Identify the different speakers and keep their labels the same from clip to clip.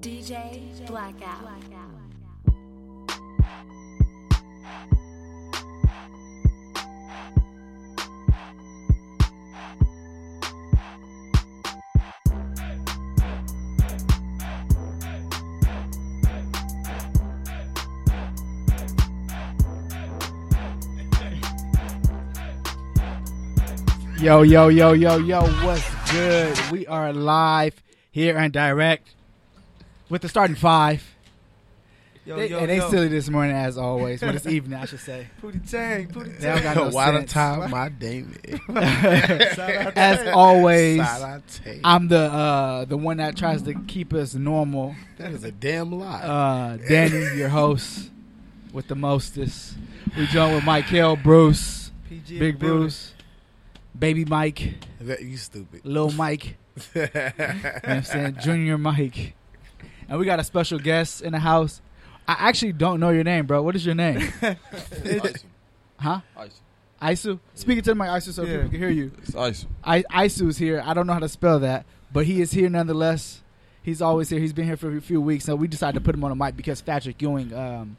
Speaker 1: DJ Blackout.
Speaker 2: Yo, yo, yo, yo, yo, what's good? We are live here and direct with the starting five.
Speaker 3: Yo,
Speaker 2: They- and they silly this morning as always, but it's evening, I should say.
Speaker 3: Pooty tang, pooty
Speaker 2: They don't got no
Speaker 4: Why the
Speaker 2: sense.
Speaker 4: time my damn
Speaker 2: As always,
Speaker 4: Silate.
Speaker 2: I'm the uh, the one that tries to keep us normal.
Speaker 4: That is a damn lie.
Speaker 2: Uh, Danny, your host with the mostest. We joined with Mike Hill, Bruce,
Speaker 3: PG in the
Speaker 2: Big
Speaker 3: building.
Speaker 2: Bruce, Baby Mike,
Speaker 4: that, you stupid.
Speaker 2: Lil Mike, You know what I'm saying? Junior Mike. And we got a special guest in the house. I actually don't know your name, bro. What is your name?
Speaker 5: Ice.
Speaker 2: Huh?
Speaker 5: Ice.
Speaker 2: Isu? Speak it to the mic, Isu, so
Speaker 3: Yeah.
Speaker 2: people can hear you.
Speaker 5: It's ice.
Speaker 2: I, Isu is here. I don't know how to spell that, but he is here nonetheless. He's always here. He's been here for a few weeks, so we decided to put him on the mic because Patrick Ewing, um,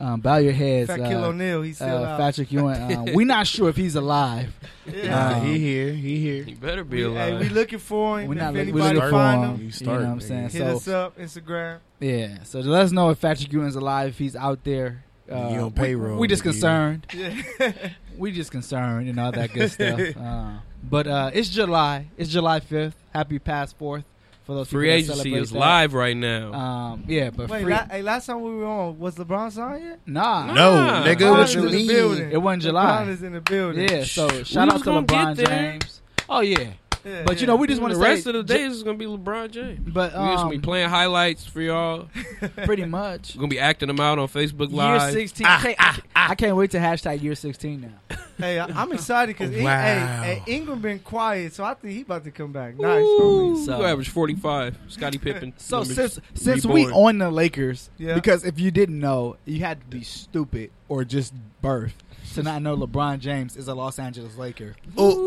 Speaker 2: um, bow your heads.
Speaker 3: Fat
Speaker 2: uh,
Speaker 3: Kill O'Neal, he's
Speaker 2: uh,
Speaker 3: still out.
Speaker 2: Patrick Ewing. Um, we're not sure if he's alive.
Speaker 3: Yeah.
Speaker 2: Uh,
Speaker 4: he here. He here.
Speaker 5: You better be
Speaker 3: we, hey, we looking for him.
Speaker 2: We're not
Speaker 3: if
Speaker 2: look- we're
Speaker 3: anybody
Speaker 2: looking for
Speaker 3: find
Speaker 2: him.
Speaker 3: him,
Speaker 4: You
Speaker 2: You know
Speaker 4: start,
Speaker 2: what I'm saying?
Speaker 4: nigga.
Speaker 3: hit
Speaker 2: So-
Speaker 3: us up, Instagram.
Speaker 2: Yeah. So let us know if Patrick Ewing's alive. If he's out there. Uh,
Speaker 4: You on
Speaker 2: we-
Speaker 4: payroll,
Speaker 2: We just
Speaker 4: nigga.
Speaker 2: concerned.
Speaker 3: Yeah.
Speaker 2: We just concerned and all that good stuff. Uh, but uh, it's July. It's July fifth. Happy past fourth for those
Speaker 6: Free
Speaker 2: people that
Speaker 6: agency
Speaker 2: celebrate
Speaker 6: is
Speaker 2: that.
Speaker 6: live right now.
Speaker 2: Um, yeah, but
Speaker 3: Wait,
Speaker 2: free.
Speaker 3: la- hey, last time we were on, was LeBron signed yet?
Speaker 2: nah,
Speaker 4: No,
Speaker 6: Nah.
Speaker 4: nigga,
Speaker 3: LeBron
Speaker 4: what
Speaker 3: is
Speaker 4: you
Speaker 3: in the
Speaker 4: mean?
Speaker 3: building.
Speaker 2: it wasn't
Speaker 3: LeBron
Speaker 2: July.
Speaker 3: is in the building.
Speaker 2: Yeah. So
Speaker 6: We
Speaker 2: shout out
Speaker 6: was
Speaker 2: to
Speaker 6: gonna
Speaker 2: LeBron
Speaker 6: get there.
Speaker 2: James. Oh yeah,
Speaker 3: Yeah,
Speaker 2: but you know we just want to
Speaker 6: the
Speaker 2: say
Speaker 6: rest of the
Speaker 2: J-
Speaker 6: day is gonna be LeBron James.
Speaker 2: But
Speaker 6: we just
Speaker 2: um,
Speaker 6: gonna be playing highlights for y'all.
Speaker 2: pretty much.
Speaker 6: We're gonna be acting them out on Facebook
Speaker 2: Year
Speaker 6: Live. Ah,
Speaker 2: sixteen. I, can't, I can't wait to hashtag year sixteen now.
Speaker 3: hey, I, I'm excited because
Speaker 4: Wow.
Speaker 3: hey, hey, Ingram been quiet, so I think he about to come back. Nice,
Speaker 6: Ooh,
Speaker 3: homie.
Speaker 2: So-
Speaker 6: so. average forty five. Scottie Pippen.
Speaker 2: So
Speaker 6: Number-
Speaker 2: since since we
Speaker 6: reborn.
Speaker 2: on the Lakers,
Speaker 3: Yeah.
Speaker 2: because if you didn't know, you had to be stupid or just birth to not know LeBron James is a Los Angeles Laker.
Speaker 4: Oh,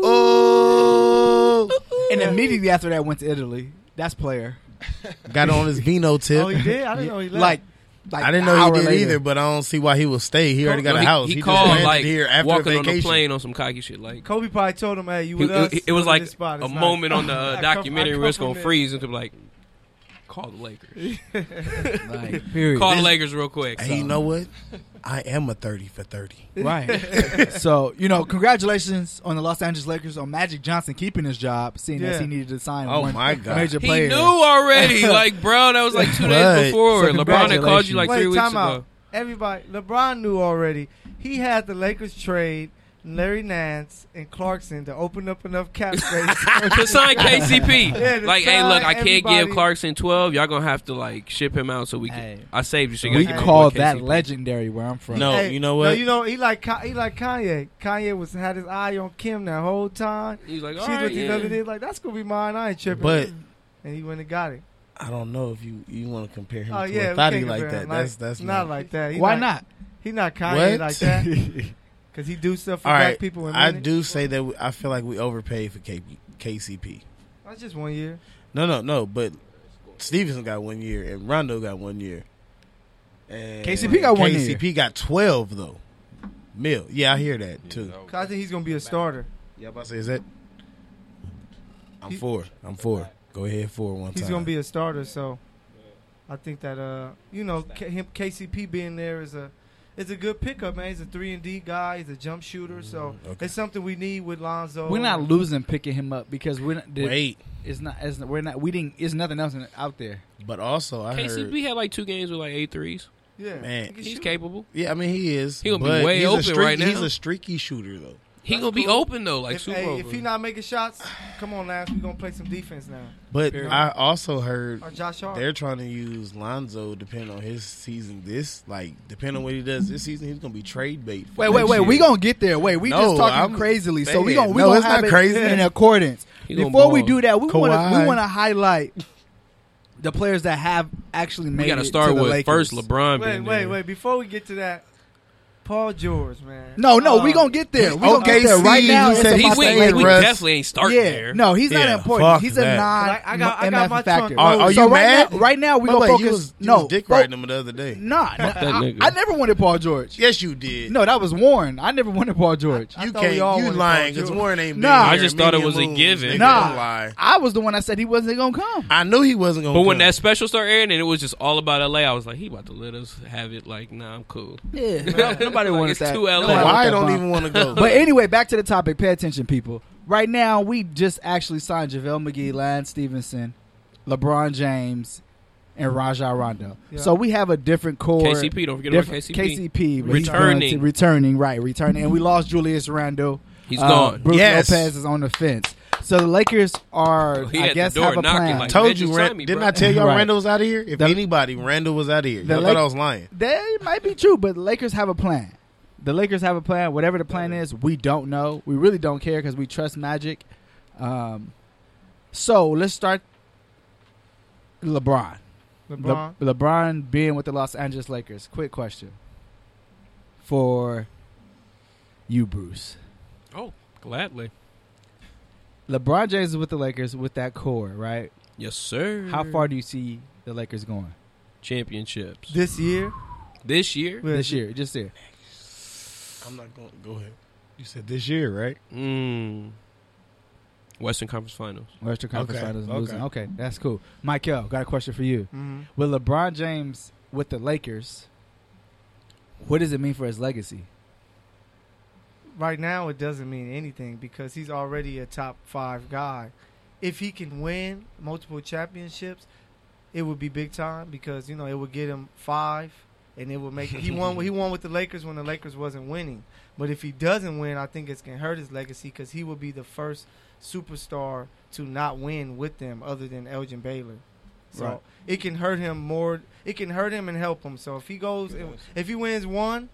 Speaker 4: oh.
Speaker 2: And immediately after that, went to Italy. That's player.
Speaker 4: oh. Got on his vino tip.
Speaker 3: Oh, he did. I didn't know he left.
Speaker 2: Like, like
Speaker 4: I didn't
Speaker 2: an
Speaker 4: know he
Speaker 2: hour
Speaker 4: did
Speaker 2: later.
Speaker 4: either, but I don't see why he would stay. He already got
Speaker 6: No,
Speaker 4: a
Speaker 6: he-
Speaker 4: house.
Speaker 6: He,
Speaker 4: just
Speaker 6: called
Speaker 4: landed
Speaker 6: like
Speaker 4: here after
Speaker 6: walking
Speaker 4: a
Speaker 6: on the
Speaker 4: vacation.
Speaker 6: plane on some cocky shit. Like
Speaker 3: Kobe probably told him, "Hey, you
Speaker 6: he-
Speaker 3: with us?"
Speaker 6: it, it was
Speaker 3: Go to
Speaker 6: like
Speaker 3: this spot.
Speaker 6: a
Speaker 3: It's nice.
Speaker 6: moment on the
Speaker 3: I
Speaker 6: uh,
Speaker 3: come- I
Speaker 6: documentary
Speaker 3: come
Speaker 6: where it's
Speaker 3: from
Speaker 6: gonna
Speaker 3: there.
Speaker 6: freeze and to be like, call the Lakers.
Speaker 2: Like, period.
Speaker 6: Call the Lakers real quick.
Speaker 4: Hey, you know what? I am a 30 for 30.
Speaker 2: Right. so, you know, congratulations on the Los Angeles Lakers on Magic Johnson keeping his job, seeing
Speaker 3: Yeah.
Speaker 2: that he needed to sign
Speaker 4: Oh
Speaker 2: one
Speaker 4: my God.
Speaker 2: major
Speaker 6: He
Speaker 2: player.
Speaker 6: knew already, like bro. That was like two
Speaker 4: But-
Speaker 6: days before.
Speaker 2: So
Speaker 6: LeBron had called you like
Speaker 3: Wait,
Speaker 6: three weeks
Speaker 3: time
Speaker 6: ago.
Speaker 3: out. Everybody, LeBron knew already. He had the Lakers trade Larry Nance and Clarkson to open up enough cap space.
Speaker 6: to sign KCP.
Speaker 3: Yeah, to
Speaker 6: like, hey, look,
Speaker 3: sign
Speaker 6: I can't
Speaker 3: everybody.
Speaker 6: give Clarkson twelve. Y'all gonna have to like ship him out so we can.
Speaker 2: Hey.
Speaker 6: I saved you. So you
Speaker 2: We
Speaker 6: gotta give my
Speaker 2: call
Speaker 6: boy
Speaker 2: that
Speaker 6: KCP.
Speaker 2: legendary where I'm from.
Speaker 4: No, you know what?
Speaker 3: No, you know he like Ka- he like Kanye. Kanye was had his eye on Kim that whole time.
Speaker 6: He's like, all
Speaker 3: She's
Speaker 6: right,
Speaker 3: with the other
Speaker 6: yeah.
Speaker 3: day, like that's gonna be mine. I ain't tripping.
Speaker 4: But
Speaker 3: and he went and got it.
Speaker 4: I don't know if you, you want to compare him
Speaker 3: Oh
Speaker 4: to
Speaker 3: yeah,
Speaker 4: a
Speaker 3: we
Speaker 4: thotty
Speaker 3: can't
Speaker 4: like
Speaker 3: compare
Speaker 4: that.
Speaker 3: him.
Speaker 4: that's that's
Speaker 3: not like that. He
Speaker 2: Why not?
Speaker 3: He not Kanye
Speaker 4: What?
Speaker 3: like that because he do stuff for
Speaker 4: All
Speaker 3: black
Speaker 4: right,
Speaker 3: people. And
Speaker 4: I
Speaker 3: men.
Speaker 4: do say that we, I feel like we overpaid for K, KCP.
Speaker 3: That's just one year.
Speaker 4: No, no, no. But Stevenson got one year and Rondo got one year. And
Speaker 2: KCP got one year.
Speaker 4: KCP got twelve though. Mill. Yeah, I hear that too.
Speaker 3: 'Cause I think he's gonna be a starter.
Speaker 4: Yeah, I'm about to say is that. I'm
Speaker 3: He-
Speaker 4: four. I'm four. Go ahead, four one
Speaker 3: He's
Speaker 4: time.
Speaker 3: gonna be a starter, so I think that uh, you know, K- him KCP being there is a is a good pickup, man. He's a three and D guy. He's a jump shooter, so
Speaker 6: Mm,
Speaker 4: okay.
Speaker 3: it's something we need with Lonzo.
Speaker 2: We're not losing picking him up because we're not, the-
Speaker 4: wait.
Speaker 2: it's not it's not- we're not we didn't it's nothing else in- out there.
Speaker 4: But also, I heard.
Speaker 6: KCP had like two games with like eight threes.
Speaker 3: Yeah,
Speaker 4: Man.
Speaker 3: He
Speaker 6: He's
Speaker 3: can shoot.
Speaker 6: capable.
Speaker 4: Yeah, I mean he is.
Speaker 6: He gonna be
Speaker 4: but
Speaker 6: way
Speaker 4: he's a
Speaker 6: open
Speaker 4: streak,
Speaker 6: right now.
Speaker 4: He's a streaky shooter though.
Speaker 6: He
Speaker 3: That's
Speaker 6: gonna be
Speaker 3: cool.
Speaker 6: open though, like
Speaker 3: if,
Speaker 6: super
Speaker 3: hey,
Speaker 6: open.
Speaker 3: if he not making shots, come on, Lance. We gonna play some defense now.
Speaker 4: But
Speaker 3: Period.
Speaker 4: I also heard
Speaker 3: Or Josh Hart.
Speaker 4: they're trying to use Lonzo depending on his season. This like depending on what he does this season, he's gonna be trade bait. for
Speaker 2: Wait, wait,
Speaker 4: next
Speaker 2: wait.
Speaker 4: year.
Speaker 2: We gonna get there. Wait, we
Speaker 4: No,
Speaker 2: just talking
Speaker 4: I'm
Speaker 2: crazily. So we
Speaker 4: saying.
Speaker 2: gonna we
Speaker 4: No,
Speaker 2: gonna
Speaker 4: it's
Speaker 2: have
Speaker 4: not
Speaker 2: it
Speaker 4: crazy.
Speaker 2: in accordance.
Speaker 6: He gonna
Speaker 2: Before we
Speaker 6: ball.
Speaker 2: do that, we want to we
Speaker 4: Kawhi.
Speaker 2: want to highlight the players that have actually made
Speaker 6: we gotta
Speaker 2: it
Speaker 6: start
Speaker 2: to the
Speaker 6: with
Speaker 2: Lakers.
Speaker 6: first LeBron.
Speaker 3: wait,
Speaker 6: being
Speaker 3: wait,
Speaker 6: there.
Speaker 3: wait. Before we get to that, Paul George, man.
Speaker 2: No, no, we
Speaker 3: Oh,
Speaker 2: gonna get there. We gonna
Speaker 4: Okay,
Speaker 2: get there right
Speaker 4: see,
Speaker 2: now.
Speaker 4: he
Speaker 2: it's
Speaker 4: said
Speaker 2: about
Speaker 6: He's
Speaker 4: he's
Speaker 2: the
Speaker 6: we,
Speaker 4: saying
Speaker 2: eight.
Speaker 6: we
Speaker 4: Russ-
Speaker 6: definitely ain't starting
Speaker 2: yeah,
Speaker 6: there.
Speaker 2: no, he's not
Speaker 4: Yeah,
Speaker 2: important.
Speaker 4: fuck
Speaker 2: He's a non.
Speaker 4: that.
Speaker 3: But I- I got- I
Speaker 2: MF
Speaker 3: got my
Speaker 2: factor.
Speaker 3: trunk
Speaker 4: Are- are
Speaker 2: so
Speaker 4: you
Speaker 2: right
Speaker 4: mad?
Speaker 2: now, right now we
Speaker 4: My
Speaker 2: gonna
Speaker 4: bad,
Speaker 2: focus.
Speaker 4: You was, you
Speaker 2: no,
Speaker 4: was dick
Speaker 2: fo-
Speaker 4: riding him the other day.
Speaker 2: Nah, nah,
Speaker 6: that
Speaker 2: I,
Speaker 6: nigga.
Speaker 2: I never wanted Paul George.
Speaker 4: Yes, you did.
Speaker 2: No, that was Warren. I never wanted Paul George.
Speaker 3: I
Speaker 4: you
Speaker 3: thought we
Speaker 4: can't.
Speaker 3: all
Speaker 4: You
Speaker 3: wanted
Speaker 4: lying
Speaker 3: Paul
Speaker 4: because
Speaker 3: George.
Speaker 4: Warren ain't.
Speaker 2: Nah.
Speaker 4: been
Speaker 2: I
Speaker 4: here
Speaker 6: just
Speaker 4: in
Speaker 6: thought it
Speaker 4: many
Speaker 6: was a
Speaker 4: moons,
Speaker 6: given.
Speaker 4: nigga.
Speaker 2: Nah.
Speaker 4: Don't lie.
Speaker 2: I was the one that said he wasn't gonna come.
Speaker 4: I knew he wasn't gonna.
Speaker 6: But when
Speaker 4: come.
Speaker 6: that special started airing and it was just all about LA, I was like, he about to let us have it. Like, nah, I'm cool.
Speaker 2: Yeah,
Speaker 6: Like,
Speaker 2: nobody wanted
Speaker 6: it's
Speaker 2: that.
Speaker 6: too LA.
Speaker 2: Nobody
Speaker 4: Why
Speaker 2: wanted
Speaker 4: I
Speaker 2: that
Speaker 4: don't
Speaker 2: bomb.
Speaker 4: even want to go.
Speaker 2: But anyway, back to the topic. Pay attention, people. Right now, we just actually signed JaVale McGee, Lance Stevenson, LeBron James, and Raja Rondo.
Speaker 3: Yeah.
Speaker 2: So we have a different core.
Speaker 6: KCP, don't forget about
Speaker 2: different-
Speaker 6: KCP.
Speaker 2: KCP, but he's going
Speaker 6: Returning.
Speaker 2: to- returning, right, returning. And we lost Julius Randle.
Speaker 6: He's
Speaker 2: Uh,
Speaker 6: gone.
Speaker 2: Brook
Speaker 4: Yes.
Speaker 2: Lopez is on the fence. So the Lakers are,
Speaker 6: He
Speaker 2: I
Speaker 6: at the
Speaker 2: guess,
Speaker 6: door
Speaker 2: have a
Speaker 6: knocking
Speaker 2: plan.
Speaker 6: like-
Speaker 4: told
Speaker 6: Bitch,
Speaker 4: you,
Speaker 6: it's
Speaker 4: Ran-
Speaker 6: Tommy,
Speaker 4: didn't
Speaker 6: bro.
Speaker 4: I tell y'all
Speaker 2: Right.
Speaker 4: Randall was out of here? If
Speaker 2: The-
Speaker 4: anybody, Randall was out of here.
Speaker 2: The
Speaker 4: Y'all
Speaker 2: Lake-
Speaker 4: thought I was lying.
Speaker 2: That might be true, but the Lakers have a plan. The Lakers have a plan. Whatever the plan is, we don't know. We really don't care because we trust Magic. Um, so let's start LeBron. Le-
Speaker 3: LeBron.
Speaker 2: LeBron being with the Los Angeles Lakers. Quick question for you, Bruce.
Speaker 6: Oh, gladly.
Speaker 2: LeBron James is with the Lakers with that core, right?
Speaker 6: Yes, sir.
Speaker 2: How far do you see the Lakers going
Speaker 6: Championships.
Speaker 3: this year,
Speaker 6: This year?
Speaker 3: Yeah.
Speaker 2: this year? Just here.
Speaker 4: I'm not going. Go ahead. You said this year, right?
Speaker 6: Mm. Western Conference Finals.
Speaker 2: Western Conference
Speaker 4: Okay,
Speaker 2: Finals
Speaker 4: okay.
Speaker 2: losing. Okay, that's cool. Michael, got a question for you.
Speaker 3: hmm
Speaker 2: with LeBron James with the Lakers, what does it mean for his legacy?
Speaker 3: right now it doesn't mean anything because he's already a top five guy. If he can win multiple championships, it would be big time because you know it would get him five, and it would make he won. He won with the Lakers when the Lakers wasn't winning. But if he doesn't win, I think it's gonna hurt his legacy because he will be the first superstar to not win with them, other than Elgin Baylor. So
Speaker 2: Right.
Speaker 3: it can hurt him more. It can hurt him and help him. So if he goes, if he wins one,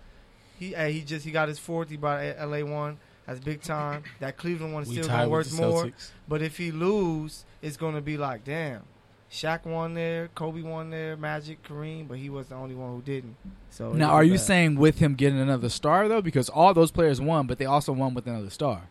Speaker 3: he hey, he just he got his fourth. He bought a- LA one. That's big time. That Cleveland one is still gonna worth more. But if he lose, it's gonna be like damn. Shaq won there, Kobe won there, Magic, Kareem, but he was the only one who didn't. So
Speaker 2: Now,
Speaker 3: it
Speaker 2: are
Speaker 3: was
Speaker 2: you
Speaker 3: bad.
Speaker 2: saying with him getting another star though? Because all those players won, but they also won with another star.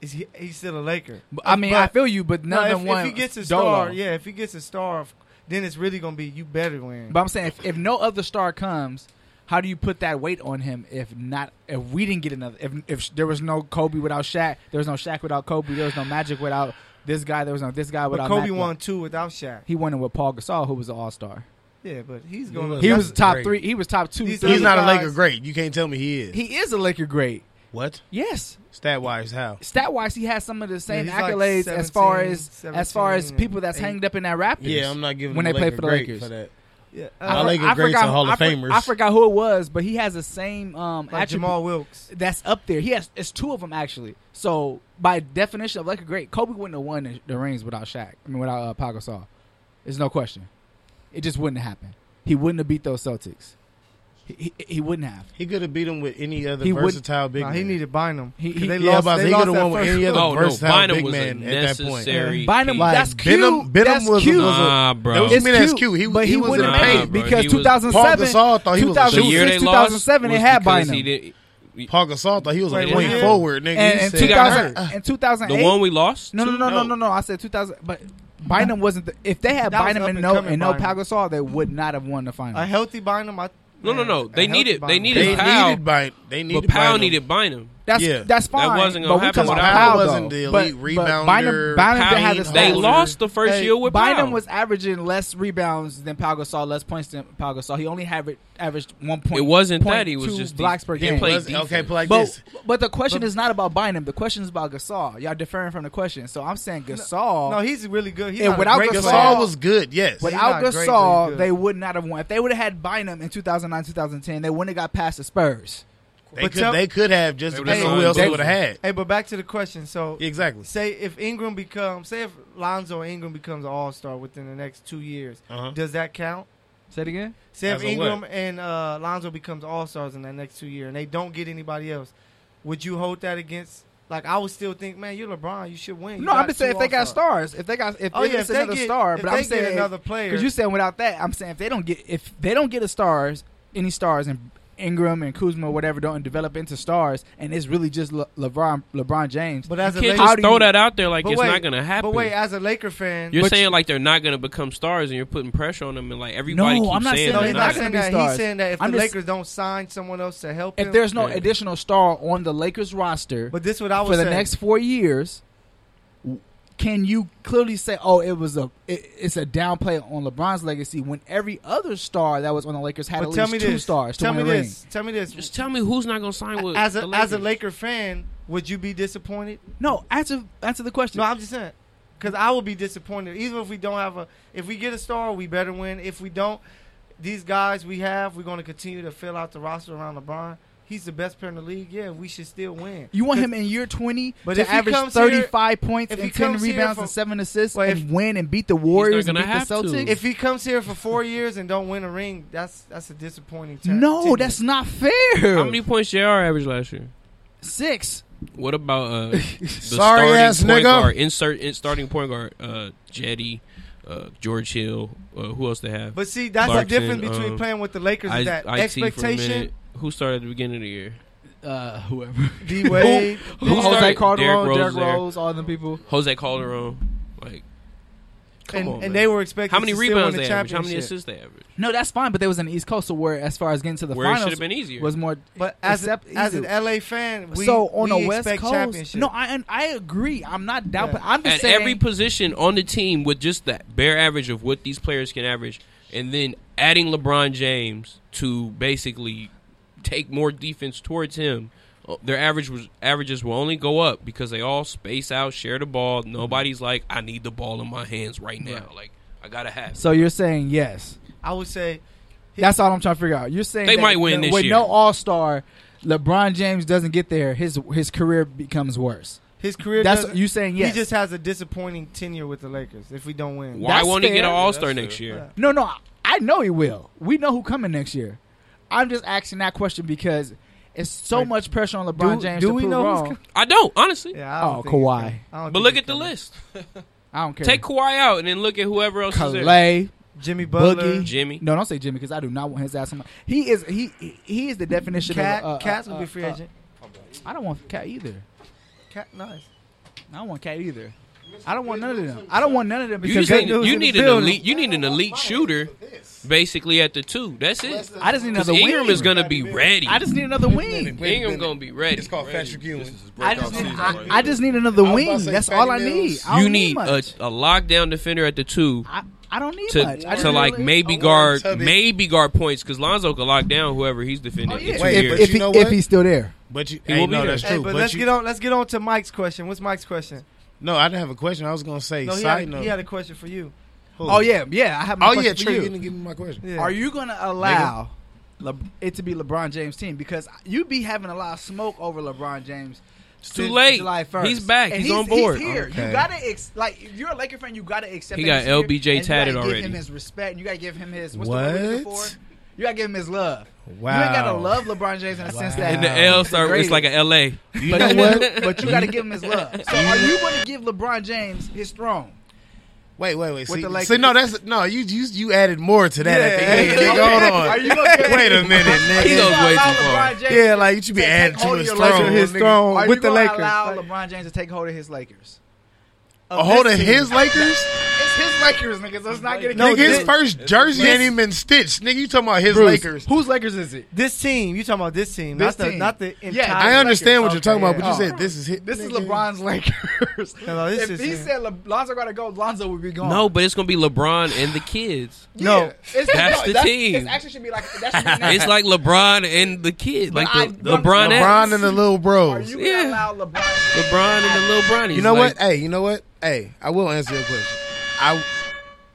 Speaker 3: is he, he's still a Laker?
Speaker 2: But, I mean, I
Speaker 3: But-
Speaker 2: feel you, but
Speaker 3: No,
Speaker 2: none
Speaker 3: if,
Speaker 2: of them won.
Speaker 3: if he gets a
Speaker 2: Dolo.
Speaker 3: star, yeah, if he gets a star, f- then it's really gonna be you better win.
Speaker 2: But I'm saying if, if no other star comes, how do you put that weight on him if not if we didn't get another if if there was no Kobe without Shaq, there was no Shaq without Kobe, there was no Magic without this guy, there was no this guy
Speaker 3: But
Speaker 2: without
Speaker 3: Kobe
Speaker 2: Mac-
Speaker 3: won two without Shaq.
Speaker 2: He won it with Paul Gasol, who was an all star.
Speaker 3: Yeah, but he's gonna.
Speaker 2: He
Speaker 4: That's
Speaker 2: was top
Speaker 4: great.
Speaker 2: three. He was top two.
Speaker 3: He's
Speaker 2: three.
Speaker 4: He's not a
Speaker 3: Guys-
Speaker 4: Laker great. You can't tell me he is.
Speaker 2: He is a Laker great.
Speaker 4: what?
Speaker 2: Yes,
Speaker 4: Stat wise, how?
Speaker 2: stat wise, he has some of the same
Speaker 3: he's like
Speaker 2: accolades as far
Speaker 3: 17,
Speaker 2: as as far as
Speaker 3: 17,
Speaker 2: people that's
Speaker 3: eight.
Speaker 2: hanged up in that Raptors.
Speaker 4: Yeah, I'm not giving
Speaker 2: When
Speaker 4: the
Speaker 2: they play
Speaker 4: Laker
Speaker 2: for the
Speaker 4: great
Speaker 2: Lakers.
Speaker 4: for that.
Speaker 3: yeah,
Speaker 2: I
Speaker 4: My
Speaker 2: for-
Speaker 3: uh,
Speaker 4: Laker
Speaker 2: I
Speaker 4: greats
Speaker 2: forgot-
Speaker 4: are Hall of
Speaker 2: I for-
Speaker 4: Famers.
Speaker 2: I forgot who it was, but he has the same um
Speaker 3: like
Speaker 2: attribute
Speaker 3: Jamal Wilkes.
Speaker 2: that's up there. He has it's two of them actually. So by definition of Laker great, Kobe wouldn't have won the, the rings without Shaq. I mean without uh, Pau Gasol. There's no question. It just wouldn't happen. He wouldn't have beat those Celtics. He, he, he wouldn't have.
Speaker 4: He could have beat him with any other
Speaker 2: He wouldn't-
Speaker 4: versatile big
Speaker 3: Nah,
Speaker 4: man.
Speaker 3: he needed Bynum.
Speaker 2: He-
Speaker 3: 'Cause
Speaker 2: he-
Speaker 3: they
Speaker 4: Yeah,
Speaker 3: lost.
Speaker 4: but
Speaker 3: They
Speaker 4: he
Speaker 3: lost
Speaker 4: could've
Speaker 3: that
Speaker 4: won with
Speaker 3: first
Speaker 4: any
Speaker 3: round.
Speaker 4: other
Speaker 6: Oh, no.
Speaker 4: versatile
Speaker 6: Bynum
Speaker 4: big
Speaker 6: was a
Speaker 4: man at that point.
Speaker 6: necessary
Speaker 2: Bynum,
Speaker 6: piece.
Speaker 2: that's
Speaker 4: Like,
Speaker 2: cute.
Speaker 4: Benham- Benham
Speaker 2: that's
Speaker 4: was a-
Speaker 2: cute.
Speaker 4: was a-
Speaker 6: Nah,
Speaker 4: That
Speaker 6: bro.
Speaker 4: was- I mean, that's
Speaker 2: cute,
Speaker 4: cute. He was-
Speaker 2: but
Speaker 4: he
Speaker 2: he,
Speaker 4: was
Speaker 2: wouldn't
Speaker 6: an
Speaker 2: have made
Speaker 6: athlete,
Speaker 2: it
Speaker 6: bro.
Speaker 2: because
Speaker 6: He was-
Speaker 4: Paul
Speaker 2: 2007,
Speaker 4: Gasol thought he was a
Speaker 6: the
Speaker 2: 2006,
Speaker 4: shooter.
Speaker 6: year they lost
Speaker 2: 2007, they
Speaker 6: was
Speaker 2: had
Speaker 6: because
Speaker 2: Bynum.
Speaker 6: he didn't-
Speaker 4: Paul Gasol thought he was a
Speaker 3: Wait,
Speaker 4: point
Speaker 3: what?
Speaker 4: forward. Nigga,
Speaker 2: and,
Speaker 4: he
Speaker 2: and
Speaker 4: said,
Speaker 2: 2000
Speaker 4: "Hurt."
Speaker 2: and 2008.
Speaker 6: The one we lost?
Speaker 2: no, no, no, no,
Speaker 4: No.
Speaker 2: no, no. I said 2000, but Bynum wasn't. The, if they had
Speaker 3: That was
Speaker 2: Bynum
Speaker 3: up
Speaker 2: and
Speaker 3: and
Speaker 2: no
Speaker 3: coming
Speaker 2: and no
Speaker 3: Bynum.
Speaker 2: Pau Gasol, they would not have won the final.
Speaker 3: A healthy Bynum. I,
Speaker 6: No, no,
Speaker 3: man,
Speaker 6: no.
Speaker 3: a
Speaker 6: They
Speaker 3: healthy
Speaker 6: needed- they
Speaker 3: Bynum.
Speaker 6: needed
Speaker 4: They
Speaker 6: Powell.
Speaker 4: needed by they needed
Speaker 6: But Powell
Speaker 4: Bynum.
Speaker 6: needed Bynum.
Speaker 2: that's
Speaker 4: yeah.
Speaker 2: that's fine.
Speaker 6: wasn't gonna
Speaker 2: but we
Speaker 6: happen
Speaker 2: talking about
Speaker 6: without
Speaker 2: Powell
Speaker 4: him. wasn't
Speaker 2: though.
Speaker 4: the elite
Speaker 2: but, but
Speaker 4: rebounder,
Speaker 2: Bynum, Bynum didn't
Speaker 6: Powell-
Speaker 2: have the
Speaker 4: Payne,
Speaker 6: they
Speaker 2: stats.
Speaker 4: Howard.
Speaker 6: lost the first
Speaker 3: Hey,
Speaker 6: year with
Speaker 2: Bynum
Speaker 6: Powell.
Speaker 2: was averaging less rebounds than Pau Gasol, less points than Pau Gasol. He only averaged averaged one point.
Speaker 6: It wasn't that, he
Speaker 2: point
Speaker 6: was
Speaker 2: two
Speaker 6: just-
Speaker 2: blocks per
Speaker 6: he
Speaker 2: game.
Speaker 6: played
Speaker 4: Was- okay,
Speaker 6: defense.
Speaker 4: play like
Speaker 2: But
Speaker 4: this.
Speaker 2: but the question is not about Bynum. The question is about Gasol. Y'all differing from the question. So I'm saying Gasol.
Speaker 3: No, he's really good. He's
Speaker 2: And
Speaker 3: not a
Speaker 2: without
Speaker 3: great
Speaker 2: Gasol-
Speaker 3: player.
Speaker 4: Gasol was good. Yes,
Speaker 3: But-
Speaker 2: without
Speaker 3: he's not great,
Speaker 2: Gasol,
Speaker 3: but he's good.
Speaker 2: they would not have won. If they would have had Bynum in 2009, 2010, they wouldn't have got past the Spurs.
Speaker 4: they
Speaker 3: but
Speaker 4: could
Speaker 3: tell-
Speaker 4: they could have just
Speaker 6: They
Speaker 4: depending
Speaker 6: would've
Speaker 4: on who
Speaker 6: signed
Speaker 4: else they
Speaker 6: Davis.
Speaker 4: would have had.
Speaker 3: Hey, but back to the question. So,
Speaker 4: Exactly.
Speaker 3: say if Ingram becomes, say if Lonzo Ingram becomes an All Star within the next two years,
Speaker 4: Uh-huh.
Speaker 3: does that count?
Speaker 2: Say it again.
Speaker 3: Say if
Speaker 4: As a what?
Speaker 3: Ingram and uh, Lonzo becomes All Stars in that next two years, and they don't get anybody else, would you hold that against? Like I would still think, man, you're LeBron. You should win. You
Speaker 2: No, I'm
Speaker 3: got
Speaker 2: just saying
Speaker 3: two
Speaker 2: if they got
Speaker 3: All-Stars.
Speaker 2: stars, if they got if
Speaker 3: Oh
Speaker 2: they
Speaker 3: yeah,
Speaker 2: get
Speaker 3: if they
Speaker 2: another
Speaker 3: get
Speaker 2: star,
Speaker 3: if
Speaker 2: but
Speaker 3: they
Speaker 2: I'm
Speaker 3: get
Speaker 2: saying
Speaker 3: another player.
Speaker 2: because you saying without that, I'm saying if they don't get if they don't get a stars any stars in Ingram and Kuzma, whatever, don't develop into stars, and it's really just Le- LeBron, LeBron James.
Speaker 3: But
Speaker 6: You
Speaker 3: as a
Speaker 6: can't
Speaker 3: Laker,
Speaker 2: How
Speaker 6: just
Speaker 2: do
Speaker 6: throw
Speaker 2: you-
Speaker 6: that out there like
Speaker 3: but
Speaker 6: it's
Speaker 3: wait,
Speaker 6: not gonna happen.
Speaker 3: but wait, as a Laker fan,
Speaker 6: You're
Speaker 2: But
Speaker 6: saying
Speaker 2: you-
Speaker 6: like they're not gonna become stars, and you're putting pressure on them, and like
Speaker 2: No,
Speaker 6: everybody keeps
Speaker 2: I'm not
Speaker 6: saying
Speaker 2: saying
Speaker 3: no,
Speaker 6: they're
Speaker 3: he's
Speaker 2: they're
Speaker 3: not
Speaker 2: not
Speaker 3: saying
Speaker 2: gonna be
Speaker 3: that.
Speaker 2: stars.
Speaker 3: He's saying that if
Speaker 2: I'm
Speaker 3: the
Speaker 2: just-
Speaker 3: Lakers don't sign someone else to help
Speaker 2: if
Speaker 3: him,
Speaker 2: there's no
Speaker 6: Yeah.
Speaker 2: additional star on the Lakers roster
Speaker 3: but this is what I was
Speaker 2: for the
Speaker 3: saying.
Speaker 2: next four years, w- can you clearly say, "Oh, it was a it, it's a downplay on LeBron's legacy"? When every other star that was on the Lakers had
Speaker 3: but
Speaker 2: at
Speaker 3: tell
Speaker 2: least
Speaker 3: me
Speaker 2: two
Speaker 3: this.
Speaker 2: stars to
Speaker 3: tell
Speaker 2: win
Speaker 3: me
Speaker 2: a ring.
Speaker 3: this. Tell me this.
Speaker 6: Just tell me who's not gonna sign with
Speaker 3: as a
Speaker 6: the Lakers.
Speaker 3: as a Laker fan, would you be disappointed?
Speaker 2: No, answer answer the question.
Speaker 3: No, I'm just saying. Because I would be disappointed, even if we don't have a. If we get a star, we better win. If we don't, these guys we have, we're going to continue to fill out the roster around LeBron. He's the best player in the league. Yeah, we should still win.
Speaker 2: you want him in year 20
Speaker 3: But
Speaker 2: to
Speaker 3: if he
Speaker 2: average
Speaker 3: comes
Speaker 2: 35 points
Speaker 3: if he
Speaker 2: and 10
Speaker 3: comes here
Speaker 2: rebounds
Speaker 3: for-
Speaker 2: and 7 assists
Speaker 3: Well, if-
Speaker 2: and win and beat the Warriors and
Speaker 6: gonna
Speaker 2: beat the
Speaker 6: have to.
Speaker 2: Celtics?
Speaker 3: If he comes here for four years and don't win a ring, that's that's a disappointing. ta-
Speaker 2: no,
Speaker 3: team.
Speaker 2: that's not fair.
Speaker 6: How many points Jr. averaged last year?
Speaker 2: Six.
Speaker 6: What about uh, the
Speaker 4: Sorry
Speaker 6: starting
Speaker 4: ass
Speaker 6: point
Speaker 4: nigga.
Speaker 6: guard? Insert in, starting point guard, uh, Jetty, uh, George Hill. Uh, who else they have?
Speaker 3: But see, that's
Speaker 6: Clarkson,
Speaker 3: the difference between
Speaker 6: um,
Speaker 3: playing with the Lakers. is that
Speaker 6: IT for a
Speaker 3: expectation.
Speaker 6: minute. Who started at the beginning of the year?
Speaker 2: Uh, whoever.
Speaker 3: D Wade.
Speaker 6: Who
Speaker 2: Jose
Speaker 6: started?
Speaker 2: Calderon,
Speaker 6: Derrick
Speaker 2: Derrick
Speaker 6: Rose
Speaker 2: Rose,
Speaker 6: there.
Speaker 2: all them people.
Speaker 6: Jose Calderon. Like, come
Speaker 3: and,
Speaker 6: on,
Speaker 3: and
Speaker 6: man.
Speaker 3: they were expected.
Speaker 6: How many
Speaker 3: to
Speaker 6: rebounds
Speaker 3: still win
Speaker 6: they
Speaker 3: the
Speaker 6: average? How many
Speaker 3: championship.
Speaker 6: assists they average?
Speaker 2: No, that's fine, but they was in the East Coast, so where as far as getting to the
Speaker 6: Where it should
Speaker 2: finals
Speaker 6: have been easier.
Speaker 2: was more.
Speaker 3: But as a,
Speaker 2: accept-
Speaker 3: as an
Speaker 2: easy.
Speaker 3: LA fan, we,
Speaker 2: so on
Speaker 3: we
Speaker 2: the West
Speaker 3: expect
Speaker 2: Coast,
Speaker 3: championship.
Speaker 2: no, I and I agree. I'm not down.
Speaker 3: Yeah.
Speaker 2: but I'm just
Speaker 6: at
Speaker 2: saying
Speaker 6: every position on the team with just that bare average of what these players can average, and then adding LeBron James to basically take more defense towards him. uh, Their average was averages will only go up because they all space out, share the ball. Nobody's like, I need the ball in my hands right now. Like I gotta have. it.
Speaker 2: So you're saying yes?
Speaker 3: I would say
Speaker 2: That's all I'm trying to figure out. You're saying
Speaker 6: They
Speaker 2: that
Speaker 6: might win
Speaker 2: the-
Speaker 6: this
Speaker 2: with
Speaker 6: year.
Speaker 2: no All Star. LeBron James doesn't get there. His his career becomes worse.
Speaker 3: his career.
Speaker 2: That's
Speaker 3: doesn't-
Speaker 2: you saying yes?
Speaker 3: He just has a disappointing tenure with the Lakers. If we don't win,
Speaker 6: Why
Speaker 2: That's
Speaker 6: won't he get
Speaker 2: fair.
Speaker 6: an All Star
Speaker 4: That's
Speaker 6: next
Speaker 4: fair.
Speaker 6: year?
Speaker 3: Yeah.
Speaker 2: No, no, I- I know he will. We know who coming next year. I'm just asking that question because it's so
Speaker 3: Like,
Speaker 2: much pressure on LeBron
Speaker 3: do-
Speaker 2: James
Speaker 3: do
Speaker 2: to
Speaker 3: we
Speaker 2: prove
Speaker 3: know who's
Speaker 2: wrong.
Speaker 3: co-
Speaker 6: I don't honestly.
Speaker 3: yeah, I don't
Speaker 2: Oh,
Speaker 3: think he's
Speaker 2: Kawhi.
Speaker 3: coming. I don't
Speaker 6: But
Speaker 3: think
Speaker 6: look
Speaker 3: he's
Speaker 6: at the
Speaker 3: coming.
Speaker 6: list.
Speaker 2: I don't care.
Speaker 6: Take Kawhi out and then look at whoever else is there.
Speaker 2: Calais,
Speaker 3: Jimmy Butler,
Speaker 2: Boogie,
Speaker 6: Jimmy.
Speaker 2: No, don't say Jimmy because I do not want his ass. On my, he is he he- he is the definition
Speaker 3: Cat,
Speaker 2: of uh,
Speaker 3: Cats
Speaker 2: uh,
Speaker 3: will be
Speaker 2: uh,
Speaker 3: free
Speaker 2: uh,
Speaker 3: agent.
Speaker 2: I don't want Cat either.
Speaker 3: Cat, nice.
Speaker 2: I don't want Cat either. I don't want none of them. I don't want none of them
Speaker 6: You
Speaker 2: because
Speaker 6: just
Speaker 2: they,
Speaker 6: need,
Speaker 3: good news
Speaker 6: you
Speaker 3: in the
Speaker 6: need an
Speaker 3: building.
Speaker 6: elite. You need an elite shooter, basically at the two. That's it.
Speaker 2: I just need
Speaker 6: Because
Speaker 2: another
Speaker 6: Ingram
Speaker 2: wing.
Speaker 6: is gonna be ready.
Speaker 2: I just need another wing.
Speaker 4: Wait a
Speaker 6: Ingram
Speaker 4: minute.
Speaker 6: gonna be ready.
Speaker 4: It's called
Speaker 6: Ready.
Speaker 4: Patrick Ewing.
Speaker 2: I just need,
Speaker 4: season
Speaker 2: I,
Speaker 4: right
Speaker 2: I just need another
Speaker 4: was about
Speaker 2: wing.
Speaker 4: to say
Speaker 2: That's all I
Speaker 4: Patty
Speaker 2: need.
Speaker 4: Mills.
Speaker 2: I don't
Speaker 6: you need a,
Speaker 2: much.
Speaker 6: a lockdown defender at the two
Speaker 2: I, I don't need
Speaker 6: to
Speaker 2: much. I just
Speaker 6: to
Speaker 2: need
Speaker 6: like
Speaker 2: another-
Speaker 6: maybe
Speaker 4: Warren
Speaker 6: guard
Speaker 4: Tubbs.
Speaker 6: maybe guard points because Lonzo can lock down whoever he's defending.
Speaker 2: Oh, yeah.
Speaker 6: It's
Speaker 4: Wait,
Speaker 6: weird.
Speaker 4: but
Speaker 2: if,
Speaker 4: you
Speaker 2: he,
Speaker 4: know
Speaker 2: if
Speaker 4: what?
Speaker 2: he's still there.
Speaker 4: But you,
Speaker 6: He
Speaker 4: hey,
Speaker 6: will be
Speaker 4: no,
Speaker 6: there.
Speaker 4: that's
Speaker 3: Hey,
Speaker 4: true.
Speaker 3: but,
Speaker 4: but
Speaker 3: let's
Speaker 4: you,
Speaker 3: get on. Let's get on to Mike's question. What's Mike's question?
Speaker 4: no, I didn't have a question. I was gonna say.
Speaker 3: No, he
Speaker 4: side
Speaker 3: had,
Speaker 4: note.
Speaker 3: he had a question for you.
Speaker 4: Who?
Speaker 2: Oh yeah, yeah. I have. My
Speaker 4: Oh yeah,
Speaker 2: question for
Speaker 4: Trey, you
Speaker 2: you.
Speaker 4: didn't give me my question.
Speaker 3: Yeah.
Speaker 2: Are you gonna allow Le- it to be LeBron James' team? Because you be having a lot of smoke over LeBron James. It's
Speaker 6: too late.
Speaker 2: July 1st.
Speaker 6: He's back.
Speaker 2: And
Speaker 6: He's on board.
Speaker 2: here.
Speaker 4: Okay.
Speaker 2: You gotta ex- like if you're a Laker fan, you gotta accept.
Speaker 6: He
Speaker 2: that he's
Speaker 6: got
Speaker 2: here,
Speaker 6: LBJ
Speaker 2: and you gotta
Speaker 6: tatted already.
Speaker 2: Give him his respect. And you gotta give him his what's the word we're looking
Speaker 4: What?
Speaker 2: for? You gotta give him his love.
Speaker 4: Wow.
Speaker 2: You ain't gotta love LeBron James in the sense that
Speaker 6: And the
Speaker 4: Wow.
Speaker 6: L start. It's
Speaker 2: Greatest.
Speaker 6: like an LA.
Speaker 4: You
Speaker 2: But
Speaker 4: know
Speaker 2: you,
Speaker 4: what?
Speaker 2: but you got to give him his love. So are you going to give LeBron James his throne?
Speaker 4: Wait, wait, wait. See,
Speaker 2: the Lakers.
Speaker 4: see, no, that's no. You, you you added more to that. at the
Speaker 3: Yeah.
Speaker 4: end.
Speaker 3: Yeah.
Speaker 4: Nigga, hold
Speaker 2: Are
Speaker 4: on.
Speaker 2: you gonna give-
Speaker 4: Wait a minute,
Speaker 6: He
Speaker 4: nigga.
Speaker 6: goes
Speaker 2: Allow
Speaker 6: way too far.
Speaker 2: LeBron James
Speaker 4: Yeah, like you should be
Speaker 2: to
Speaker 4: adding
Speaker 2: take
Speaker 4: to
Speaker 2: hold
Speaker 4: his
Speaker 2: of your
Speaker 4: throne.
Speaker 2: Lakers.
Speaker 3: His
Speaker 4: nigga.
Speaker 3: throne.
Speaker 2: Are
Speaker 3: with
Speaker 2: you
Speaker 3: the
Speaker 2: gonna
Speaker 3: Lakers.
Speaker 2: allow LeBron James to take hold of his Lakers?
Speaker 4: A hold of
Speaker 2: Listen.
Speaker 4: his Lakers.
Speaker 2: It's his Lakers, niggas. Let's not get it.
Speaker 3: No,
Speaker 4: nigga, his
Speaker 3: this-
Speaker 4: first jersey ain't even been stitched. Nigga, you talking about his Lakers?
Speaker 2: Whose Lakers is it?
Speaker 3: This team. You talking about this team?
Speaker 2: This
Speaker 3: not the
Speaker 2: team.
Speaker 3: not the
Speaker 2: Yeah,
Speaker 3: entire.
Speaker 4: I understand what you're talking
Speaker 3: Okay,
Speaker 4: about, but you
Speaker 2: yeah.
Speaker 4: said this is his.
Speaker 2: This is
Speaker 4: nigga.
Speaker 2: LeBron's Lakers.
Speaker 3: No, no, this
Speaker 2: if
Speaker 3: is
Speaker 2: he
Speaker 3: him.
Speaker 2: said Le- Lonzo got to go, Lonzo would be gone.
Speaker 6: No, but it's gonna be LeBron and the kids.
Speaker 2: Yeah.
Speaker 3: No.
Speaker 2: It's- it's,
Speaker 6: That's the team.
Speaker 2: It actually should be like that. Should be next.
Speaker 6: It's like LeBron and the kid,
Speaker 2: But
Speaker 6: like
Speaker 2: I-
Speaker 6: the LeBron,
Speaker 4: LeBron
Speaker 6: LeBron,
Speaker 4: and the little
Speaker 2: Are
Speaker 4: bros.
Speaker 2: you
Speaker 4: You,
Speaker 2: gonna
Speaker 6: Yeah.
Speaker 2: allow LeBron? James-
Speaker 6: LeBron and the little Bronny.
Speaker 4: know what? Hey, you know what? Hey, I will answer your question. I,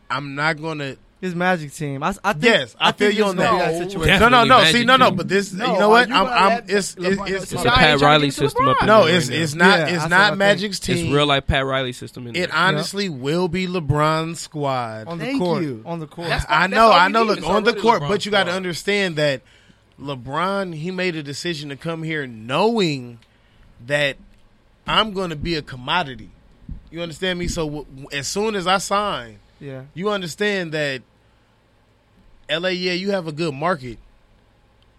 Speaker 4: I'm not gonna.
Speaker 3: His Magic team. I, I think,
Speaker 4: Yes, I, feel
Speaker 3: think
Speaker 4: you
Speaker 3: this
Speaker 4: on
Speaker 3: gonna be
Speaker 4: that.
Speaker 3: situation.
Speaker 4: No, no,
Speaker 6: Definitely
Speaker 4: no.
Speaker 6: Magic
Speaker 4: See, no, no.
Speaker 6: too.
Speaker 4: But this,
Speaker 2: No,
Speaker 4: you know
Speaker 2: are
Speaker 4: what?
Speaker 2: you
Speaker 4: I'm,
Speaker 2: gonna
Speaker 4: I'm.
Speaker 2: let
Speaker 4: It's, it's,
Speaker 2: LeBron-
Speaker 4: it's,
Speaker 2: It's
Speaker 6: It's a Pat Riley system up in
Speaker 4: no.
Speaker 6: there
Speaker 4: It's,
Speaker 6: right now.
Speaker 4: it's not.
Speaker 3: Yeah,
Speaker 4: it's
Speaker 3: that's what I
Speaker 4: not
Speaker 3: think.
Speaker 4: Magic's team.
Speaker 6: It's real life Pat Riley system in there.
Speaker 4: It honestly will be LeBron's squad.
Speaker 3: on the
Speaker 2: Thank
Speaker 3: court.
Speaker 2: you.
Speaker 3: On the court.
Speaker 2: That's
Speaker 4: I
Speaker 2: fine.
Speaker 4: know,
Speaker 2: all
Speaker 4: I
Speaker 2: we
Speaker 4: know.
Speaker 2: need.
Speaker 4: Look,
Speaker 6: It's
Speaker 4: on the
Speaker 6: already
Speaker 4: court,
Speaker 6: LeBron's
Speaker 4: but you got to
Speaker 6: fault.
Speaker 4: understand that LeBron he made a decision to come here knowing that I'm going to be a commodity. You understand me? So w- w- as soon as I sign,
Speaker 3: yeah.
Speaker 4: you understand that LA, yeah, you have a good market,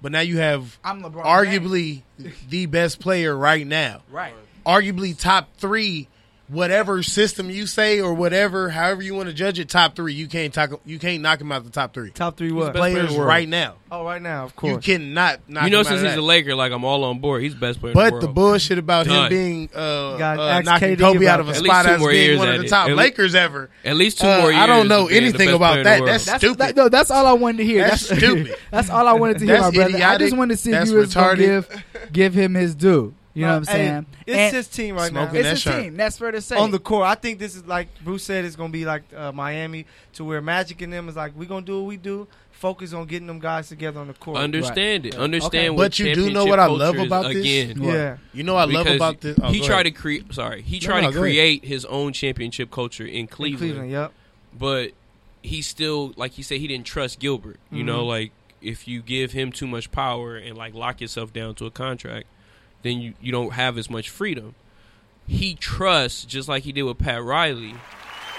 Speaker 4: But now you have
Speaker 2: I'm LeBron.
Speaker 4: arguably the best player right now.
Speaker 2: right.
Speaker 4: Arguably top three, whatever system you say or whatever, however you want to judge it, top three. You can't talk. You can't knock him out the top three
Speaker 3: Top three what?
Speaker 6: best player in
Speaker 4: players
Speaker 6: the world.
Speaker 4: right now.
Speaker 3: Oh, right now, of
Speaker 4: You
Speaker 3: course.
Speaker 4: cannot knock.
Speaker 6: You know,
Speaker 4: him
Speaker 6: since
Speaker 4: out of
Speaker 6: he's
Speaker 4: that.
Speaker 6: a Laker, like I'm all on board. He's the best player. in the
Speaker 4: But
Speaker 6: world.
Speaker 4: the bullshit about
Speaker 6: Done.
Speaker 4: him being uh,
Speaker 3: Gotta
Speaker 4: uh,
Speaker 3: ask
Speaker 4: knocking
Speaker 3: KD
Speaker 4: Kobe
Speaker 3: about
Speaker 4: out of a
Speaker 3: that.
Speaker 6: At least
Speaker 4: spot
Speaker 6: two
Speaker 4: as
Speaker 6: more
Speaker 4: being
Speaker 6: years
Speaker 4: one of
Speaker 6: at
Speaker 4: the
Speaker 6: it.
Speaker 4: top
Speaker 6: At le-
Speaker 4: Lakers ever.
Speaker 6: At least two
Speaker 4: Uh,
Speaker 6: more years.
Speaker 4: I don't know
Speaker 6: of being the
Speaker 4: anything
Speaker 6: best
Speaker 4: about
Speaker 6: player in the
Speaker 4: that.
Speaker 6: world.
Speaker 4: That's-
Speaker 2: That's
Speaker 4: Stupid.
Speaker 2: That, no, that's all I wanted to hear.
Speaker 4: That's stupid.
Speaker 2: That's all I wanted to hear,
Speaker 4: That's
Speaker 2: my brother. I
Speaker 4: idiotic.
Speaker 2: just wanted to see if
Speaker 4: That's
Speaker 2: you was gonna
Speaker 4: retarded.
Speaker 2: give give him his due. You know what I'm
Speaker 3: Hey,
Speaker 2: saying?
Speaker 3: It's
Speaker 2: And-
Speaker 3: his team right
Speaker 4: Smoking
Speaker 3: now.
Speaker 2: it's
Speaker 4: that
Speaker 2: his
Speaker 4: shirt.
Speaker 2: team. That's fair to say.
Speaker 3: on the court. I think this is like Bruce said, it's gonna be like uh, Miami, to where Magic and them is like, we gonna do what we do, focus on getting them guys together on the court.
Speaker 6: Understand it. Understand
Speaker 2: Okay.
Speaker 6: what
Speaker 4: But you do know what I love
Speaker 6: championship
Speaker 4: about
Speaker 6: culture
Speaker 4: this?
Speaker 6: is again.
Speaker 3: yeah,
Speaker 4: You know I love
Speaker 6: because
Speaker 4: about this. Oh,
Speaker 6: he
Speaker 4: go
Speaker 6: tried
Speaker 4: ahead.
Speaker 6: to create. Sorry, he
Speaker 4: No,
Speaker 6: tried
Speaker 4: no,
Speaker 6: to
Speaker 4: go ahead.
Speaker 6: create his own championship culture in Cleveland,
Speaker 3: Cleveland. Yep.
Speaker 6: but he still, like he said, he didn't trust Gilbert. You know,
Speaker 3: Mhm.
Speaker 6: like if you give him too much power and like lock yourself down to a contract, then you you don't have as much freedom. He trusts just like he did with Pat Riley,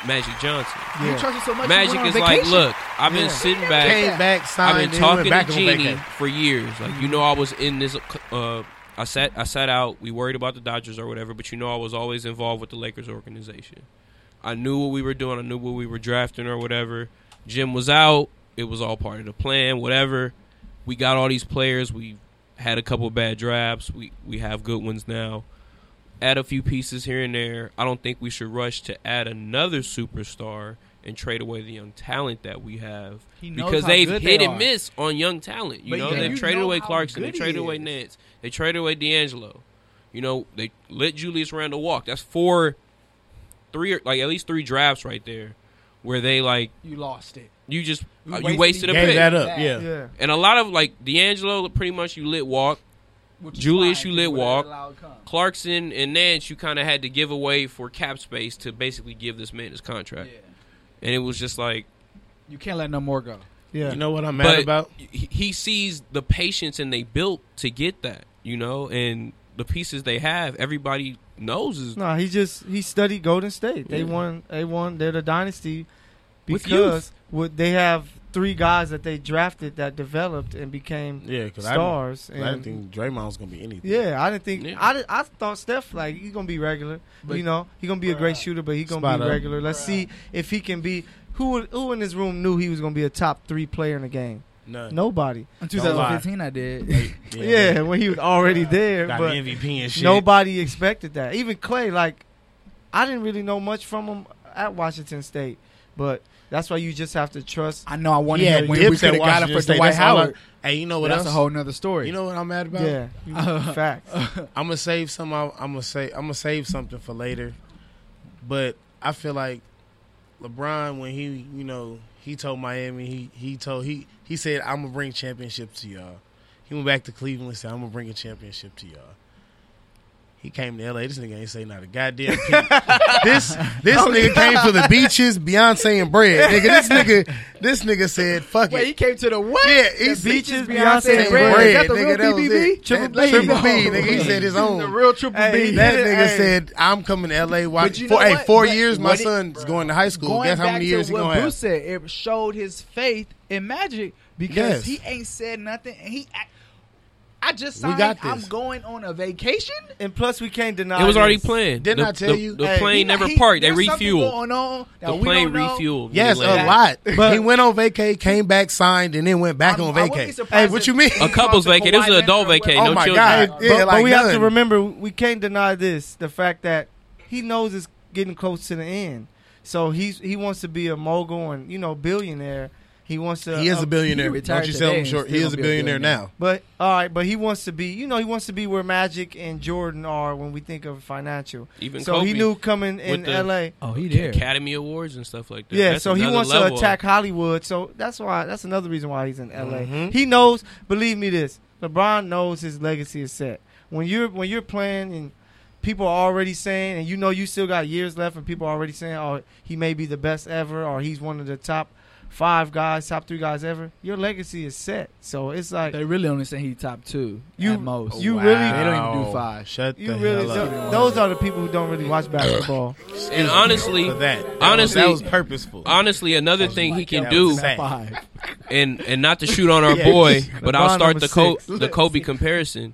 Speaker 6: Magic Johnson.
Speaker 2: you
Speaker 3: Yeah.
Speaker 2: trust him so much. you
Speaker 6: Magic
Speaker 2: went on
Speaker 6: is like,
Speaker 2: vacation.
Speaker 6: look, I've been
Speaker 3: Yeah.
Speaker 6: sitting back.
Speaker 4: came back, signed,
Speaker 6: I've been
Speaker 4: and went
Speaker 6: talking
Speaker 4: back
Speaker 6: to
Speaker 4: on
Speaker 6: Genie
Speaker 4: vacation.
Speaker 6: for years. Like you know, I was in this. Uh, I sat. I sat out. We worried about the Dodgers or whatever, but you know, I was always involved with the Lakers organization. I knew what we were doing. I knew what we were drafting or whatever. Jim was out. It was all part of the plan. Whatever. We got all these players. We had a couple bad drafts. We we have good ones now. Add a few pieces here and there. I don't think we should rush to add another superstar and trade away the young talent that we have
Speaker 2: He knows
Speaker 6: because
Speaker 2: how
Speaker 6: they've
Speaker 2: good
Speaker 6: hit
Speaker 2: they
Speaker 6: and
Speaker 2: are.
Speaker 6: miss on young talent. You
Speaker 2: But
Speaker 6: know
Speaker 2: yeah.
Speaker 6: they've
Speaker 2: you
Speaker 6: traded
Speaker 2: know
Speaker 6: away
Speaker 2: how
Speaker 6: Clarkson, they
Speaker 2: good he
Speaker 6: traded away
Speaker 2: is.
Speaker 6: Nance, they traded away D'Angelo. You know they let Julius Randle walk. That's four, three, or- like at least three drafts right there, where they like
Speaker 2: You lost it.
Speaker 6: you just
Speaker 2: You
Speaker 6: uh, you
Speaker 2: wasted-
Speaker 6: wasted a
Speaker 2: Gave
Speaker 4: Gave
Speaker 6: pick.
Speaker 4: that up.
Speaker 2: Back.
Speaker 4: Yeah.
Speaker 3: Yeah.
Speaker 6: And a lot of like D'Angelo, pretty much you let walk.
Speaker 2: Which is
Speaker 6: Julius,
Speaker 2: fine,
Speaker 6: you let
Speaker 2: whatever
Speaker 6: walk.
Speaker 2: allowed come.
Speaker 6: Clarkson and Nance, you kind of had to give away for cap space to basically give this man his contract,
Speaker 2: Yeah.
Speaker 6: and it was just like.
Speaker 2: You can't let no more go.
Speaker 3: Yeah.
Speaker 4: You know what I'm mad about?
Speaker 6: he he sees the patience and they built to get that, you know, and the pieces they have, everybody knows is
Speaker 3: No, he just he studied Golden State. They
Speaker 6: Yeah.
Speaker 3: won. They won. They're the dynasty
Speaker 6: With
Speaker 3: because what they have three guys that they drafted that developed and became
Speaker 4: Yeah, because I, didn't-
Speaker 3: stars.
Speaker 4: I didn't
Speaker 3: and-
Speaker 4: think Draymond was gonna be anything.
Speaker 3: Yeah, I didn't think
Speaker 6: Yeah.
Speaker 3: I, did- I thought Steph like he's gonna be regular.
Speaker 2: But-
Speaker 3: you know, he's gonna be a great
Speaker 2: Bruh.
Speaker 3: shooter, but he's gonna
Speaker 4: Spot
Speaker 3: be
Speaker 4: on.
Speaker 3: regular. Let's
Speaker 2: Bruh.
Speaker 3: see if he can be. Who who in this room knew he was gonna be a top three player in the game?
Speaker 4: none.
Speaker 3: Nobody.
Speaker 2: In
Speaker 4: Don't lie.
Speaker 2: 2015, I did.
Speaker 3: Yeah, when he was already there,
Speaker 4: got
Speaker 3: but
Speaker 4: the MVP and shit.
Speaker 3: nobody expected that. Even Clay, like I didn't really know much from him at Washington State, but that's why you just have to trust.
Speaker 2: I know I wanted
Speaker 4: He
Speaker 2: him
Speaker 4: had
Speaker 2: when we
Speaker 4: dips
Speaker 2: could
Speaker 4: at
Speaker 2: have got him
Speaker 4: Washington
Speaker 2: for
Speaker 4: State.
Speaker 2: Dwight
Speaker 4: That's all I-
Speaker 2: Howard.
Speaker 4: Hey, you know
Speaker 2: But
Speaker 4: what
Speaker 2: that's a
Speaker 4: else?
Speaker 2: whole nother story.
Speaker 4: You know what I'm mad about?
Speaker 3: Yeah,
Speaker 4: uh,
Speaker 3: facts.
Speaker 4: I'm gonna save some. I'm gonna say I'm gonna save something for later. But I feel like LeBron when he you know he told Miami he he told he he said I'm gonna bring championship to y'all. He went back to Cleveland and said I'm gonna bring a championship to y'all. He came to LA. This nigga ain't say not a goddamn peep. this this nigga came to the beaches, Beyonce and bread. Nigga, this nigga this nigga said fuck
Speaker 2: Wait,
Speaker 4: it.
Speaker 2: he came to the what?
Speaker 4: Yeah, he said-
Speaker 3: Beaches,
Speaker 2: Beyonce
Speaker 3: Beyonce,
Speaker 2: and
Speaker 3: and
Speaker 2: Bread.
Speaker 3: Bread.
Speaker 2: Is that the
Speaker 4: nigga,
Speaker 2: real
Speaker 4: that was
Speaker 2: BBB?
Speaker 4: it. That- Triple B, nigga. He said his own.
Speaker 2: The real triple
Speaker 3: Hey,
Speaker 2: B.
Speaker 3: he
Speaker 4: That
Speaker 3: did it,
Speaker 4: nigga
Speaker 3: hey.
Speaker 4: said, "I'm coming to L.A. Why?
Speaker 2: But you
Speaker 4: four,
Speaker 2: know
Speaker 4: hey,
Speaker 2: what?
Speaker 4: four
Speaker 2: But
Speaker 4: years. My
Speaker 2: what it-
Speaker 4: son's going to high school.
Speaker 2: Going
Speaker 4: Guess how
Speaker 2: back
Speaker 4: many years
Speaker 2: to
Speaker 4: he
Speaker 2: what
Speaker 4: gonna
Speaker 2: Bruce
Speaker 4: have?
Speaker 2: said, it showed his faith in Magic because
Speaker 4: Yes.
Speaker 2: he ain't said nothing. And he, act- I just
Speaker 4: We
Speaker 2: signed.
Speaker 4: got
Speaker 2: I'm
Speaker 4: this.
Speaker 2: going on a vacation.
Speaker 3: And plus, we can't deny
Speaker 6: it was already
Speaker 3: this.
Speaker 6: planned.
Speaker 4: Didn't
Speaker 6: the,
Speaker 4: I tell
Speaker 6: the-
Speaker 4: you?
Speaker 6: the
Speaker 3: Hey,
Speaker 6: plane
Speaker 2: He not-
Speaker 6: never
Speaker 2: he-
Speaker 6: parked? They
Speaker 2: there's something
Speaker 6: refueled.
Speaker 2: Going on that
Speaker 6: The
Speaker 2: we don't
Speaker 6: plane
Speaker 2: know.
Speaker 6: refueled. when
Speaker 4: Yes,
Speaker 6: it
Speaker 4: a
Speaker 6: landed.
Speaker 4: lot.
Speaker 3: But-
Speaker 4: he went on vacay, came back, signed, and then went back
Speaker 2: I'm-
Speaker 4: on
Speaker 2: I wouldn't be
Speaker 4: vacay. Hey,
Speaker 2: surprised
Speaker 4: what
Speaker 2: if-
Speaker 4: you mean?
Speaker 6: A couple's
Speaker 2: Something
Speaker 6: vacay. This is
Speaker 2: Kawhi
Speaker 6: an adult
Speaker 2: Leonard
Speaker 6: vacay.
Speaker 2: went-
Speaker 6: no
Speaker 4: Oh my
Speaker 6: children.
Speaker 4: God.
Speaker 3: But,
Speaker 4: Yeah,
Speaker 3: but
Speaker 4: like
Speaker 3: we have to
Speaker 4: none.
Speaker 3: remember we can't deny this: the fact that he knows it's getting close to the end. So he's he wants to be a mogul and you know billionaire. He wants to.
Speaker 4: He is a
Speaker 3: up-
Speaker 4: billionaire.
Speaker 2: He retired
Speaker 4: Don't you sell
Speaker 2: today
Speaker 4: him
Speaker 2: and
Speaker 4: short?
Speaker 2: still
Speaker 4: He is
Speaker 2: gonna
Speaker 4: a
Speaker 2: be a
Speaker 4: billionaire
Speaker 2: billionaire.
Speaker 4: now.
Speaker 3: But all right, but he wants to be. You know, he wants to be where Magic and Jordan are when we think of financial.
Speaker 6: Even
Speaker 3: so
Speaker 6: Kobe
Speaker 3: he knew coming in
Speaker 6: with the-
Speaker 3: L.A.
Speaker 2: Oh, he
Speaker 6: Academy Awards and stuff like that.
Speaker 3: Yeah,
Speaker 6: That's
Speaker 3: so he
Speaker 6: another
Speaker 3: wants to
Speaker 6: level.
Speaker 3: attack Hollywood. So that's why that's another reason why he's in LA.
Speaker 4: Mhm.
Speaker 3: He knows, believe me this, LeBron knows his legacy is set. When you're when you're playing and people are already saying and you know you still got years left and people are already saying, Oh, he may be the best ever or he's one of the top five guys, top three guys ever, your legacy is set. So it's like
Speaker 2: They really only say he top two
Speaker 3: You-
Speaker 2: at most.
Speaker 3: you really-
Speaker 2: They don't even do
Speaker 4: Wow.
Speaker 2: five.
Speaker 4: Shut
Speaker 3: you
Speaker 4: the
Speaker 3: really
Speaker 4: hell up.
Speaker 3: don't- those are the people who don't really watch basketball.
Speaker 6: And honestly,
Speaker 4: For that. That was-
Speaker 6: honestly-
Speaker 4: that was purposeful.
Speaker 6: honestly, another thing he
Speaker 4: That
Speaker 6: can
Speaker 4: was
Speaker 6: do
Speaker 4: sad.
Speaker 2: Five.
Speaker 6: and and not to shoot on our
Speaker 4: Yes.
Speaker 6: boy, but I'll
Speaker 3: LeBron
Speaker 6: start
Speaker 3: number
Speaker 6: the Col-
Speaker 3: six.
Speaker 6: the Kobe comparison.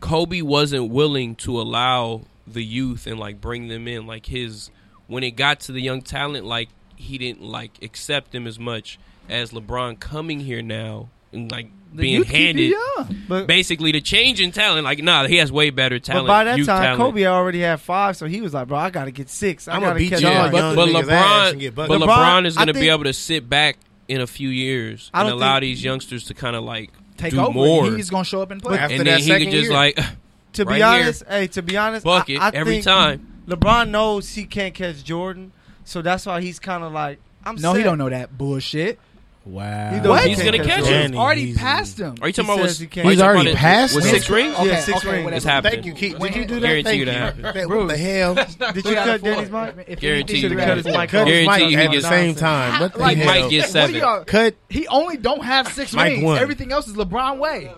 Speaker 6: Kobe wasn't willing to allow the youth and like bring them in like his when it got to the young talent like he didn't like accept them as much as LeBron coming here now and like
Speaker 2: The
Speaker 6: being
Speaker 2: youth keep you
Speaker 6: handed
Speaker 2: young.
Speaker 3: But,
Speaker 6: basically the change in talent like nah he has way better
Speaker 3: but
Speaker 6: talent
Speaker 3: by that time,
Speaker 6: youth talent.
Speaker 3: Kobe already had five, so he was like, "Bro, I gotta get six. I
Speaker 4: I'ma
Speaker 3: gotta
Speaker 4: beat
Speaker 3: catch
Speaker 4: y'all,
Speaker 3: up."
Speaker 6: Yeah,
Speaker 4: young
Speaker 6: but, but
Speaker 4: niggas' ass and
Speaker 6: LeBron,
Speaker 4: get buckets.
Speaker 6: but LeBron,
Speaker 3: LeBron,
Speaker 6: is
Speaker 3: I
Speaker 6: going to be
Speaker 3: think-
Speaker 6: able to sit back in a few years
Speaker 3: I
Speaker 6: and
Speaker 3: don't
Speaker 6: allow
Speaker 3: think-
Speaker 6: these youngsters to kind of like
Speaker 2: Take
Speaker 6: do
Speaker 2: over.
Speaker 6: more,
Speaker 2: He's gonna show up and play.
Speaker 4: After
Speaker 6: and
Speaker 4: that
Speaker 6: then he
Speaker 4: second
Speaker 6: could just
Speaker 4: year.
Speaker 6: like
Speaker 3: To be
Speaker 6: right here.
Speaker 3: honest, hey, to be honest, I-
Speaker 6: bucket
Speaker 3: I,
Speaker 6: every
Speaker 3: think
Speaker 6: time.
Speaker 3: LeBron knows he can't catch Jordan, so that's why he's kind of like, "I'm
Speaker 2: no, he
Speaker 3: set.
Speaker 2: don't know that bullshit. Wow.
Speaker 3: He don't-
Speaker 2: What?
Speaker 3: he
Speaker 6: He's gonna
Speaker 3: can't
Speaker 6: catch
Speaker 2: He's
Speaker 4: him.
Speaker 2: already
Speaker 4: Easy.
Speaker 2: past him.
Speaker 6: Are you
Speaker 3: He
Speaker 6: talking about
Speaker 3: says
Speaker 6: was,
Speaker 3: he
Speaker 6: are you
Speaker 3: can't.
Speaker 6: talking
Speaker 3: He's
Speaker 6: about
Speaker 5: already
Speaker 6: it-
Speaker 5: passed
Speaker 6: with
Speaker 5: him.
Speaker 6: six rings?
Speaker 3: Yeah, six rings.
Speaker 2: whatever.
Speaker 6: It's happening.
Speaker 4: Thank you, Keith.
Speaker 2: When-
Speaker 4: Did you do that?
Speaker 6: Guarantee
Speaker 4: Thank
Speaker 6: you that happened.
Speaker 4: That-
Speaker 2: Bro.
Speaker 4: What the hell?
Speaker 3: Did
Speaker 2: Three
Speaker 3: you
Speaker 2: out
Speaker 3: cut
Speaker 2: of four.
Speaker 3: Danny's mic?
Speaker 2: If he
Speaker 6: Guarantee
Speaker 2: thinks
Speaker 6: you
Speaker 2: he's
Speaker 6: cut
Speaker 2: cut
Speaker 6: his
Speaker 2: his mic
Speaker 4: Cut
Speaker 2: off.
Speaker 4: his
Speaker 6: Guarantee
Speaker 4: mic
Speaker 6: you
Speaker 4: at
Speaker 6: he
Speaker 4: the
Speaker 6: gets-
Speaker 4: same time. What the
Speaker 2: Like,
Speaker 4: hell?
Speaker 6: Mike gets
Speaker 2: What
Speaker 6: seven.
Speaker 2: do y'all-
Speaker 4: Cut.
Speaker 2: He only don't have six
Speaker 4: Mike
Speaker 2: rings.
Speaker 4: won.
Speaker 2: Everything else is LeBron way.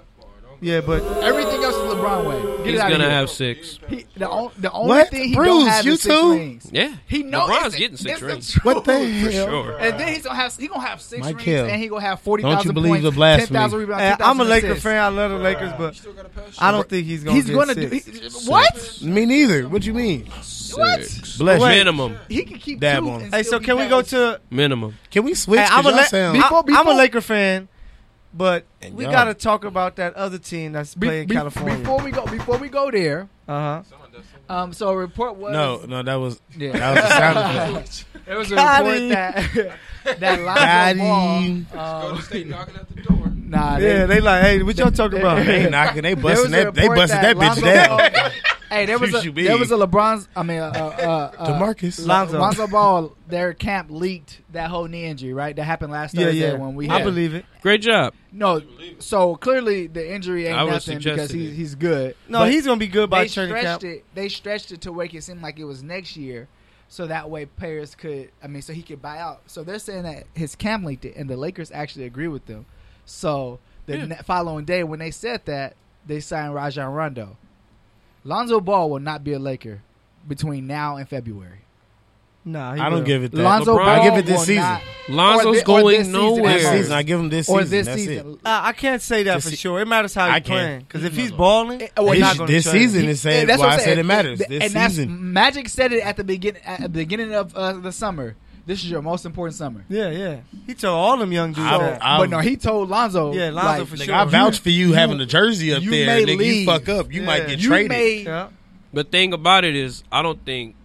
Speaker 3: Yeah, but
Speaker 2: Everything else is LeBron way. Get
Speaker 6: He's
Speaker 2: it out
Speaker 6: going to
Speaker 2: of here.
Speaker 6: have six.
Speaker 2: He, the, on, the only
Speaker 4: What?
Speaker 2: thing he
Speaker 4: Bruce,
Speaker 2: don't have
Speaker 4: you
Speaker 2: is six
Speaker 4: too?
Speaker 2: rings.
Speaker 6: Yeah,
Speaker 2: He knows
Speaker 6: LeBron's
Speaker 2: it's the-
Speaker 6: getting six
Speaker 2: it's the
Speaker 6: rings.
Speaker 2: truth.
Speaker 4: What the
Speaker 6: For
Speaker 4: hell?
Speaker 6: sure.
Speaker 2: And then he's gonna have he gonna have six
Speaker 4: Michael,
Speaker 2: rings and he gonna have forty
Speaker 4: don't you
Speaker 2: thousand
Speaker 4: believe
Speaker 2: points,
Speaker 4: the blasphemy?
Speaker 2: ten thousand rebounds.
Speaker 3: Hey,
Speaker 2: 10,000
Speaker 3: I'm a Laker
Speaker 2: assists.
Speaker 3: fan. I love the Lakers, but I don't think he's gonna.
Speaker 2: He's
Speaker 3: get
Speaker 2: gonna
Speaker 3: six.
Speaker 2: do he, what?
Speaker 4: Me neither. What you mean?
Speaker 6: Six.
Speaker 4: Bless
Speaker 3: Wait.
Speaker 6: Minimum.
Speaker 2: He can keep
Speaker 4: Dab
Speaker 2: two
Speaker 4: on him.
Speaker 2: and
Speaker 3: Hey,
Speaker 2: still
Speaker 3: so
Speaker 2: be
Speaker 3: can we
Speaker 2: passed.
Speaker 3: go to?
Speaker 6: Minimum.
Speaker 4: Can we switch?
Speaker 3: Hey, I'm a,
Speaker 4: Cause y'all
Speaker 3: La-
Speaker 4: sound-
Speaker 3: I-
Speaker 2: Before-
Speaker 3: I'm a
Speaker 2: before-
Speaker 3: Laker fan, but
Speaker 4: And
Speaker 3: we
Speaker 4: y'all.
Speaker 3: got to talk about that other team that's
Speaker 2: Be-
Speaker 3: playing
Speaker 2: be-
Speaker 3: California.
Speaker 2: Before we go, before we go there,
Speaker 3: Uh huh.
Speaker 2: um, so a report was
Speaker 4: no, no, that was
Speaker 2: yeah,
Speaker 4: that was the sound effect.
Speaker 2: there was a
Speaker 3: Got
Speaker 2: report
Speaker 3: him.
Speaker 2: that that
Speaker 4: Got
Speaker 2: Lonzo
Speaker 4: him.
Speaker 2: Ball, um,
Speaker 7: knocking at the door.
Speaker 2: nah,
Speaker 3: Yeah, they like, hey, what y'all talking about?
Speaker 4: They knocking, they busting
Speaker 2: There
Speaker 4: that,
Speaker 2: was a
Speaker 4: they
Speaker 2: report
Speaker 4: busted that, bitch
Speaker 2: Lonzo
Speaker 4: down.
Speaker 2: Ball- hey, there was
Speaker 4: Shoot
Speaker 2: a
Speaker 4: you
Speaker 2: there
Speaker 4: big.
Speaker 2: was a LeBron's. I mean, uh, uh, uh,
Speaker 4: Demarcus,
Speaker 3: Lonzo.
Speaker 2: Lonzo Ball. Their camp leaked that whole knee injury, right? That happened last
Speaker 3: Yeah,
Speaker 2: Thursday
Speaker 3: yeah.
Speaker 2: when we.
Speaker 3: I
Speaker 2: had-
Speaker 3: believe it.
Speaker 6: Great job.
Speaker 2: no. So clearly the injury ain't
Speaker 6: I would've
Speaker 2: nothing because
Speaker 6: suggested
Speaker 2: he's
Speaker 6: it.
Speaker 2: he's good.
Speaker 3: No,
Speaker 2: But
Speaker 3: he's gonna be good by
Speaker 2: they
Speaker 3: training
Speaker 2: stretched
Speaker 3: camp.
Speaker 2: it. They stretched it to make it seem like it was next year, so that way players could. I mean, so he could buy out. So they're saying that his camp leaked it, and the Lakers actually agree with them. So the
Speaker 6: Yeah.
Speaker 2: ne- following day, when they said that, they signed Rajon Rondo. Lonzo Ball will not be a Laker between now and February.
Speaker 3: Nah, he
Speaker 4: I don't
Speaker 3: will.
Speaker 4: give it that.
Speaker 2: Lonzo
Speaker 6: LeBron-
Speaker 2: Ball
Speaker 4: I give it this
Speaker 2: will
Speaker 4: season.
Speaker 2: not-
Speaker 6: Lonzo's
Speaker 2: thi- or
Speaker 6: going
Speaker 2: this season.
Speaker 6: nowhere.
Speaker 4: this season, I give him this
Speaker 2: or
Speaker 4: season.
Speaker 2: this
Speaker 4: That's
Speaker 2: season.
Speaker 3: Uh, I can't say that
Speaker 4: This
Speaker 3: for
Speaker 4: se-
Speaker 3: sure. It matters how
Speaker 4: I
Speaker 3: he's
Speaker 4: can.
Speaker 3: playing. Because if he's balling,
Speaker 2: Eh, well,
Speaker 4: it.
Speaker 3: he's
Speaker 2: not
Speaker 4: This,
Speaker 3: not
Speaker 4: this
Speaker 3: gonna trade.
Speaker 4: season, it said
Speaker 2: that's
Speaker 4: why
Speaker 2: what
Speaker 4: I
Speaker 2: I'm
Speaker 4: said
Speaker 2: saying.
Speaker 4: it matters.
Speaker 2: Th-
Speaker 4: This
Speaker 2: and that's-
Speaker 4: season,
Speaker 2: Magic said it at the begin at the beginning of uh, the summer. This is your most important summer.
Speaker 3: Yeah, yeah. He told all them young dudes
Speaker 4: I-
Speaker 3: that.
Speaker 4: I-
Speaker 2: but no, he told Lonzo.
Speaker 3: Um, Yeah, Lonzo
Speaker 2: like,
Speaker 3: for
Speaker 4: Nigga,
Speaker 3: sure.
Speaker 4: I vouch for you, having the jersey up
Speaker 2: you
Speaker 4: there,
Speaker 2: may
Speaker 4: nigga.
Speaker 2: leave.
Speaker 4: You fuck up, you
Speaker 3: Yeah.
Speaker 4: might get
Speaker 2: You
Speaker 4: traded.
Speaker 2: made
Speaker 3: Yeah.
Speaker 6: The thing about it is, I don't think,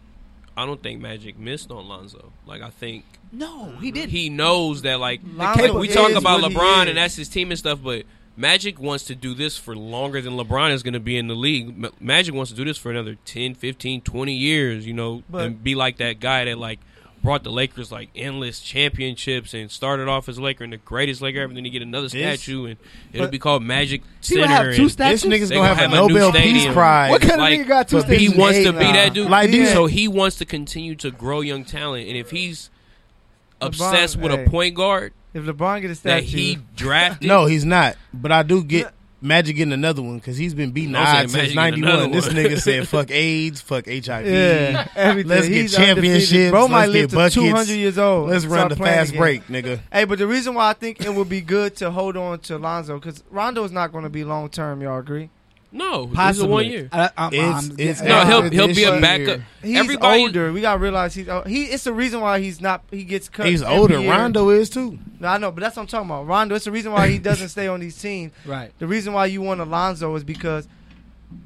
Speaker 6: I don't think Magic missed on Lonzo. Like I think
Speaker 2: no, he didn't.
Speaker 6: he knows that. Like
Speaker 3: Lonzo
Speaker 6: like, we talk
Speaker 3: is
Speaker 6: about
Speaker 3: what he
Speaker 6: LeBron
Speaker 3: is.
Speaker 6: and that's his team and stuff, but Magic wants to do this for longer than LeBron is going to be in the league. Ma- Magic wants to do this for another 10, 15, 20 years, you know,
Speaker 3: But-
Speaker 6: and be like that guy that like brought the Lakers like endless championships and started off as a Laker and the greatest Laker ever. Then he get another statue and it'll
Speaker 4: but-
Speaker 6: be called Magic
Speaker 2: He
Speaker 6: Center.
Speaker 2: would have
Speaker 6: and-
Speaker 2: two statues.
Speaker 4: This nigga's
Speaker 6: They
Speaker 4: gonna have a
Speaker 6: new
Speaker 4: Nobel Peace
Speaker 6: stadium.
Speaker 4: Prize.
Speaker 2: What kind of
Speaker 6: Like,
Speaker 2: nigga got two
Speaker 4: but
Speaker 2: statues?
Speaker 6: he wants to be
Speaker 4: Nah.
Speaker 6: that dude.
Speaker 4: Like,
Speaker 3: these-
Speaker 6: so he wants to continue to grow young talent, and if he's obsessed with
Speaker 3: hey.
Speaker 6: a point guard
Speaker 3: If LeBron get a statue,
Speaker 6: that he drafted,
Speaker 4: No, he's not. But I do get
Speaker 3: Yeah.
Speaker 4: Magic getting another one because he's been beating
Speaker 6: I'm saying
Speaker 4: odds since
Speaker 6: Magic getting another
Speaker 4: '91. This
Speaker 6: one.
Speaker 4: nigga said, "Fuck AIDS, fuck HIV,
Speaker 3: yeah, everything.
Speaker 4: Let's get
Speaker 3: he's
Speaker 4: championships,
Speaker 3: undefeated. Bro
Speaker 4: let's
Speaker 3: might
Speaker 4: get
Speaker 3: live to
Speaker 4: buckets,
Speaker 3: 200 years old.
Speaker 4: let's
Speaker 3: and
Speaker 4: run
Speaker 3: start
Speaker 4: the
Speaker 3: playing
Speaker 4: fast
Speaker 3: again.
Speaker 4: break, nigga."
Speaker 3: Hey, but the reason why I think it would be good to hold on to Lonzo because Rondo's not going to be long term. Y'all agree?
Speaker 6: no, this is
Speaker 2: Possibly.
Speaker 6: one year.
Speaker 2: I, I'm,
Speaker 4: It's-
Speaker 2: I'm,
Speaker 4: it's
Speaker 6: No, he'll
Speaker 4: after
Speaker 6: he'll
Speaker 4: this
Speaker 6: be a
Speaker 4: year.
Speaker 6: backup.
Speaker 3: He's
Speaker 6: Everybody,
Speaker 3: older. We got to realize he's o- he. It's the reason why he's not. He gets cut.
Speaker 4: He's
Speaker 3: every
Speaker 4: older.
Speaker 3: year.
Speaker 4: Rondo is too.
Speaker 3: No, I know, but that's what I'm talking about. Rondo. It's the reason why he doesn't stay on these teams.
Speaker 2: right.
Speaker 3: The reason why you want Alonzo is because,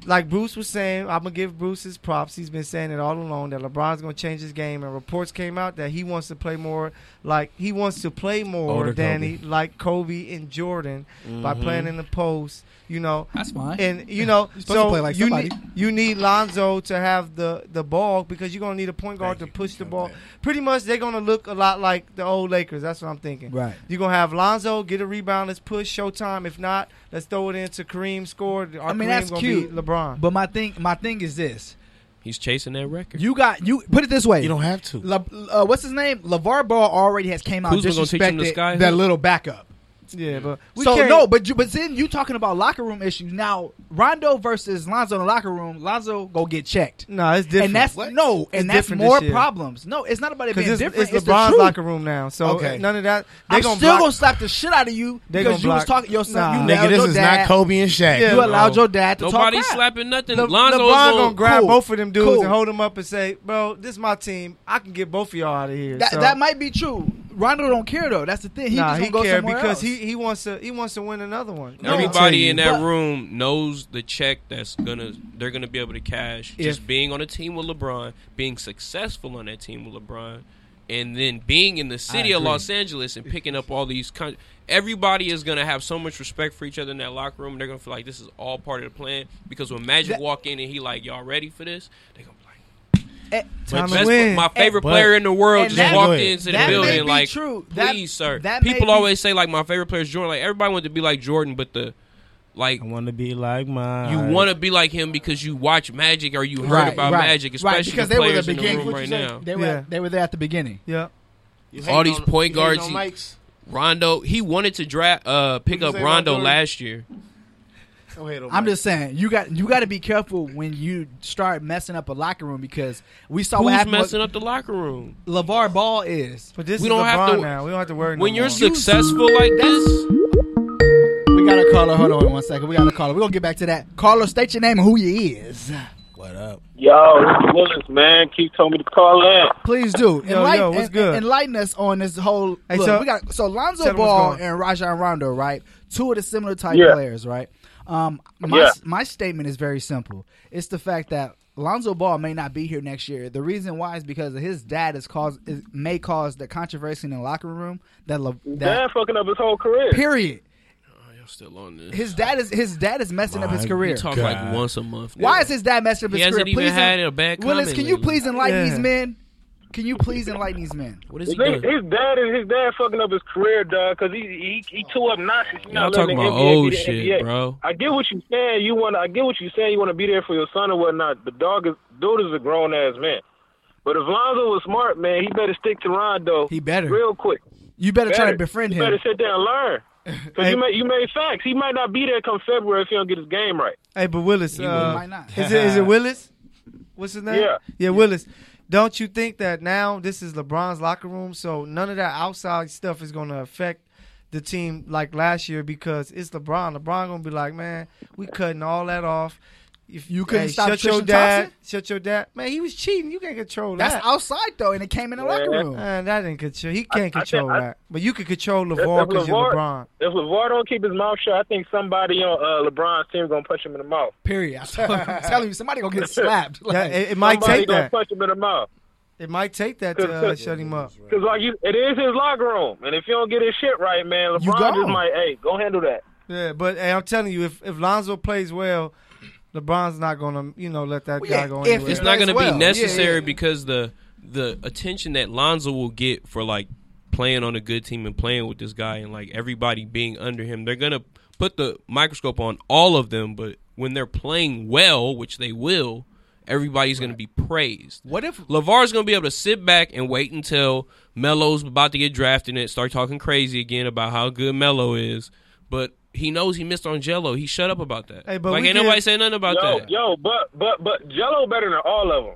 Speaker 3: like Bruce was saying, I'm gonna give Bruce his props. He's been saying it all along that LeBron's gonna change his game, and reports came out that he wants to play more. Like he wants to play more,
Speaker 4: Older
Speaker 3: Danny, like Kobe and Jordan, by playing in the post. You know,
Speaker 2: That's fine.
Speaker 3: and you know,
Speaker 2: supposed to
Speaker 3: so
Speaker 2: play like
Speaker 3: you
Speaker 2: somebody.
Speaker 3: need you need Lonzo to have the the ball because you're gonna need a point guard
Speaker 4: Thank
Speaker 3: to
Speaker 4: you.
Speaker 3: push the
Speaker 4: Got
Speaker 3: ball.
Speaker 4: that.
Speaker 3: Pretty much, they're gonna look a lot like the old Lakers. That's what I'm thinking.
Speaker 2: Right.
Speaker 3: You're gonna have Lonzo get a rebound. Let's push Showtime. If not, let's throw it into Kareem. Score. Our
Speaker 2: I mean,
Speaker 3: Kareem
Speaker 2: that's
Speaker 3: gonna
Speaker 2: cute.
Speaker 3: Be LeBron.
Speaker 2: But my thing, my thing is this:
Speaker 6: he's chasing that record.
Speaker 2: you got you put it this way.
Speaker 4: You don't have to.
Speaker 2: Le, uh, what's his name? Levar Ball already has came out
Speaker 6: Kuzma gonna teach him
Speaker 2: disrespected
Speaker 6: the sky
Speaker 2: that
Speaker 6: hook?
Speaker 2: little backup.
Speaker 3: Yeah, but we
Speaker 2: so
Speaker 3: can't.
Speaker 2: no, but you, but then you talking about locker room issues. Now Rondo versus Lonzo in the locker room, Lonzo go get checked,
Speaker 3: no, it's different.
Speaker 2: and that's no,
Speaker 3: It's
Speaker 2: and that's
Speaker 3: different
Speaker 2: more
Speaker 3: this year.
Speaker 2: problems. No, it's not about it being
Speaker 3: because it's,
Speaker 2: different.
Speaker 3: it's
Speaker 2: the
Speaker 3: LeBron's
Speaker 2: truth.
Speaker 3: locker room now. So
Speaker 4: Okay.
Speaker 3: none of that. They
Speaker 2: I'm
Speaker 3: gonna
Speaker 2: still
Speaker 3: block.
Speaker 2: gonna slap the shit out of you
Speaker 3: They
Speaker 2: because
Speaker 3: gonna
Speaker 2: you was
Speaker 3: block-
Speaker 2: talking your son.
Speaker 3: Nah.
Speaker 2: you allowed
Speaker 4: Nigga, this
Speaker 2: your
Speaker 4: is
Speaker 2: dad,
Speaker 4: not Kobe and Shaq.
Speaker 3: Yeah.
Speaker 2: You allowed your dad to
Speaker 6: Nobody
Speaker 2: talk. crap.
Speaker 6: slapping nothing.
Speaker 3: Le-
Speaker 6: Lonzo's
Speaker 3: LeBron
Speaker 6: gonna,
Speaker 3: gonna grab
Speaker 2: cool.
Speaker 3: both of them dudes
Speaker 2: Cool.
Speaker 3: and hold them up and say, "Bro, this is my team. I can get both of y'all out of here."
Speaker 2: That,
Speaker 3: So,
Speaker 2: that might be true. Rondo don't care though. That's the thing. He
Speaker 3: nah,
Speaker 2: just
Speaker 3: he
Speaker 2: gonna go
Speaker 3: care
Speaker 2: somewhere
Speaker 3: because
Speaker 2: else.
Speaker 3: he he wants to he wants to win another one.
Speaker 4: No, Every-
Speaker 6: Everybody in that
Speaker 2: but-
Speaker 6: room knows the check that's gonna they're gonna be able to cash just being on a team with LeBron, being successful on that team with LeBron, and then being in the city of
Speaker 2: agree.
Speaker 6: Los Angeles and picking up all these. Con- everybody is gonna have so much respect for each other in that locker room. They're gonna feel like this is all part of the plan because when Magic
Speaker 2: That-
Speaker 6: walk in and he like y'all ready for this, they gonna be like.
Speaker 2: Eh,
Speaker 3: Time to
Speaker 6: Best,
Speaker 3: win.
Speaker 6: my favorite
Speaker 4: But-
Speaker 6: player in the world
Speaker 2: and
Speaker 6: just
Speaker 2: that-
Speaker 6: walked
Speaker 4: Go ahead.
Speaker 6: into the
Speaker 2: that may
Speaker 6: building
Speaker 2: be
Speaker 6: like,
Speaker 2: true.
Speaker 6: please,
Speaker 2: That-
Speaker 6: sir.
Speaker 2: that may
Speaker 6: People
Speaker 2: be-
Speaker 6: always say like my favorite player is Jordan. Like everybody wanted to be like Jordan, but the like
Speaker 4: I want to be like mine.
Speaker 6: you want to be like him because you watch Magic or you heard
Speaker 2: Right,
Speaker 6: about
Speaker 2: right,
Speaker 6: Magic,
Speaker 2: right,
Speaker 6: especially
Speaker 2: because
Speaker 6: the
Speaker 2: they were the
Speaker 6: players in
Speaker 2: beginning-
Speaker 6: the room
Speaker 2: what
Speaker 6: right
Speaker 2: you say?
Speaker 6: now.
Speaker 2: They were
Speaker 3: Yeah.
Speaker 2: they were there at the beginning.
Speaker 3: yeah,
Speaker 4: to
Speaker 6: all these point guards, he- Rondo, he wanted to draft uh,
Speaker 4: What'd
Speaker 6: pick
Speaker 4: you
Speaker 6: up
Speaker 4: say about
Speaker 6: Rondo
Speaker 4: Jordan?
Speaker 6: last year.
Speaker 2: Oh, I'm just saying you got you got to be careful when you start messing up a locker room because we saw what
Speaker 6: Who's
Speaker 2: happened.
Speaker 6: messing up the locker room?
Speaker 2: with Levar Ball is.
Speaker 3: but this is
Speaker 6: We don't
Speaker 3: LeBron
Speaker 6: have to-
Speaker 3: now. We don't have to worry.
Speaker 6: When
Speaker 3: no more.
Speaker 6: you're successful like this,
Speaker 2: We got a caller. Hold on one second. We got a caller. We're gonna get back to that. Caller, state your name and who you is.
Speaker 4: What up?
Speaker 5: Yo, it's Willis, man. Keith told me to call in.
Speaker 2: Please do. Enlighten,
Speaker 3: Yo, yo, what's
Speaker 2: en-
Speaker 3: good?
Speaker 2: enlighten us on this whole.
Speaker 3: Hey,
Speaker 2: look,
Speaker 3: so-
Speaker 2: we got so
Speaker 3: tell
Speaker 2: Lonzo
Speaker 3: them what's
Speaker 2: Ball
Speaker 3: going
Speaker 2: and Rajon Rondo, right? Two of the similar type
Speaker 5: Yeah.
Speaker 2: players, right? Um, my
Speaker 5: Yeah.
Speaker 2: my statement is very simple. It's the fact that Lonzo Ball may not be here next year. The reason why is because his dad is cause is, may cause the controversy in the locker room that Le, that
Speaker 5: Dad fucking up his whole career.
Speaker 2: period.
Speaker 6: I'm still on this.
Speaker 2: His dad is his dad is messing up his
Speaker 4: My
Speaker 2: career.
Speaker 6: We talk
Speaker 4: God.
Speaker 6: like once a month.
Speaker 2: Why
Speaker 6: now.
Speaker 2: is his dad messing up
Speaker 6: He
Speaker 2: his
Speaker 6: hasn't
Speaker 2: career?
Speaker 6: even
Speaker 2: Please en-
Speaker 6: had a bad
Speaker 2: Willis,
Speaker 6: comment
Speaker 2: can you
Speaker 6: lately.
Speaker 2: please enlighten
Speaker 3: Yeah.
Speaker 2: these men? Can you please enlighten these men?
Speaker 6: What is
Speaker 5: His,
Speaker 6: he doing?
Speaker 5: his dad is his dad fucking up his career, dog, because he, he he too obnoxious. You
Speaker 6: Y'all
Speaker 5: know,
Speaker 6: talking
Speaker 5: living in
Speaker 6: about
Speaker 5: NBA,
Speaker 6: old
Speaker 5: NBA.
Speaker 6: shit, bro.
Speaker 5: I get what you saying. You want I get what you saying. You want to be there for your son or whatnot. The dog is dude is a grown ass man. But if Lonzo was smart, man, he better stick to Rondo.
Speaker 2: He better.
Speaker 5: real quick.
Speaker 2: You better, try
Speaker 5: Better.
Speaker 2: to befriend
Speaker 5: You
Speaker 2: him.
Speaker 5: better sit there and learn. Cause you made you made facts. He might not be there come February if he don't get his game right.
Speaker 3: Hey, but Willis,
Speaker 2: He
Speaker 3: uh,
Speaker 2: might not.
Speaker 3: Is it, is it Willis? What's his name?
Speaker 5: Yeah.
Speaker 3: yeah, Willis. Don't you think that now this is LeBron's locker room, so none of that outside stuff is going to affect the team like last year because it's LeBron. LeBron going to be like, man, we cutting all that off. If
Speaker 2: You couldn't stop
Speaker 3: shut your
Speaker 2: Tristan
Speaker 3: dad,
Speaker 2: Thompson?
Speaker 3: shut your dad. Man, he was cheating. You can't control
Speaker 2: That's
Speaker 3: that.
Speaker 2: outside though, and it came in the
Speaker 5: Yeah.
Speaker 2: locker room.
Speaker 3: Man, that didn't control. He can't
Speaker 5: I- I
Speaker 3: control
Speaker 5: think- I-
Speaker 3: that. but you can control
Speaker 5: If-
Speaker 3: LeVar
Speaker 5: if
Speaker 3: because you're
Speaker 5: LeVar-
Speaker 3: LeBron.
Speaker 5: If LeVar don't keep his mouth shut, I think somebody on uh, LeBron's team gonna punch him in the mouth.
Speaker 2: Period. I'm telling- I'm telling you, somebody gonna get slapped.
Speaker 3: That-
Speaker 2: Like,
Speaker 3: it, it might
Speaker 5: somebody
Speaker 3: take
Speaker 5: gonna
Speaker 3: that.
Speaker 5: punch him in the mouth.
Speaker 3: It might take that to uh, shut him up.
Speaker 5: Cause like you, it is his locker room, and if you don't get his shit right, man,
Speaker 2: You
Speaker 5: LeBron
Speaker 2: gone.
Speaker 5: just like, hey, go handle that.
Speaker 3: Yeah, but hey, I'm telling you, if if Lonzo plays well, LeBron's not gonna you know let that
Speaker 2: Well,
Speaker 3: guy
Speaker 2: yeah,
Speaker 3: go
Speaker 2: if
Speaker 3: anywhere.
Speaker 2: it's
Speaker 6: it's
Speaker 2: Might
Speaker 6: not going
Speaker 2: as
Speaker 6: to
Speaker 2: well.
Speaker 6: be
Speaker 2: Yeah,
Speaker 6: necessary
Speaker 2: yeah.
Speaker 6: because the the attention that Lonzo will get for like playing on a good team and playing with this guy and like everybody being under him, they're going to put the microscope on all of them. But when they're playing well, which they will, everybody's going to be praised.
Speaker 2: what if
Speaker 6: Lavar's gonna be able to sit back and wait until Melo's about to get drafted and start talking crazy again about how good Melo is. But he knows he missed on Jello. He shut up about that.
Speaker 3: Hey, but
Speaker 6: like
Speaker 3: we
Speaker 6: ain't nobody
Speaker 3: give-
Speaker 6: saying nothing about
Speaker 5: yo,
Speaker 6: that.
Speaker 5: yo, but but but Jello better than all of them.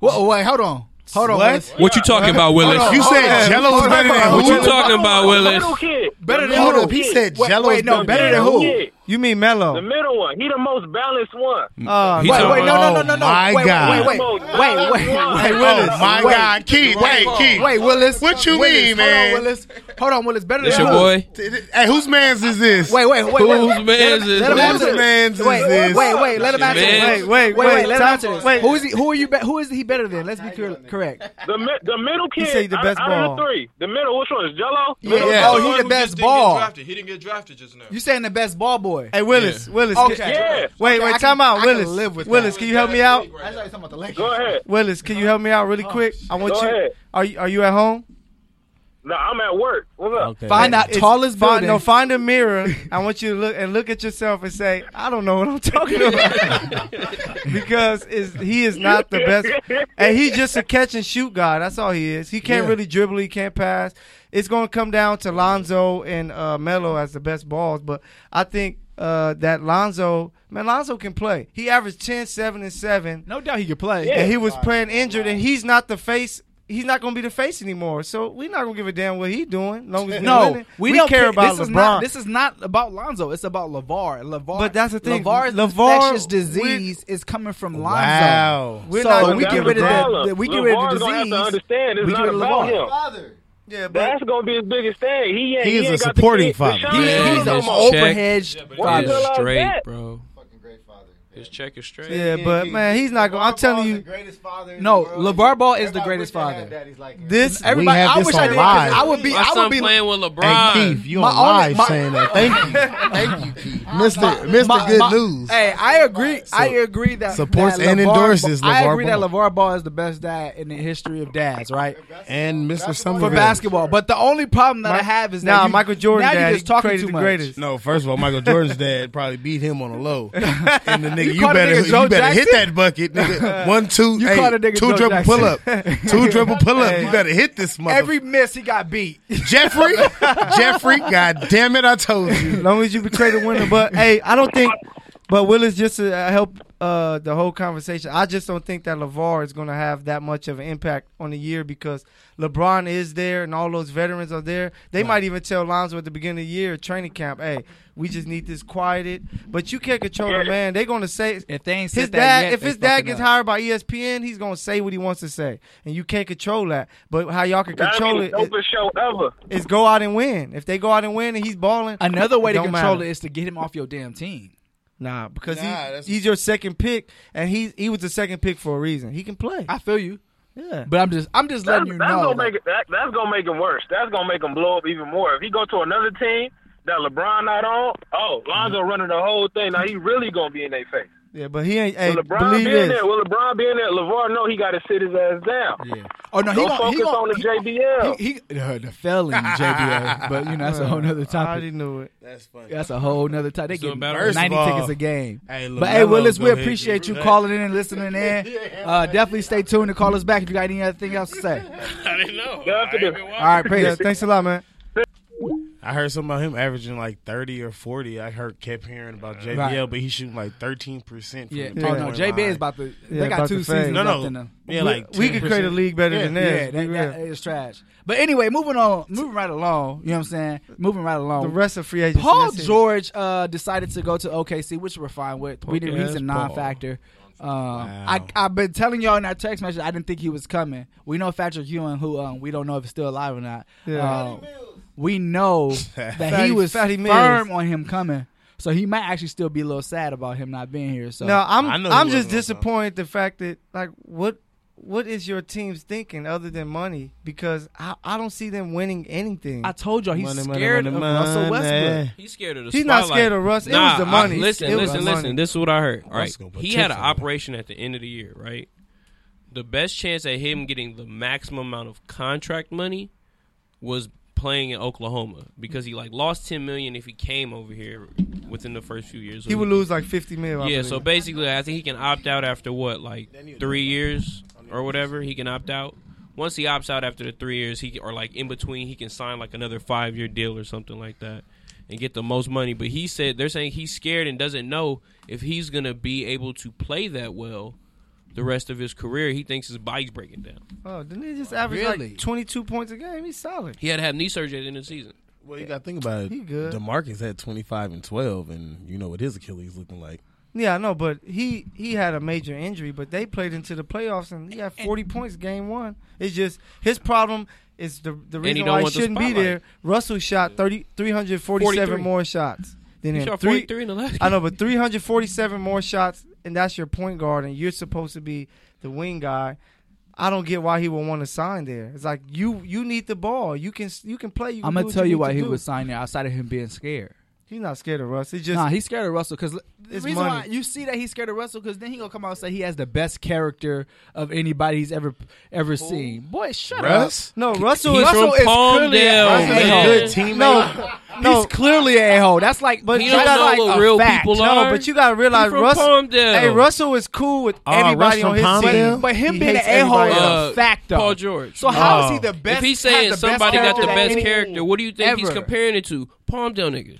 Speaker 2: Whoa, wait, hold on. Hold on.
Speaker 3: What?
Speaker 2: Willis.
Speaker 6: What you talking about, Willis?
Speaker 2: Hold on,
Speaker 4: You
Speaker 2: hold
Speaker 4: said
Speaker 2: on.
Speaker 4: Jello was
Speaker 2: Hold
Speaker 4: better
Speaker 2: on,
Speaker 4: than
Speaker 2: hold
Speaker 4: who?
Speaker 2: on,
Speaker 6: What you
Speaker 2: hold on.
Speaker 6: talking about,
Speaker 5: The
Speaker 6: Willis?
Speaker 5: middle kid,
Speaker 2: Better
Speaker 5: The
Speaker 2: than
Speaker 5: middle
Speaker 2: who?
Speaker 4: Hold up, he
Speaker 5: kid.
Speaker 4: said
Speaker 2: Wait,
Speaker 4: Jello's
Speaker 2: wait, no,
Speaker 4: better
Speaker 2: better
Speaker 4: than
Speaker 2: than who?
Speaker 5: Kid.
Speaker 3: you mean
Speaker 5: The
Speaker 3: Melo?
Speaker 5: middle one, he the most balanced one.
Speaker 3: Uh,
Speaker 6: He
Speaker 2: Wait,
Speaker 6: talking
Speaker 2: wait, no, no, no, no,
Speaker 4: Oh,
Speaker 2: no.
Speaker 4: my
Speaker 2: Wait,
Speaker 4: God.
Speaker 2: wait, wait, wait, wait, wait,
Speaker 5: Hey,
Speaker 2: wait,
Speaker 4: Oh
Speaker 2: Willis.
Speaker 4: my
Speaker 2: wait,
Speaker 4: God, Keith! Wait, Keith!
Speaker 2: Wait, Willis.
Speaker 4: What you
Speaker 2: Willis,
Speaker 4: mean,
Speaker 2: hold on,
Speaker 4: man?
Speaker 2: Willis. Hold on, Willis. Better
Speaker 6: That's
Speaker 2: than
Speaker 6: your
Speaker 2: who?
Speaker 6: boy.
Speaker 4: Hey, whose man's is this?
Speaker 2: Wait, wait, wait, wait.
Speaker 6: Whose
Speaker 2: Let him-
Speaker 6: man's is
Speaker 2: let him
Speaker 6: this?
Speaker 2: answer
Speaker 4: Whose
Speaker 2: this.
Speaker 4: man's is
Speaker 2: wait,
Speaker 4: this?
Speaker 2: Wait, wait, let him answer this.
Speaker 6: man's.
Speaker 2: Wait, wait, wait, let him
Speaker 3: Tom-
Speaker 2: answer this.
Speaker 3: wait.
Speaker 2: Who is he? Who are you? be- Who is he better than? Let's be clear, correct.
Speaker 5: The mi- the middle kid,
Speaker 3: said he the best
Speaker 5: out, out of the
Speaker 3: ball.
Speaker 5: three, the middle, which one is Jello?
Speaker 2: Yeah.
Speaker 7: Middleton
Speaker 2: Oh,
Speaker 7: was
Speaker 2: he
Speaker 7: one
Speaker 2: the
Speaker 7: who
Speaker 2: best
Speaker 7: just didn't get
Speaker 2: ball.
Speaker 7: drafted. He didn't get drafted just now.
Speaker 2: You saying the best ball boy?
Speaker 3: Hey Willis, Willis.
Speaker 2: Okay.
Speaker 3: can-
Speaker 5: Yeah,
Speaker 3: Wait,
Speaker 2: Okay, I
Speaker 3: wait,
Speaker 2: can-
Speaker 3: time
Speaker 2: I
Speaker 3: out,
Speaker 2: can
Speaker 3: Willis.
Speaker 2: live with
Speaker 3: Willis,
Speaker 2: that.
Speaker 3: can you help me out?
Speaker 2: I thought you were talking about the Lakers.
Speaker 5: go ahead.
Speaker 3: Willis, can you help me out really quick? I want
Speaker 5: Oh, Go
Speaker 3: you.
Speaker 5: ahead.
Speaker 3: Are you are you at home?
Speaker 5: No, I'm at work. What's up?
Speaker 7: Okay.
Speaker 2: Find out
Speaker 3: It's-
Speaker 2: tallest
Speaker 3: find,
Speaker 2: building.
Speaker 3: No, find a mirror. I want you to look and look at yourself and say, I don't know what I'm talking about. because is he is not the best, and he just a catch and shoot guy. That's all he is. He can't
Speaker 2: Yeah.
Speaker 3: really dribble. He can't pass. It's going to come down to Lonzo and uh, Melo as the best balls. But I think uh, that Lonzo, man, Lonzo can play. He averaged 10, 7, and seven
Speaker 2: no doubt he could play.
Speaker 3: and he was playing injured, and he's not the face. He's not going to be the face anymore. So we're not going to give a damn what he's doing. Long as we
Speaker 2: No,
Speaker 3: winning.
Speaker 2: we, don't
Speaker 3: care about
Speaker 2: this Is
Speaker 3: LeBron.
Speaker 2: not, this is not about Lonzo. It's about Levar. Levar.
Speaker 3: But that's the thing.
Speaker 2: Levar's
Speaker 3: LeVar,
Speaker 2: infectious
Speaker 3: we-
Speaker 2: disease is coming from Lonzo.
Speaker 7: Wow.
Speaker 3: We're
Speaker 2: so
Speaker 3: not gonna
Speaker 2: Oh, we
Speaker 3: have
Speaker 2: get
Speaker 3: the
Speaker 2: rid of
Speaker 5: problem.
Speaker 2: that. We get rid of the
Speaker 5: LeVar's
Speaker 2: disease.
Speaker 5: gonna have to understand it's
Speaker 2: we get
Speaker 5: not
Speaker 2: rid of
Speaker 5: about
Speaker 2: LeVar.
Speaker 5: him.
Speaker 3: yeah, but
Speaker 5: That's gonna be his biggest thing. He ain't.
Speaker 7: He is
Speaker 5: ain't
Speaker 7: a
Speaker 5: got
Speaker 7: supporting
Speaker 5: the, kid-
Speaker 7: father.
Speaker 5: The
Speaker 2: He,
Speaker 5: shine
Speaker 7: Yeah,
Speaker 2: he's
Speaker 5: ain't
Speaker 2: an
Speaker 5: no
Speaker 6: check.
Speaker 5: more.
Speaker 2: overhedged
Speaker 5: Why
Speaker 2: father.
Speaker 5: you feel
Speaker 6: It's
Speaker 5: like
Speaker 6: straight,
Speaker 5: that?
Speaker 6: bro.
Speaker 8: Fucking great father.
Speaker 6: His check is straight.
Speaker 3: yeah, but man, he's not going. to I'm telling you,
Speaker 8: greatest father. in
Speaker 2: No,
Speaker 8: the world.
Speaker 2: LeVar Ball is the
Speaker 8: Everybody
Speaker 2: greatest
Speaker 8: wish they had
Speaker 2: father.
Speaker 8: daddies like him.
Speaker 3: this
Speaker 2: Everybody,
Speaker 7: have
Speaker 2: I
Speaker 7: this
Speaker 2: wish I
Speaker 7: on
Speaker 2: did. 'cause
Speaker 7: live.
Speaker 2: I would be.
Speaker 6: My
Speaker 2: I
Speaker 6: son
Speaker 2: would be.
Speaker 6: playing with LeBron.
Speaker 7: Hey, Keith, you
Speaker 2: My
Speaker 7: on
Speaker 2: only-
Speaker 7: live
Speaker 2: my-
Speaker 7: saying that. Thank you.
Speaker 8: Thank you, Keith.
Speaker 7: Mr. Mr.
Speaker 2: My-
Speaker 7: Good
Speaker 2: my-
Speaker 7: News.
Speaker 2: Hey, I agree. I agree that
Speaker 7: Supports
Speaker 2: that
Speaker 7: and
Speaker 2: LeVar
Speaker 7: endorses
Speaker 2: Ball- I
Speaker 7: LeVar
Speaker 2: agree that
Speaker 7: Ball.
Speaker 2: Levar Ball is the best dad in the history of dads, right?
Speaker 7: and Mr. Somerville.
Speaker 2: For basketball, but the only problem that
Speaker 3: Mi-
Speaker 2: I have is
Speaker 3: nah,
Speaker 2: that you,
Speaker 3: Michael Jordan
Speaker 2: Now
Speaker 3: dad,
Speaker 2: you're
Speaker 3: he
Speaker 2: just talking
Speaker 3: created
Speaker 2: too
Speaker 3: the
Speaker 2: much.
Speaker 3: greatest.
Speaker 4: No, first of all, Michael Jordan's dad probably beat him on the low. And the nigga, you,
Speaker 2: call the
Speaker 4: better,
Speaker 2: nigga
Speaker 4: you
Speaker 2: Joe
Speaker 4: better hit
Speaker 2: Jackson?
Speaker 4: that bucket, nigga. One, two,
Speaker 2: You
Speaker 4: hey,
Speaker 2: call the nigga
Speaker 4: two
Speaker 2: Joe
Speaker 4: triple
Speaker 2: Jackson.
Speaker 4: pull up, two triple pull up. You better hit this motherfucker.
Speaker 2: Every miss, he got beat.
Speaker 4: Jeffrey, Jeffrey, God damn it, I told you.
Speaker 3: as long as you be creative winner. But hey, I don't think. But Will is just to uh, help uh, the whole conversation. I just don't think that Levar is going to have that much of an impact on the year because LeBron is there and all those veterans are there. They might even tell Lonzo at the beginning of the year, training camp, hey, we just need this quieted. But you can't control the man. They're going to say
Speaker 2: If they ain't said
Speaker 3: his
Speaker 2: that
Speaker 3: dad.
Speaker 2: yet,
Speaker 3: if
Speaker 2: they
Speaker 3: his dad
Speaker 2: fucking
Speaker 3: gets
Speaker 2: up.
Speaker 3: hired by E ESPN, he's going to say what he wants to say, and you can't control that. But how y'all can
Speaker 5: That's
Speaker 3: control it
Speaker 5: the
Speaker 3: is,
Speaker 5: dopest show ever.
Speaker 3: is go out and win. If they go out and win and he's balling,
Speaker 2: Another way to
Speaker 3: don't
Speaker 2: control
Speaker 3: matter.
Speaker 2: it is to get him off your damn team.
Speaker 3: Nah, because
Speaker 4: Nah,
Speaker 3: he,
Speaker 4: that's-
Speaker 3: he's your second pick, and he he was the second pick for a reason. He can play.
Speaker 2: I feel you,
Speaker 3: yeah,
Speaker 2: but I'm just I'm just
Speaker 5: That's,
Speaker 2: letting you
Speaker 5: that's
Speaker 2: know.
Speaker 5: gonna make it. That, that's gonna make him worse. That's gonna make him blow up even more. If he go to another team that LeBron not on, oh, Lonzo
Speaker 2: Mm.
Speaker 5: running the whole thing. Now he really gonna be in their face.
Speaker 3: yeah, but he ain't. Hey,
Speaker 5: Will LeBron
Speaker 3: believe
Speaker 5: be in
Speaker 3: this.
Speaker 5: there? Will LeBron be in there? LeVar, no, he got to sit his ass down.
Speaker 2: yeah. Oh no, he
Speaker 5: Go
Speaker 2: gonna, he
Speaker 5: focus
Speaker 2: gonna,
Speaker 5: on the JBL.
Speaker 2: He, he uh, the felon JBL, but you know that's a whole nother
Speaker 3: I
Speaker 2: topic.
Speaker 3: already knew it.
Speaker 4: That's funny.
Speaker 2: That's a whole nother time. They
Speaker 6: So
Speaker 2: get
Speaker 6: about-
Speaker 2: ninety
Speaker 6: First
Speaker 4: of all,
Speaker 2: tickets a game.
Speaker 4: hey,
Speaker 2: but hey,
Speaker 4: LaMelo's
Speaker 2: Willis, we
Speaker 4: gonna hit
Speaker 2: appreciate
Speaker 4: you.
Speaker 2: you calling in and listening in. Uh, definitely stay tuned and call us back if you got anything else to say.
Speaker 6: I didn't know.
Speaker 5: That's the-
Speaker 2: All right,
Speaker 3: Yeah,
Speaker 2: peace.
Speaker 3: thanks a lot, man.
Speaker 4: I heard something about him averaging like thirty or forty. I heard kept hearing about JBL,
Speaker 2: Right.
Speaker 4: but he's shooting like thirteen percent.
Speaker 2: Yeah.
Speaker 4: the
Speaker 2: Oh
Speaker 4: three-point
Speaker 2: no,
Speaker 4: line.
Speaker 2: JB is about to.
Speaker 3: Yeah,
Speaker 2: they got
Speaker 3: about
Speaker 2: two
Speaker 3: to fade.
Speaker 2: seasons
Speaker 4: No,
Speaker 2: left
Speaker 4: no.
Speaker 2: in them.
Speaker 4: yeah, like
Speaker 3: We could create a
Speaker 4: 10%.
Speaker 3: league better than
Speaker 2: Yeah,
Speaker 3: theirs.
Speaker 2: that,
Speaker 3: be
Speaker 2: that
Speaker 3: real.
Speaker 2: is trash. But anyway, moving on, moving right along. You know what I'm saying? Moving right
Speaker 3: the
Speaker 2: along.
Speaker 3: rest of free agents.
Speaker 2: Paul
Speaker 3: that's it.
Speaker 2: George uh, decided to go to OKC, which we're fine with. We didn't, he's a
Speaker 4: Paul.
Speaker 2: non-factor. Um, I, I've been telling y'all in our text message, I didn't think he was coming. We know Patrick Ewing, who um, we don't know if he's still alive or not.
Speaker 3: Yeah.
Speaker 2: Um, we know that he
Speaker 3: Fatty-
Speaker 2: was
Speaker 3: Fatty Mills.
Speaker 2: firm on him coming, so he might actually still be a little sad about him not being here. So
Speaker 3: No, I'm
Speaker 4: I know
Speaker 3: I'm
Speaker 4: he
Speaker 3: just
Speaker 4: wasn't on time.
Speaker 3: disappointed the fact that like what what is your team's thinking other than money? Because I, I don't see them winning anything.
Speaker 2: I told y'all he's
Speaker 4: Money, money,
Speaker 2: scared
Speaker 4: money,
Speaker 2: of Russell
Speaker 4: money.
Speaker 2: Westbrook.
Speaker 6: He's scared of the
Speaker 3: He's not
Speaker 6: spotlight.
Speaker 3: scared of Russ. It was
Speaker 6: Nah,
Speaker 3: the money.
Speaker 6: I, listen,
Speaker 3: It was
Speaker 6: listen,
Speaker 3: the
Speaker 6: listen.
Speaker 3: money.
Speaker 6: This is what I heard. All right,
Speaker 4: Russ gonna put
Speaker 6: he
Speaker 4: chips
Speaker 6: had an
Speaker 4: on him.
Speaker 6: operation at the end of the year, right? The best chance at him getting the maximum amount of contract money was playing in Oklahoma because he like lost ten million if he came over here within the first few years.
Speaker 3: he would lose like fifty mil. I
Speaker 6: Yeah,
Speaker 3: believe.
Speaker 6: so basically, I think he can opt out after what, like three years or whatever. He can opt out. Once he opts out after the three years, he or like in between, he can sign like another five year deal or something like that and get the most money. But he said they're saying he's scared and doesn't know if he's gonna be able to play that well the rest of his career. He thinks his body's breaking down.
Speaker 3: Oh, didn't he just average
Speaker 2: Really?
Speaker 3: like 22 points a game? He's solid.
Speaker 6: He had to have knee surgery at the end of the season.
Speaker 4: Well, you got to think about it.
Speaker 3: He good.
Speaker 4: Demarcus had twenty five and twelve, and you know what his Achilles looking like.
Speaker 3: Yeah, I know, but he he had a major injury, but they played into the playoffs and he had 40 points game one. It's just his problem is the the
Speaker 6: he
Speaker 3: reason
Speaker 6: don't
Speaker 3: why he
Speaker 6: want the
Speaker 3: shouldn't be
Speaker 6: spotlight.
Speaker 3: there. Russell shot 30 347
Speaker 6: 43.
Speaker 3: more shots than
Speaker 6: He
Speaker 3: him.
Speaker 6: shot
Speaker 3: Three-
Speaker 6: forty three in the last.
Speaker 3: I know, but 347 more shots, and that's your point guard, and you're supposed to be the wing guy. I don't get why he would want to sign there. It's like you you need the ball. You can you can play. You can
Speaker 2: I'm
Speaker 3: do
Speaker 2: gonna
Speaker 3: what
Speaker 2: tell you
Speaker 3: need
Speaker 2: why
Speaker 3: to
Speaker 2: he
Speaker 3: do.
Speaker 2: was signed there outside of him being scared.
Speaker 3: He's not scared of Russ. It's just
Speaker 2: nah, he's scared of Russell because the
Speaker 3: It's
Speaker 2: reason why
Speaker 3: money.
Speaker 2: you see that he's scared of Russell because then he gonna come out and say he has the best character of anybody he's ever ever seen. Boy, shut
Speaker 4: Russ?
Speaker 3: no Russell.
Speaker 6: He's
Speaker 3: is,
Speaker 6: from
Speaker 3: Russell is clearly a-
Speaker 6: Palmdale,
Speaker 3: Russell is a
Speaker 6: man.
Speaker 3: good teammate. No,
Speaker 2: up.
Speaker 3: no,
Speaker 2: He's clearly a hole. That's like
Speaker 3: But
Speaker 6: He
Speaker 3: you
Speaker 6: don't
Speaker 3: gotta
Speaker 6: know
Speaker 3: like
Speaker 6: what
Speaker 3: a
Speaker 6: real
Speaker 3: fact.
Speaker 6: people
Speaker 3: no,
Speaker 6: are.
Speaker 3: but you gotta
Speaker 6: He
Speaker 3: realize
Speaker 6: from
Speaker 3: Russell.
Speaker 6: Palmdale.
Speaker 3: Hey, Russell is cool with
Speaker 7: Oh,
Speaker 3: everybody
Speaker 7: Russ
Speaker 3: on his
Speaker 7: from
Speaker 3: team,
Speaker 7: Palmdale?
Speaker 2: But him
Speaker 3: He
Speaker 2: being an
Speaker 3: hates
Speaker 2: a hole
Speaker 3: everybody
Speaker 2: is
Speaker 3: else.
Speaker 2: a fact though.
Speaker 6: Paul George.
Speaker 2: So how is
Speaker 7: Oh.
Speaker 2: he the best?
Speaker 6: if he's
Speaker 2: has
Speaker 6: saying
Speaker 2: the best
Speaker 6: somebody got the
Speaker 2: that
Speaker 6: best
Speaker 2: any-
Speaker 6: character, what do you think he's
Speaker 2: ever.
Speaker 6: comparing it to? Palmdale niggas.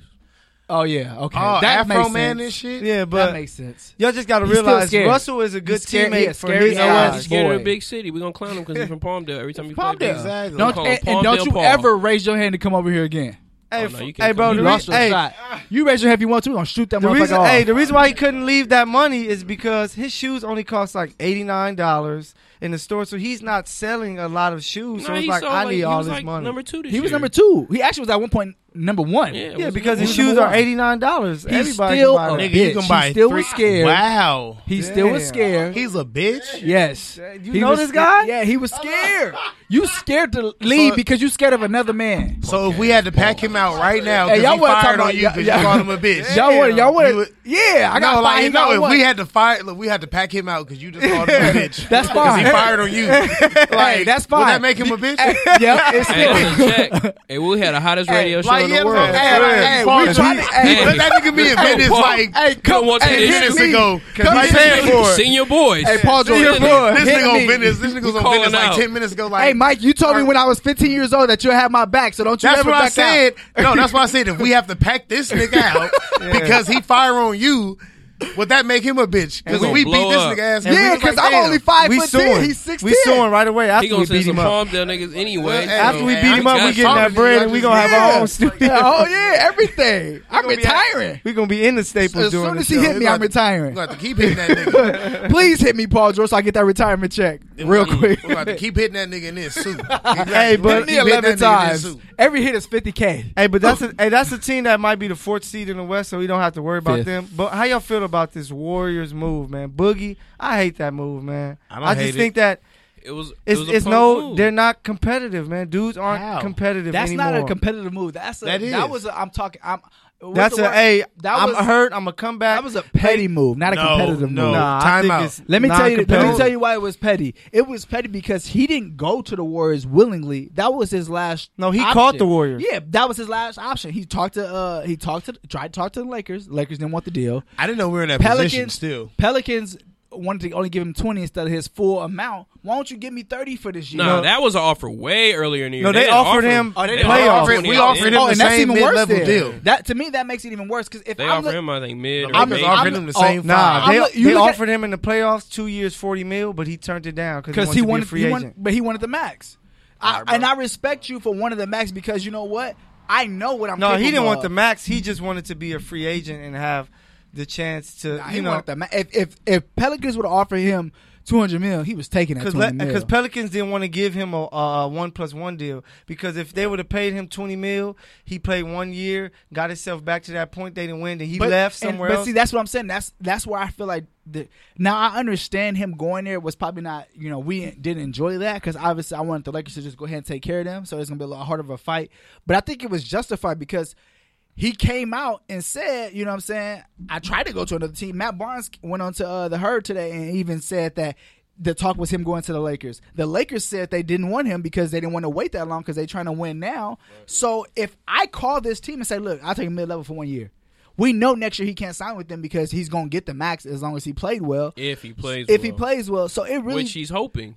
Speaker 2: Oh yeah, okay.
Speaker 4: Oh,
Speaker 2: that
Speaker 4: Afro
Speaker 2: makes
Speaker 4: man
Speaker 2: sense.
Speaker 4: and shit.
Speaker 3: Yeah,
Speaker 2: that
Speaker 3: but
Speaker 2: makes sense.
Speaker 3: y'all just gotta
Speaker 2: He's still
Speaker 3: realize
Speaker 2: scared.
Speaker 3: Russell is a good
Speaker 2: He's scared- he a
Speaker 3: teammate for
Speaker 2: scary
Speaker 3: his
Speaker 2: ass.
Speaker 6: He's
Speaker 3: age.
Speaker 6: scared of
Speaker 2: boy.
Speaker 6: the big city. We're gonna clown him because he's from Palmdale. Every time you play
Speaker 2: Palmdale.
Speaker 6: baseball.
Speaker 4: Exactly.
Speaker 6: We
Speaker 2: Don't
Speaker 6: call
Speaker 2: and,
Speaker 6: him
Speaker 2: and don't
Speaker 6: Palmdale
Speaker 2: you
Speaker 6: Paul.
Speaker 2: ever raise your hand to come over here again.
Speaker 3: Hey,
Speaker 6: no,
Speaker 3: f-
Speaker 6: you can't
Speaker 3: hey,
Speaker 6: come
Speaker 3: bro,
Speaker 6: in.
Speaker 2: You
Speaker 3: the
Speaker 2: lost
Speaker 3: reason,
Speaker 2: your
Speaker 3: hey,
Speaker 2: shot. You raise your heavy one two, we gonna shoot that
Speaker 3: the
Speaker 2: motherfucker
Speaker 3: reason,
Speaker 2: off.
Speaker 3: hey, the reason why he couldn't leave that money is because his shoes only cost like eighty nine dollars in the store, so he's not selling a lot of shoes. so
Speaker 6: No,
Speaker 3: it's
Speaker 6: he
Speaker 3: like
Speaker 6: saw,
Speaker 3: I need
Speaker 6: he
Speaker 3: all
Speaker 6: was,
Speaker 3: this
Speaker 6: like,
Speaker 3: money.
Speaker 6: Number two this
Speaker 2: he was
Speaker 6: year.
Speaker 2: number two. He actually was at one point number one.
Speaker 6: Yeah,
Speaker 3: yeah,
Speaker 6: was
Speaker 3: because
Speaker 2: number
Speaker 3: his
Speaker 2: one.
Speaker 3: shoes are eighty nine dollars.
Speaker 2: He's
Speaker 3: Everybody
Speaker 2: still
Speaker 3: can
Speaker 2: a
Speaker 3: buy
Speaker 4: Nigga,
Speaker 3: them.
Speaker 4: you
Speaker 2: Oh, bitch.
Speaker 4: can buy
Speaker 2: He still
Speaker 4: three.
Speaker 2: was scared.
Speaker 4: Wow,
Speaker 2: He still was
Speaker 3: Damn.
Speaker 2: scared.
Speaker 4: he's a bitch.
Speaker 2: yes.
Speaker 3: You
Speaker 2: He
Speaker 3: know
Speaker 2: was
Speaker 3: this
Speaker 2: sca-
Speaker 3: guy?
Speaker 2: Yeah, he was scared. you scared to leave
Speaker 4: So-
Speaker 2: because you scared of another man.
Speaker 4: So if we had to pack him out right now,
Speaker 2: Hey,
Speaker 4: because
Speaker 2: y'all
Speaker 4: we
Speaker 2: wasn't talking
Speaker 4: fired
Speaker 2: about-
Speaker 4: on you because
Speaker 2: y'all-
Speaker 4: you called him a bitch.
Speaker 2: Y'all would y'all
Speaker 4: You
Speaker 2: would
Speaker 4: would-
Speaker 2: Yeah, I got
Speaker 4: no,
Speaker 2: fired.
Speaker 4: like,
Speaker 2: He
Speaker 4: no,
Speaker 2: got
Speaker 4: if
Speaker 2: one.
Speaker 4: we had to fire, look, we had to pack him out because you just called him a bitch.
Speaker 2: That's
Speaker 4: 'Cause
Speaker 2: fine.
Speaker 4: He fired on you.
Speaker 2: Hey, that's fine.
Speaker 4: Would that make him a bitch?
Speaker 2: yeah, it's
Speaker 6: Hey, that's
Speaker 2: still.
Speaker 6: a check. Hey, we had the hottest radio show
Speaker 4: like,
Speaker 6: in
Speaker 4: yeah,
Speaker 6: the world.
Speaker 4: like, hey, like,
Speaker 2: Hey,
Speaker 4: hey,
Speaker 2: we
Speaker 4: fuck,
Speaker 2: tried
Speaker 4: he-
Speaker 2: to- hey.
Speaker 4: he- let that nigga be in business
Speaker 6: Paul.
Speaker 4: like
Speaker 2: Hey,
Speaker 6: Come
Speaker 2: come
Speaker 6: on,
Speaker 2: hey,
Speaker 6: take
Speaker 2: hit
Speaker 4: minutes
Speaker 2: me.
Speaker 4: ago.
Speaker 2: Come
Speaker 4: Cause he
Speaker 2: here.
Speaker 4: paid for it.
Speaker 6: Senior boys.
Speaker 2: Hey, Paul George,
Speaker 6: Senior
Speaker 2: hit
Speaker 6: boys.
Speaker 2: me.
Speaker 4: This
Speaker 2: Hit
Speaker 4: nigga
Speaker 2: me.
Speaker 4: on business. This nigga was on
Speaker 6: calling
Speaker 4: business
Speaker 6: out.
Speaker 4: like ten minutes ago. Like,
Speaker 2: Hey, Mike, you told me when I was 15 years old that you had my back, so don't you
Speaker 4: That's
Speaker 2: ever
Speaker 4: what I
Speaker 2: back
Speaker 4: said.
Speaker 2: out.
Speaker 4: No, that's why I said if we have to pack this nigga out because he fire on you, would that make him a bitch? Because
Speaker 6: gonna
Speaker 4: we beat
Speaker 6: blow
Speaker 4: this
Speaker 6: up.
Speaker 4: nigga ass.
Speaker 3: And
Speaker 2: Yeah,
Speaker 3: we was
Speaker 2: because
Speaker 3: like,
Speaker 2: I'm
Speaker 3: damn,
Speaker 2: only five
Speaker 3: we
Speaker 2: foot
Speaker 3: suing.
Speaker 2: ten. He's six
Speaker 3: We suing right away
Speaker 6: He
Speaker 3: after we
Speaker 6: gonna send
Speaker 3: beat
Speaker 6: some
Speaker 3: him up.
Speaker 6: Palmdale niggas anyway.
Speaker 4: Well,
Speaker 3: After we
Speaker 4: Hey,
Speaker 3: beat
Speaker 4: I'm
Speaker 3: him up, we
Speaker 4: just
Speaker 3: getting that
Speaker 4: talking to
Speaker 3: bread
Speaker 4: you.
Speaker 3: and we
Speaker 4: I
Speaker 3: gonna have
Speaker 4: just-
Speaker 3: our own
Speaker 2: Yeah.
Speaker 3: studio.
Speaker 2: oh yeah, everything. I'm
Speaker 4: gonna be out.
Speaker 2: retiring.
Speaker 3: We gonna be in the Staples
Speaker 2: As
Speaker 3: doing
Speaker 2: soon
Speaker 3: the
Speaker 2: as he
Speaker 3: show.
Speaker 2: hit me, I'm
Speaker 4: We're
Speaker 2: retiring.
Speaker 4: gonna have to keep hitting that nigga.
Speaker 2: Please hit me, Paul George, so I get that retirement check real quick.
Speaker 4: We're gonna have to keep hitting that nigga in this suit.
Speaker 3: Hey, but-
Speaker 2: Hit me 11 times. Every hit is 50k.
Speaker 3: Hey, but that's a, hey, that's a team that might be the fourth seed in the West, so we don't have to worry about
Speaker 2: Fifth.
Speaker 3: them. But how y'all feel about this Warriors move, man? Boogie, I hate that move, man.
Speaker 4: I don't
Speaker 3: I just
Speaker 4: hate it.
Speaker 3: think that
Speaker 6: It was.
Speaker 3: it's
Speaker 6: it was a
Speaker 3: it's
Speaker 6: punk
Speaker 3: no,
Speaker 6: move.
Speaker 3: they're not competitive, man. Dudes aren't
Speaker 4: How?
Speaker 3: competitive
Speaker 2: That's
Speaker 3: anymore.
Speaker 2: not a competitive move. That's a,
Speaker 4: That is.
Speaker 2: That was a, I'm talking. I'm. what's
Speaker 3: That's
Speaker 2: the
Speaker 3: a
Speaker 2: word?
Speaker 3: hey.
Speaker 2: That was
Speaker 3: I'm hurt. I'm a comeback.
Speaker 2: that was a petty move, not a competitive
Speaker 4: no.
Speaker 2: move.
Speaker 3: Nah, I
Speaker 4: Time
Speaker 3: think
Speaker 4: out.
Speaker 3: it's
Speaker 2: Let me tell you. Let me
Speaker 3: non-competitive.
Speaker 2: tell you why it was petty. It was petty because he didn't go to the Warriors willingly. That was his last.
Speaker 3: No, he
Speaker 2: option.
Speaker 3: caught the Warriors.
Speaker 2: Yeah, that was his last option. He talked to. uh He talked to. Tried to talk to the Lakers. Lakers didn't want the deal.
Speaker 4: I didn't know we were in that position
Speaker 2: Pelicans
Speaker 4: still.
Speaker 2: Pelicans wanted to only give him twenty instead of his full amount. Why don't you give me thirty for this year?
Speaker 6: No, that was an offer way earlier in the year.
Speaker 3: No, they
Speaker 6: didn't
Speaker 3: offered
Speaker 6: offer-
Speaker 3: him
Speaker 6: they
Speaker 3: playoff.
Speaker 6: offered
Speaker 3: We
Speaker 6: twenty
Speaker 4: we
Speaker 6: at the
Speaker 4: offered
Speaker 6: end.
Speaker 4: him
Speaker 2: oh,
Speaker 4: the
Speaker 2: and that's
Speaker 4: same
Speaker 2: even worse.
Speaker 4: mid-level
Speaker 2: Then.
Speaker 4: deal.
Speaker 2: That to me that makes it even worse because if
Speaker 6: They
Speaker 2: I'm
Speaker 6: offered
Speaker 2: look-
Speaker 6: him, I think, mid.
Speaker 4: I'm
Speaker 6: or
Speaker 2: I'm-
Speaker 4: just
Speaker 6: late.
Speaker 2: offered
Speaker 4: offering
Speaker 2: I'm-
Speaker 4: him the
Speaker 2: oh,
Speaker 4: same.
Speaker 3: Nah,
Speaker 4: five.
Speaker 2: I'm
Speaker 3: they,
Speaker 2: look- you
Speaker 3: they
Speaker 2: look at-
Speaker 3: offered him in the playoffs two years, forty mil, but he turned it down because
Speaker 2: because
Speaker 3: he
Speaker 2: he
Speaker 3: wanted
Speaker 2: wanted,
Speaker 3: to be a free
Speaker 2: he
Speaker 3: agent.
Speaker 2: wanted, but he wanted the max. I, and I respect you for wanting the max because you know what? I know what I'm.
Speaker 3: no, he didn't
Speaker 2: capable
Speaker 3: want
Speaker 2: of.
Speaker 3: the max. He just wanted to be a free agent and have the chance to,
Speaker 2: Nah, he
Speaker 3: you know,
Speaker 2: wanted the max. If if if Pelicans would offer him 200 mil, he was taking that 200 mil.
Speaker 3: because Pelicans didn't want to give him a uh, one plus one deal because if they would have paid him twenty mil, he played one year, got himself back to that point they didn't win, then he left
Speaker 2: and-
Speaker 3: somewhere
Speaker 2: but
Speaker 3: else.
Speaker 2: see, that's what I'm saying. That's that's where I feel like. The, now I understand him going there was probably not. You know, we didn't enjoy that because obviously I wanted the Lakers to just go ahead and take care of them. So it's gonna be a lot harder of a fight. But I think it was justified because. He came out and said, you know what I'm saying? I tried to go to another team. Matt Barnes went on to uh, the herd today and even said that the talk was him going to the Lakers. The Lakers said they didn't want him because they didn't want to wait that long because they're trying to win now. So if I call this team and say, look, I'll take a mid level for one year, we know next year he can't sign with them because he's gonna get the max as long as he played well.
Speaker 6: if he plays,
Speaker 2: If he
Speaker 6: well,
Speaker 2: plays well, so it really,
Speaker 6: which he's hoping.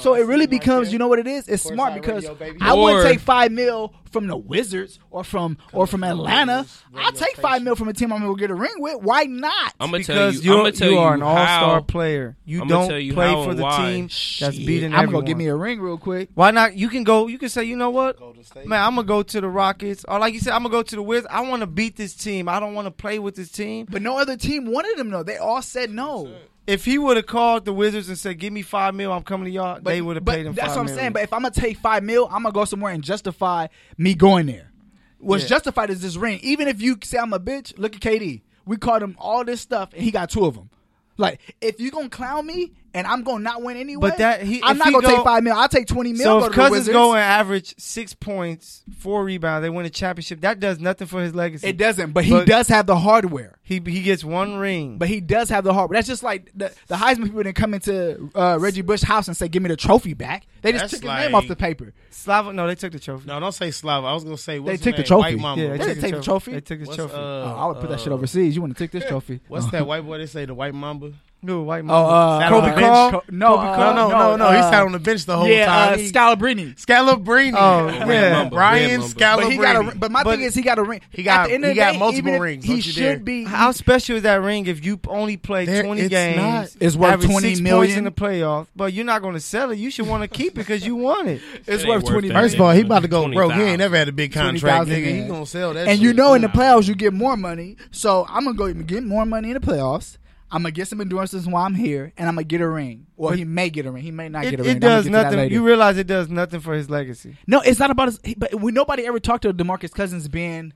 Speaker 2: so it really becomes, you know what it is? It's smart
Speaker 8: Courtside
Speaker 2: because
Speaker 8: radio, baby.
Speaker 2: I wouldn't
Speaker 6: Or-
Speaker 2: take five mil from the Wizards or from or from Atlanta. I'll take five mil from a team I'm gonna get a ring with. Why not?
Speaker 6: I'm gonna tell
Speaker 3: because
Speaker 6: you. I'm
Speaker 3: you,
Speaker 6: gonna tell
Speaker 3: you are an
Speaker 6: how-
Speaker 3: all-star player. You
Speaker 6: I'ma tell
Speaker 3: don't
Speaker 6: you
Speaker 3: play
Speaker 6: how
Speaker 3: for
Speaker 6: and
Speaker 3: the
Speaker 6: why.
Speaker 3: team that's
Speaker 2: Shit,
Speaker 3: beating
Speaker 2: I'm
Speaker 3: everyone.
Speaker 2: gonna get me a ring real quick.
Speaker 3: Why not? You can go. You can say, you know what,
Speaker 8: Golden State.
Speaker 3: man, I'm gonna go to the Rockets, or like you said, I'm gonna go to the Wizards. I want to beat this team. I don't want to play with this team.
Speaker 2: But no other team wanted him though. They all said no.
Speaker 3: If he would have called the Wizards and said, "Give me five mil, I'm coming to y'all,"
Speaker 2: But,
Speaker 3: they would have
Speaker 2: but
Speaker 3: paid him.
Speaker 2: That's
Speaker 3: five
Speaker 2: what I'm
Speaker 3: mil.
Speaker 2: saying. But if I'm gonna take five mil, I'm gonna go somewhere and justify me going there. What's
Speaker 3: Yeah.
Speaker 2: justified is this ring. Even if you say I'm a bitch, look at KD. We called him all this stuff, and he got two of them. Like, if you gonna clown me and I'm gonna not win anyway.
Speaker 3: But that he,
Speaker 2: I'm
Speaker 3: if
Speaker 2: not
Speaker 3: he
Speaker 2: gonna
Speaker 3: go,
Speaker 2: take five mil. I'll take twenty mil. go
Speaker 3: So if
Speaker 2: to the
Speaker 3: Cousins
Speaker 2: Wizards.
Speaker 3: go and average six points, four rebounds, they win a championship. That does nothing for his legacy.
Speaker 2: it doesn't. But he
Speaker 3: But-
Speaker 2: does have the hardware.
Speaker 3: he he gets one ring.
Speaker 2: But he does have the hardware. That's just like the, the Heisman people didn't come into uh, Reggie Bush's house and say, "Give me the trophy back." They just
Speaker 4: That's
Speaker 2: took his name
Speaker 4: like-
Speaker 2: off the paper.
Speaker 3: Slava, no, they took the trophy.
Speaker 4: No, don't say Slava. I was gonna say what's
Speaker 2: took the
Speaker 4: his name?
Speaker 2: trophy.
Speaker 4: White mama.
Speaker 3: yeah,
Speaker 2: They didn't take the trophy?
Speaker 3: They took the
Speaker 4: What's,
Speaker 3: trophy.
Speaker 4: uh,
Speaker 2: oh, I would put that shit
Speaker 4: uh,
Speaker 2: overseas. You want to take this trophy?
Speaker 4: What's
Speaker 2: Oh.
Speaker 4: that white boy? They say the white mamba.
Speaker 3: no, white man.
Speaker 2: Oh, uh,
Speaker 4: Sat on the
Speaker 2: Kobe
Speaker 4: bench?
Speaker 2: Call?
Speaker 4: Co-
Speaker 2: no,
Speaker 4: no,
Speaker 2: uh,
Speaker 4: no, no, no. he
Speaker 2: uh,
Speaker 4: sat on the bench the whole
Speaker 2: yeah,
Speaker 4: time.
Speaker 2: uh,
Speaker 4: He-
Speaker 2: Scalabrini.
Speaker 4: Scalabrini.
Speaker 3: Oh, yeah.
Speaker 4: Mamba. Brian
Speaker 6: Red Mamba.
Speaker 4: Scalabrini.
Speaker 2: But he got a. ri- But my
Speaker 3: But
Speaker 2: thing is, he got a ring.
Speaker 4: he got-
Speaker 2: At the end
Speaker 4: he
Speaker 2: of the
Speaker 4: got
Speaker 2: day,
Speaker 4: multiple
Speaker 2: even if
Speaker 4: rings.
Speaker 2: He
Speaker 4: Don't you
Speaker 2: should
Speaker 4: dare.
Speaker 2: be.
Speaker 3: How special is that ring if you only play
Speaker 4: There-
Speaker 3: 20
Speaker 4: it's
Speaker 3: games?
Speaker 4: not.
Speaker 2: It's worth
Speaker 3: average
Speaker 2: 20
Speaker 3: six
Speaker 2: million.
Speaker 3: points in the playoff, but you're not going to sell it. You should want to keep it because you won it.
Speaker 2: it's
Speaker 6: ain't
Speaker 2: worth
Speaker 6: worth
Speaker 2: twenty.
Speaker 6: that.
Speaker 4: First of
Speaker 2: million.
Speaker 4: all, he about to go broke. He
Speaker 6: 20,000.
Speaker 4: ain't never had a big contract,
Speaker 2: 20,000,
Speaker 4: nigga.
Speaker 2: yeah.
Speaker 4: He gonna sell that.
Speaker 2: and
Speaker 4: shit.
Speaker 2: you know, in the playoffs, you get more money. So I'm gonna go even get more money in the playoffs. I'm gonna get some endurances while I'm here, and I'm gonna get a ring. Or he may get a ring. He may not
Speaker 3: It,
Speaker 2: get a
Speaker 3: it
Speaker 2: ring. I'ma
Speaker 3: does
Speaker 2: get to that
Speaker 3: nothing.
Speaker 2: later.
Speaker 3: You realize it does nothing for his legacy.
Speaker 2: No, it's not about his. he- But we nobody ever talked to Demarcus Cousins being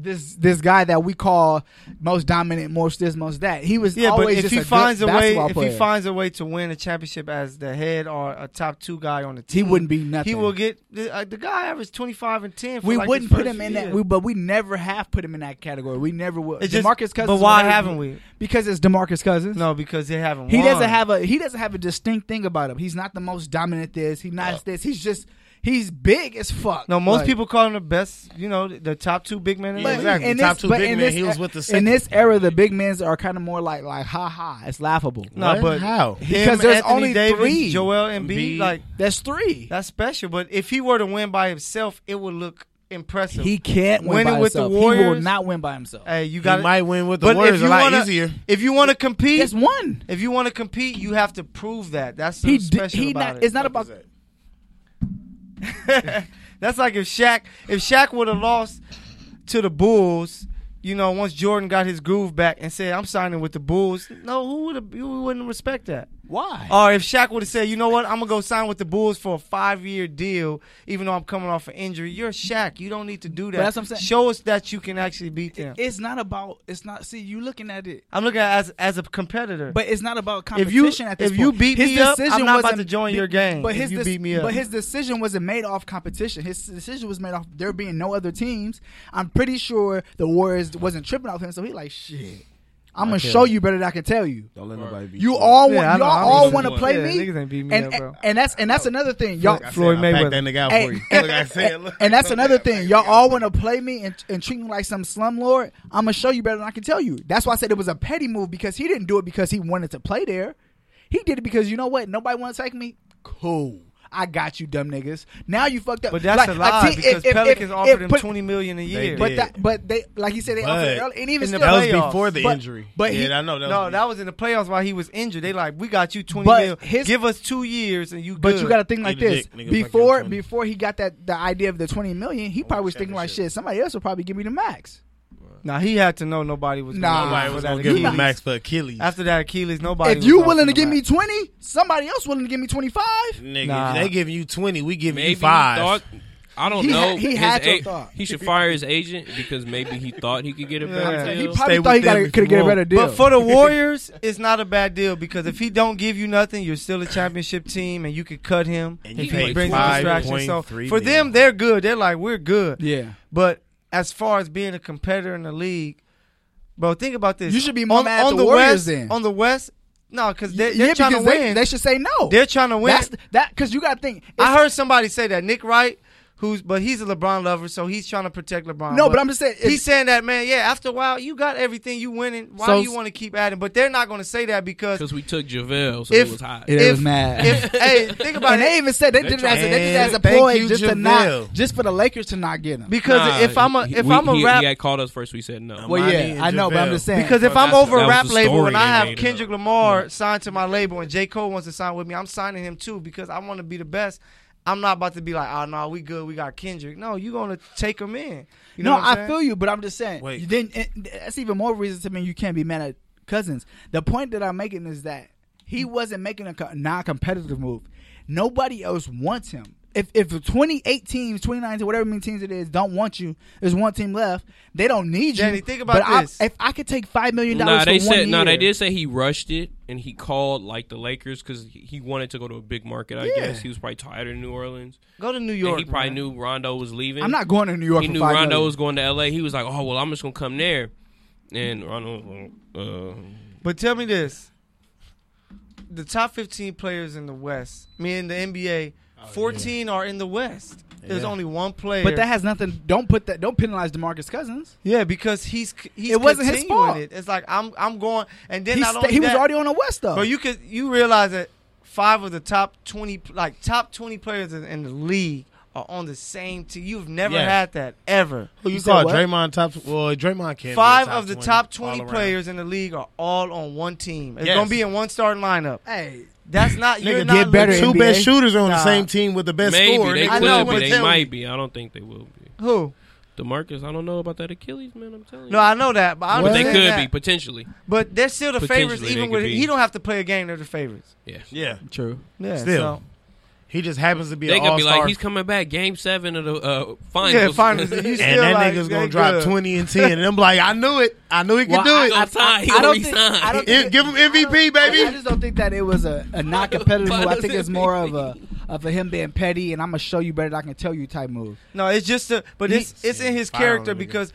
Speaker 2: this this guy that we call most dominant, most this, most that. He was
Speaker 3: Yeah, but
Speaker 2: always
Speaker 3: if
Speaker 2: just a
Speaker 3: he
Speaker 2: good
Speaker 3: finds a way,
Speaker 2: basketball
Speaker 3: if
Speaker 2: player.
Speaker 3: he finds a way to win a championship as the head or a top two guy on the
Speaker 2: he
Speaker 3: team,
Speaker 2: wouldn't be nothing.
Speaker 3: He will get the, uh, the guy averaged twenty five and ten. For
Speaker 2: we
Speaker 3: like his
Speaker 2: wouldn't put
Speaker 3: first
Speaker 2: him in
Speaker 3: year.
Speaker 2: that. We, but we never have put him in that category. We never will.
Speaker 3: It's just-
Speaker 2: Demarcus Cousins.
Speaker 3: But why
Speaker 2: whenever-
Speaker 3: haven't we?
Speaker 2: Because it's Demarcus Cousins.
Speaker 3: No, because they haven't.
Speaker 2: He
Speaker 3: won.
Speaker 2: doesn't have a he doesn't have a distinct thing about him. He's not the most dominant. This he's not this. He's just he's big as fuck.
Speaker 3: No, most
Speaker 2: Like-
Speaker 3: people call him the best. You know, the top two big men. In
Speaker 2: But
Speaker 3: the
Speaker 4: Yeah,
Speaker 3: league.
Speaker 4: exactly.
Speaker 2: in
Speaker 4: Top
Speaker 2: this-
Speaker 4: two
Speaker 2: but
Speaker 4: big
Speaker 2: in
Speaker 4: men,
Speaker 2: this- e,
Speaker 4: he was with the
Speaker 2: In
Speaker 4: second.
Speaker 2: this era, the big men's are kind of more like like ha ha. It's laughable.
Speaker 3: No,
Speaker 4: What?
Speaker 3: but
Speaker 4: How?
Speaker 2: Because there's
Speaker 3: Anthony
Speaker 2: only
Speaker 3: Davis,
Speaker 2: three.
Speaker 3: Joel Embiid,
Speaker 4: Embiid.
Speaker 3: like
Speaker 2: That's three.
Speaker 3: that's special. But if he were to win by himself, it would look impressive.
Speaker 2: He can't win
Speaker 3: Winning
Speaker 2: by
Speaker 3: with the
Speaker 2: himself. he will
Speaker 3: Warriors-
Speaker 2: not win by himself.
Speaker 3: hey, you
Speaker 4: He
Speaker 3: got
Speaker 4: might win with the
Speaker 3: But
Speaker 4: Warriors
Speaker 3: if
Speaker 4: a
Speaker 3: you
Speaker 4: lot
Speaker 3: wanna,
Speaker 4: easier.
Speaker 3: if you want to compete,
Speaker 2: That's one.
Speaker 3: if you want to compete, you have to prove that. That's
Speaker 2: He
Speaker 3: so
Speaker 2: di-
Speaker 3: special
Speaker 2: he
Speaker 3: about
Speaker 2: not.
Speaker 3: it.
Speaker 2: It's not about.
Speaker 3: That's like if Shaq if Shaq would have lost to the Bulls, you know, once Jordan got his groove back and said, "I'm signing with the Bulls," no, who would have who wouldn't respect that?
Speaker 2: Why?
Speaker 3: Or if Shaq would have said, "You know what? I'm gonna go sign with the Bulls for a five year deal, even though I'm coming off an injury." You're Shaq. You don't need to do that.
Speaker 2: But that's what I'm saying.
Speaker 3: Show us that you can actually beat them.
Speaker 2: It's not about. It's not. See, you looking at it,
Speaker 3: I'm looking at it as as a competitor.
Speaker 2: but it's not about
Speaker 3: If you-
Speaker 2: competition at this
Speaker 3: if
Speaker 2: point.
Speaker 3: you beat
Speaker 2: his
Speaker 3: me up, I'm
Speaker 2: decision
Speaker 3: not about
Speaker 2: wasn't-
Speaker 3: to join
Speaker 2: be-
Speaker 3: your game
Speaker 2: But
Speaker 3: if
Speaker 2: his
Speaker 3: you
Speaker 2: dec-
Speaker 3: beat me up.
Speaker 2: But his decision wasn't made off competition. His decision was made off there being no other teams. I'm pretty sure the Warriors wasn't tripping off him, so he like shit. I'm gonna
Speaker 4: Okay.
Speaker 2: show you better than I can tell you.
Speaker 4: Don't let nobody beat
Speaker 2: You all
Speaker 3: Yeah, I
Speaker 2: want,
Speaker 3: know.
Speaker 2: y'all
Speaker 3: I'm
Speaker 2: all
Speaker 3: just-
Speaker 2: want to play
Speaker 3: yeah,
Speaker 2: me,
Speaker 3: niggas ain't beat me
Speaker 2: and,
Speaker 3: up, bro.
Speaker 2: and that's and that's another thing, y'all.
Speaker 4: I said,
Speaker 3: Floyd
Speaker 4: I packed
Speaker 3: Mayweather.
Speaker 4: that nigga out
Speaker 2: Hey,
Speaker 4: for you.
Speaker 2: and-
Speaker 4: Look, I said, look.
Speaker 2: And that's another
Speaker 4: Yeah,
Speaker 2: thing. Y'all all want to play me and, and treat me like some slumlord. I'm gonna show you better than I can tell you. That's why I said it was a petty move because he didn't do it because he wanted to play there. He did it because you know what? Nobody want to take me. Cool. I got you, dumb niggas. Now you fucked up.
Speaker 3: but that's
Speaker 2: Like,
Speaker 3: a lie
Speaker 2: team-
Speaker 3: because
Speaker 2: if- if-
Speaker 3: Pelicans
Speaker 2: if-
Speaker 3: offered
Speaker 2: if
Speaker 3: him
Speaker 2: put-
Speaker 3: twenty million a year.
Speaker 4: did.
Speaker 2: But that, but they, like you said, they offered
Speaker 4: But
Speaker 2: early, and even
Speaker 3: in the
Speaker 2: still,
Speaker 4: that was
Speaker 3: playoffs.
Speaker 4: before the
Speaker 2: But-
Speaker 4: injury.
Speaker 2: but
Speaker 4: yeah,
Speaker 2: he-
Speaker 4: I know. That
Speaker 3: no,
Speaker 4: was
Speaker 3: that was in the playoffs while he was injured. They like, we got you twenty
Speaker 2: But
Speaker 3: mil.
Speaker 2: his-
Speaker 3: Give us two years and you. Good.
Speaker 2: But you got to think like
Speaker 4: Eat a
Speaker 2: this:
Speaker 4: dick, nigga, fuck your
Speaker 2: before
Speaker 4: 20.
Speaker 2: before he got that the idea of the twenty million, he probably was thinking like,
Speaker 4: championship.
Speaker 2: shit, somebody else will probably give me the max.
Speaker 3: Now he had to know nobody was.
Speaker 2: Nah.
Speaker 3: gonna,
Speaker 4: Nobody
Speaker 3: for
Speaker 4: was
Speaker 3: that
Speaker 4: gonna give him a
Speaker 3: Achilles.
Speaker 4: max for Achilles.
Speaker 3: After that Achilles, nobody.
Speaker 2: if
Speaker 3: was
Speaker 2: you
Speaker 3: gonna
Speaker 2: willing to
Speaker 3: give
Speaker 2: give
Speaker 3: him
Speaker 2: me
Speaker 3: that.
Speaker 2: twenty, somebody else willing to give me twenty five.
Speaker 4: Nigga,
Speaker 3: Nah.
Speaker 4: they giving you twenty, we giving
Speaker 6: Maybe
Speaker 4: you five.
Speaker 6: He thought, I don't
Speaker 2: He
Speaker 6: know.
Speaker 2: had- he
Speaker 6: His
Speaker 2: had to
Speaker 6: a-
Speaker 2: have thought.
Speaker 6: He should fire his agent because maybe he thought he could get a better
Speaker 3: Yeah.
Speaker 2: He
Speaker 6: deal.
Speaker 2: probably
Speaker 4: Stay
Speaker 2: thought he
Speaker 4: with them
Speaker 2: got
Speaker 4: if
Speaker 2: could
Speaker 4: you
Speaker 2: get a
Speaker 4: want.
Speaker 2: better deal.
Speaker 3: But for the Warriors, it's not a bad deal because if he don't give you nothing, you're still a championship team, and you could cut him
Speaker 4: And
Speaker 3: if
Speaker 4: you
Speaker 3: he
Speaker 4: paid
Speaker 3: brings you distraction. So
Speaker 4: 5.3
Speaker 3: for
Speaker 4: million.
Speaker 3: them, they're good. They're like we're good.
Speaker 2: yeah,
Speaker 3: But as far as being a competitor in the league, bro, think about this.
Speaker 2: You should be more mad at the Warriors
Speaker 3: West,
Speaker 2: then.
Speaker 3: On the West, no, because they're,
Speaker 2: yeah,
Speaker 3: they're trying to
Speaker 2: because they,
Speaker 3: win.
Speaker 2: they should say no.
Speaker 3: They're trying to win.
Speaker 2: That's the- that because you got to think.
Speaker 3: I heard somebody say that Nick Wright, who's but he's a LeBron lover, so he's trying to protect LeBron.
Speaker 2: No, but I'm just saying, it's-
Speaker 3: he's saying that man. Yeah, after a while, you got everything. You winning. Why
Speaker 2: So-
Speaker 3: do you want to keep adding? But they're not going to say that because
Speaker 6: Because we took JaVale, so
Speaker 3: If-
Speaker 6: it was hot.
Speaker 2: It
Speaker 3: if-
Speaker 2: was mad.
Speaker 3: if hey, think about
Speaker 2: and
Speaker 3: it.
Speaker 2: they even said they did it as a, they did it as a
Speaker 4: Thank
Speaker 2: ploy
Speaker 4: you,
Speaker 2: just to
Speaker 4: JaVale.
Speaker 2: not just for the Lakers to not get him.
Speaker 3: because
Speaker 6: Nah,
Speaker 3: if I'm a
Speaker 6: he-
Speaker 3: if
Speaker 6: we-
Speaker 3: I'm a
Speaker 6: he,
Speaker 3: rap
Speaker 6: He had called us first. We said no.
Speaker 4: Well,
Speaker 2: Well,
Speaker 4: Monty
Speaker 2: yeah,
Speaker 4: and
Speaker 2: I know, but I'm
Speaker 4: JaVale.
Speaker 2: just saying
Speaker 3: because if
Speaker 6: Well,
Speaker 3: I'm
Speaker 6: that's-
Speaker 3: over
Speaker 6: that
Speaker 3: a
Speaker 6: was
Speaker 3: rap
Speaker 6: the
Speaker 3: label
Speaker 6: story
Speaker 3: and I
Speaker 6: they
Speaker 3: have
Speaker 6: made
Speaker 3: Kendrick
Speaker 6: up.
Speaker 3: Lamar signed to my label and J Cole wants to sign with me, I'm signing him too because I want to be the best. I'm not about to be like, oh no, we good, we got Kendrick. No, you gonna take him in. You know
Speaker 2: no,
Speaker 3: what I'm
Speaker 2: I
Speaker 3: saying?
Speaker 2: feel you, but I'm just saying.
Speaker 4: Wait.
Speaker 2: you Then and that's even more reason to me you can't be mad at Cousins. The point that I'm making is that he wasn't making a co- non-competitive move. Nobody else wants him. if if 28 teams, 29 whatever many teams it is, don't want you, there's one team left. They don't need you.
Speaker 3: Danny, think about
Speaker 2: but I-
Speaker 3: this.
Speaker 2: if I could take five million dollars,
Speaker 6: Nah, they
Speaker 2: for
Speaker 6: said
Speaker 2: one
Speaker 6: nah, they
Speaker 2: year-
Speaker 6: did say he rushed it and he called like the Lakers because he wanted to go to a big market. I
Speaker 3: Yeah.
Speaker 6: guess he was probably tired of New Orleans.
Speaker 3: Go to New
Speaker 6: And
Speaker 3: York.
Speaker 6: he probably
Speaker 3: man.
Speaker 6: knew Rondo was leaving.
Speaker 2: I'm not going to New York.
Speaker 6: he
Speaker 2: for
Speaker 6: knew
Speaker 2: five
Speaker 6: Rondo
Speaker 2: million.
Speaker 6: was going to L.A. He was like, "Oh well, I'm just gonna come there." And Rondo, was like, "Uh,
Speaker 3: But tell me this: the top 15 players in the West, me in the NBA, 14 are in the West. There's
Speaker 4: Yeah.
Speaker 3: only one player.
Speaker 2: Oh, But that has nothing. Don't put that. Don't penalize Demarcus Cousins.
Speaker 3: yeah, because he's he's
Speaker 2: It wasn't his
Speaker 3: continuing
Speaker 2: fault.
Speaker 3: It. It's like I'm I'm going, and then
Speaker 2: He,
Speaker 3: not
Speaker 2: sta-
Speaker 3: only
Speaker 2: he was
Speaker 3: that-
Speaker 2: already on the West though.
Speaker 3: But you could you realize that five of the top 20 like top 20 players in, in the league are on the same team. You've never
Speaker 4: Yeah.
Speaker 3: had that ever.
Speaker 4: Who you,
Speaker 2: You said
Speaker 4: call
Speaker 2: what?
Speaker 4: Draymond top? Well, Draymond can't. be
Speaker 3: Five
Speaker 4: top
Speaker 3: of the
Speaker 4: 20
Speaker 3: top
Speaker 4: all
Speaker 3: 20
Speaker 4: around.
Speaker 3: players in the league are all on one team. It's
Speaker 4: Yes.
Speaker 3: going to be in one starting lineup.
Speaker 2: hey,
Speaker 3: That's not you're
Speaker 2: Nigga,
Speaker 3: not
Speaker 2: get better,
Speaker 3: legit.
Speaker 4: Two
Speaker 2: NBA.
Speaker 4: best shooters on
Speaker 3: Nah.
Speaker 4: the same team with the
Speaker 6: uh,
Speaker 4: best
Speaker 6: maybe
Speaker 4: scorer.
Speaker 6: they
Speaker 4: Nigga,
Speaker 3: I
Speaker 6: could
Speaker 3: know,
Speaker 4: what
Speaker 6: be,
Speaker 3: but
Speaker 4: the
Speaker 6: they
Speaker 4: hell?
Speaker 6: might be. I don't think they will be.
Speaker 3: Who?
Speaker 6: Demarcus, I don't know about that Achilles, man. I'm telling you,
Speaker 3: No, I know that, but I
Speaker 6: but they
Speaker 3: understand
Speaker 6: could
Speaker 3: that.
Speaker 6: be potentially.
Speaker 3: But they're still the favorites,
Speaker 6: Potentially,
Speaker 3: even
Speaker 6: they could
Speaker 3: with
Speaker 6: be.
Speaker 3: he don't have to play a game. They're the favorites.
Speaker 6: Yeah,
Speaker 4: Yeah,
Speaker 2: true.
Speaker 3: Yeah,
Speaker 4: Still. he just happens to be.
Speaker 6: they
Speaker 4: an
Speaker 6: could be like,
Speaker 4: all-star.
Speaker 6: "He's coming back, Game Seven of the uh,
Speaker 3: so,
Speaker 6: finals."
Speaker 3: yeah, finals. You still
Speaker 4: and that
Speaker 3: like,
Speaker 4: nigga's
Speaker 3: they
Speaker 4: gonna drop
Speaker 3: good.
Speaker 4: twenty and ten. And I'm like, I knew it. I knew he could
Speaker 2: Well,
Speaker 4: do it.
Speaker 6: I- sign. He
Speaker 2: don't
Speaker 6: already
Speaker 2: think,
Speaker 6: signed.
Speaker 2: I don't
Speaker 4: Yeah,
Speaker 2: think it-
Speaker 4: give him MVP,
Speaker 2: I- I
Speaker 4: baby.
Speaker 2: just don't think that it was a, a not competitive move. I think it's
Speaker 6: MVP.
Speaker 2: more of a of a him being petty and I'm gonna show you better than I can tell you type move.
Speaker 3: No, it's just a, but it's it's in his
Speaker 4: Fire on
Speaker 3: character
Speaker 4: him again.
Speaker 3: because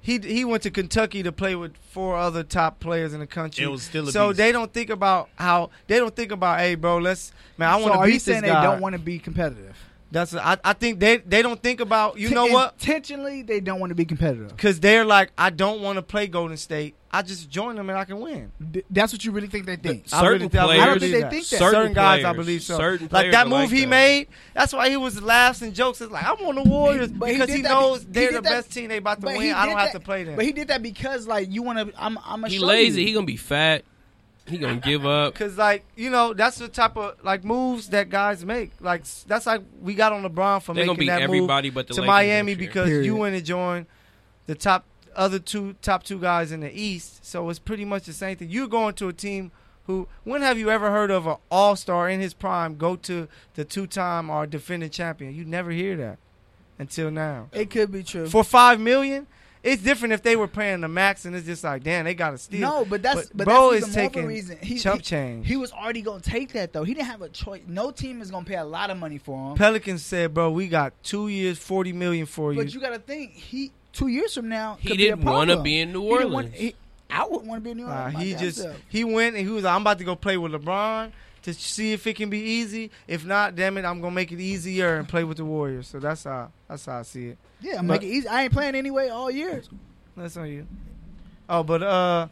Speaker 3: he he went to Kentucky to play with four other top players in the country.
Speaker 4: It was still a
Speaker 3: so
Speaker 4: beast.
Speaker 3: they don't think about how they don't think about hey bro let's man I want
Speaker 2: so
Speaker 3: to
Speaker 2: are
Speaker 3: beat
Speaker 2: you
Speaker 3: this
Speaker 2: saying
Speaker 3: guy.
Speaker 2: they don't want to be competitive?
Speaker 3: That's a- I I think they they don't think about you
Speaker 2: T-
Speaker 3: know what
Speaker 2: Intentionally, they don't want to be competitive.
Speaker 3: because they're like I don't want to play Golden State. I just join them and I can win.
Speaker 2: Th- That's what you really think they think.
Speaker 3: I really
Speaker 6: certain
Speaker 3: think-
Speaker 6: players,
Speaker 2: I don't think they think that.
Speaker 6: certain,
Speaker 3: guys, I
Speaker 6: players-
Speaker 3: believe so.
Speaker 6: Certain
Speaker 3: like
Speaker 6: players
Speaker 3: that
Speaker 6: are
Speaker 3: move
Speaker 6: like
Speaker 3: he
Speaker 6: that.
Speaker 3: made, that's why he was laughs and jokes. It's like I'm on the Warriors
Speaker 2: But he
Speaker 3: because
Speaker 2: did
Speaker 3: he,
Speaker 2: that be-
Speaker 3: knows
Speaker 2: he
Speaker 3: they're
Speaker 2: did
Speaker 3: the
Speaker 2: that-
Speaker 3: best team they about to
Speaker 2: But
Speaker 3: win.
Speaker 2: he
Speaker 3: I
Speaker 2: did
Speaker 3: don't have
Speaker 2: that-
Speaker 3: to play them.
Speaker 2: But he did that because like you want to. I'm I'm a
Speaker 6: He
Speaker 2: show
Speaker 6: lazy.
Speaker 2: You.
Speaker 6: He gonna be fat. He gonna give up.
Speaker 3: Cause like you know that's the type of like moves that guys make. Like s- that's like we got on LeBron for
Speaker 6: They're
Speaker 3: making
Speaker 6: gonna beat
Speaker 3: that
Speaker 6: everybody but
Speaker 3: move
Speaker 6: the
Speaker 3: to
Speaker 6: Lakers
Speaker 3: Miami
Speaker 6: next year.
Speaker 3: because
Speaker 2: Period.
Speaker 3: you went and joined the top other two top two guys in the East. So it's pretty much the same thing. You're going to a team who when have you ever heard of an All Star in his prime go to the two time or defending champion? You never hear that until now.
Speaker 2: It could be true.
Speaker 3: For five million, it's different if they were paying the max and it's just like damn they got to steal.
Speaker 2: no, but that's but,
Speaker 3: bro
Speaker 2: that's even
Speaker 3: is
Speaker 2: more of a
Speaker 3: taking
Speaker 2: reason. He,
Speaker 3: chump
Speaker 2: he-
Speaker 3: change.
Speaker 2: He was already gonna take that though. He didn't have a choice. No team is gonna pay a lot of money for him.
Speaker 3: Pelicans said, "Bro, we got two years, forty million for you."
Speaker 2: But you gotta think he two years from now
Speaker 6: He
Speaker 2: could
Speaker 6: didn't
Speaker 2: be a
Speaker 6: wanna
Speaker 2: problem.
Speaker 6: be in New
Speaker 2: He didn't wanna-
Speaker 6: Orleans.
Speaker 2: he- I wouldn't want to be in New
Speaker 3: Nah,
Speaker 2: Orleans. my
Speaker 3: he
Speaker 2: damn
Speaker 3: just
Speaker 2: self.
Speaker 3: he went and he was like, "I'm about to go play with LeBron to see if it can be easy. If not, damn it, I'm gonna make it easier and play with the Warriors." So that's how that's how I see it.
Speaker 2: yeah, I'm
Speaker 3: but-
Speaker 2: making easy. I ain't playing anyway all year.
Speaker 3: That's on you. Oh, but uh,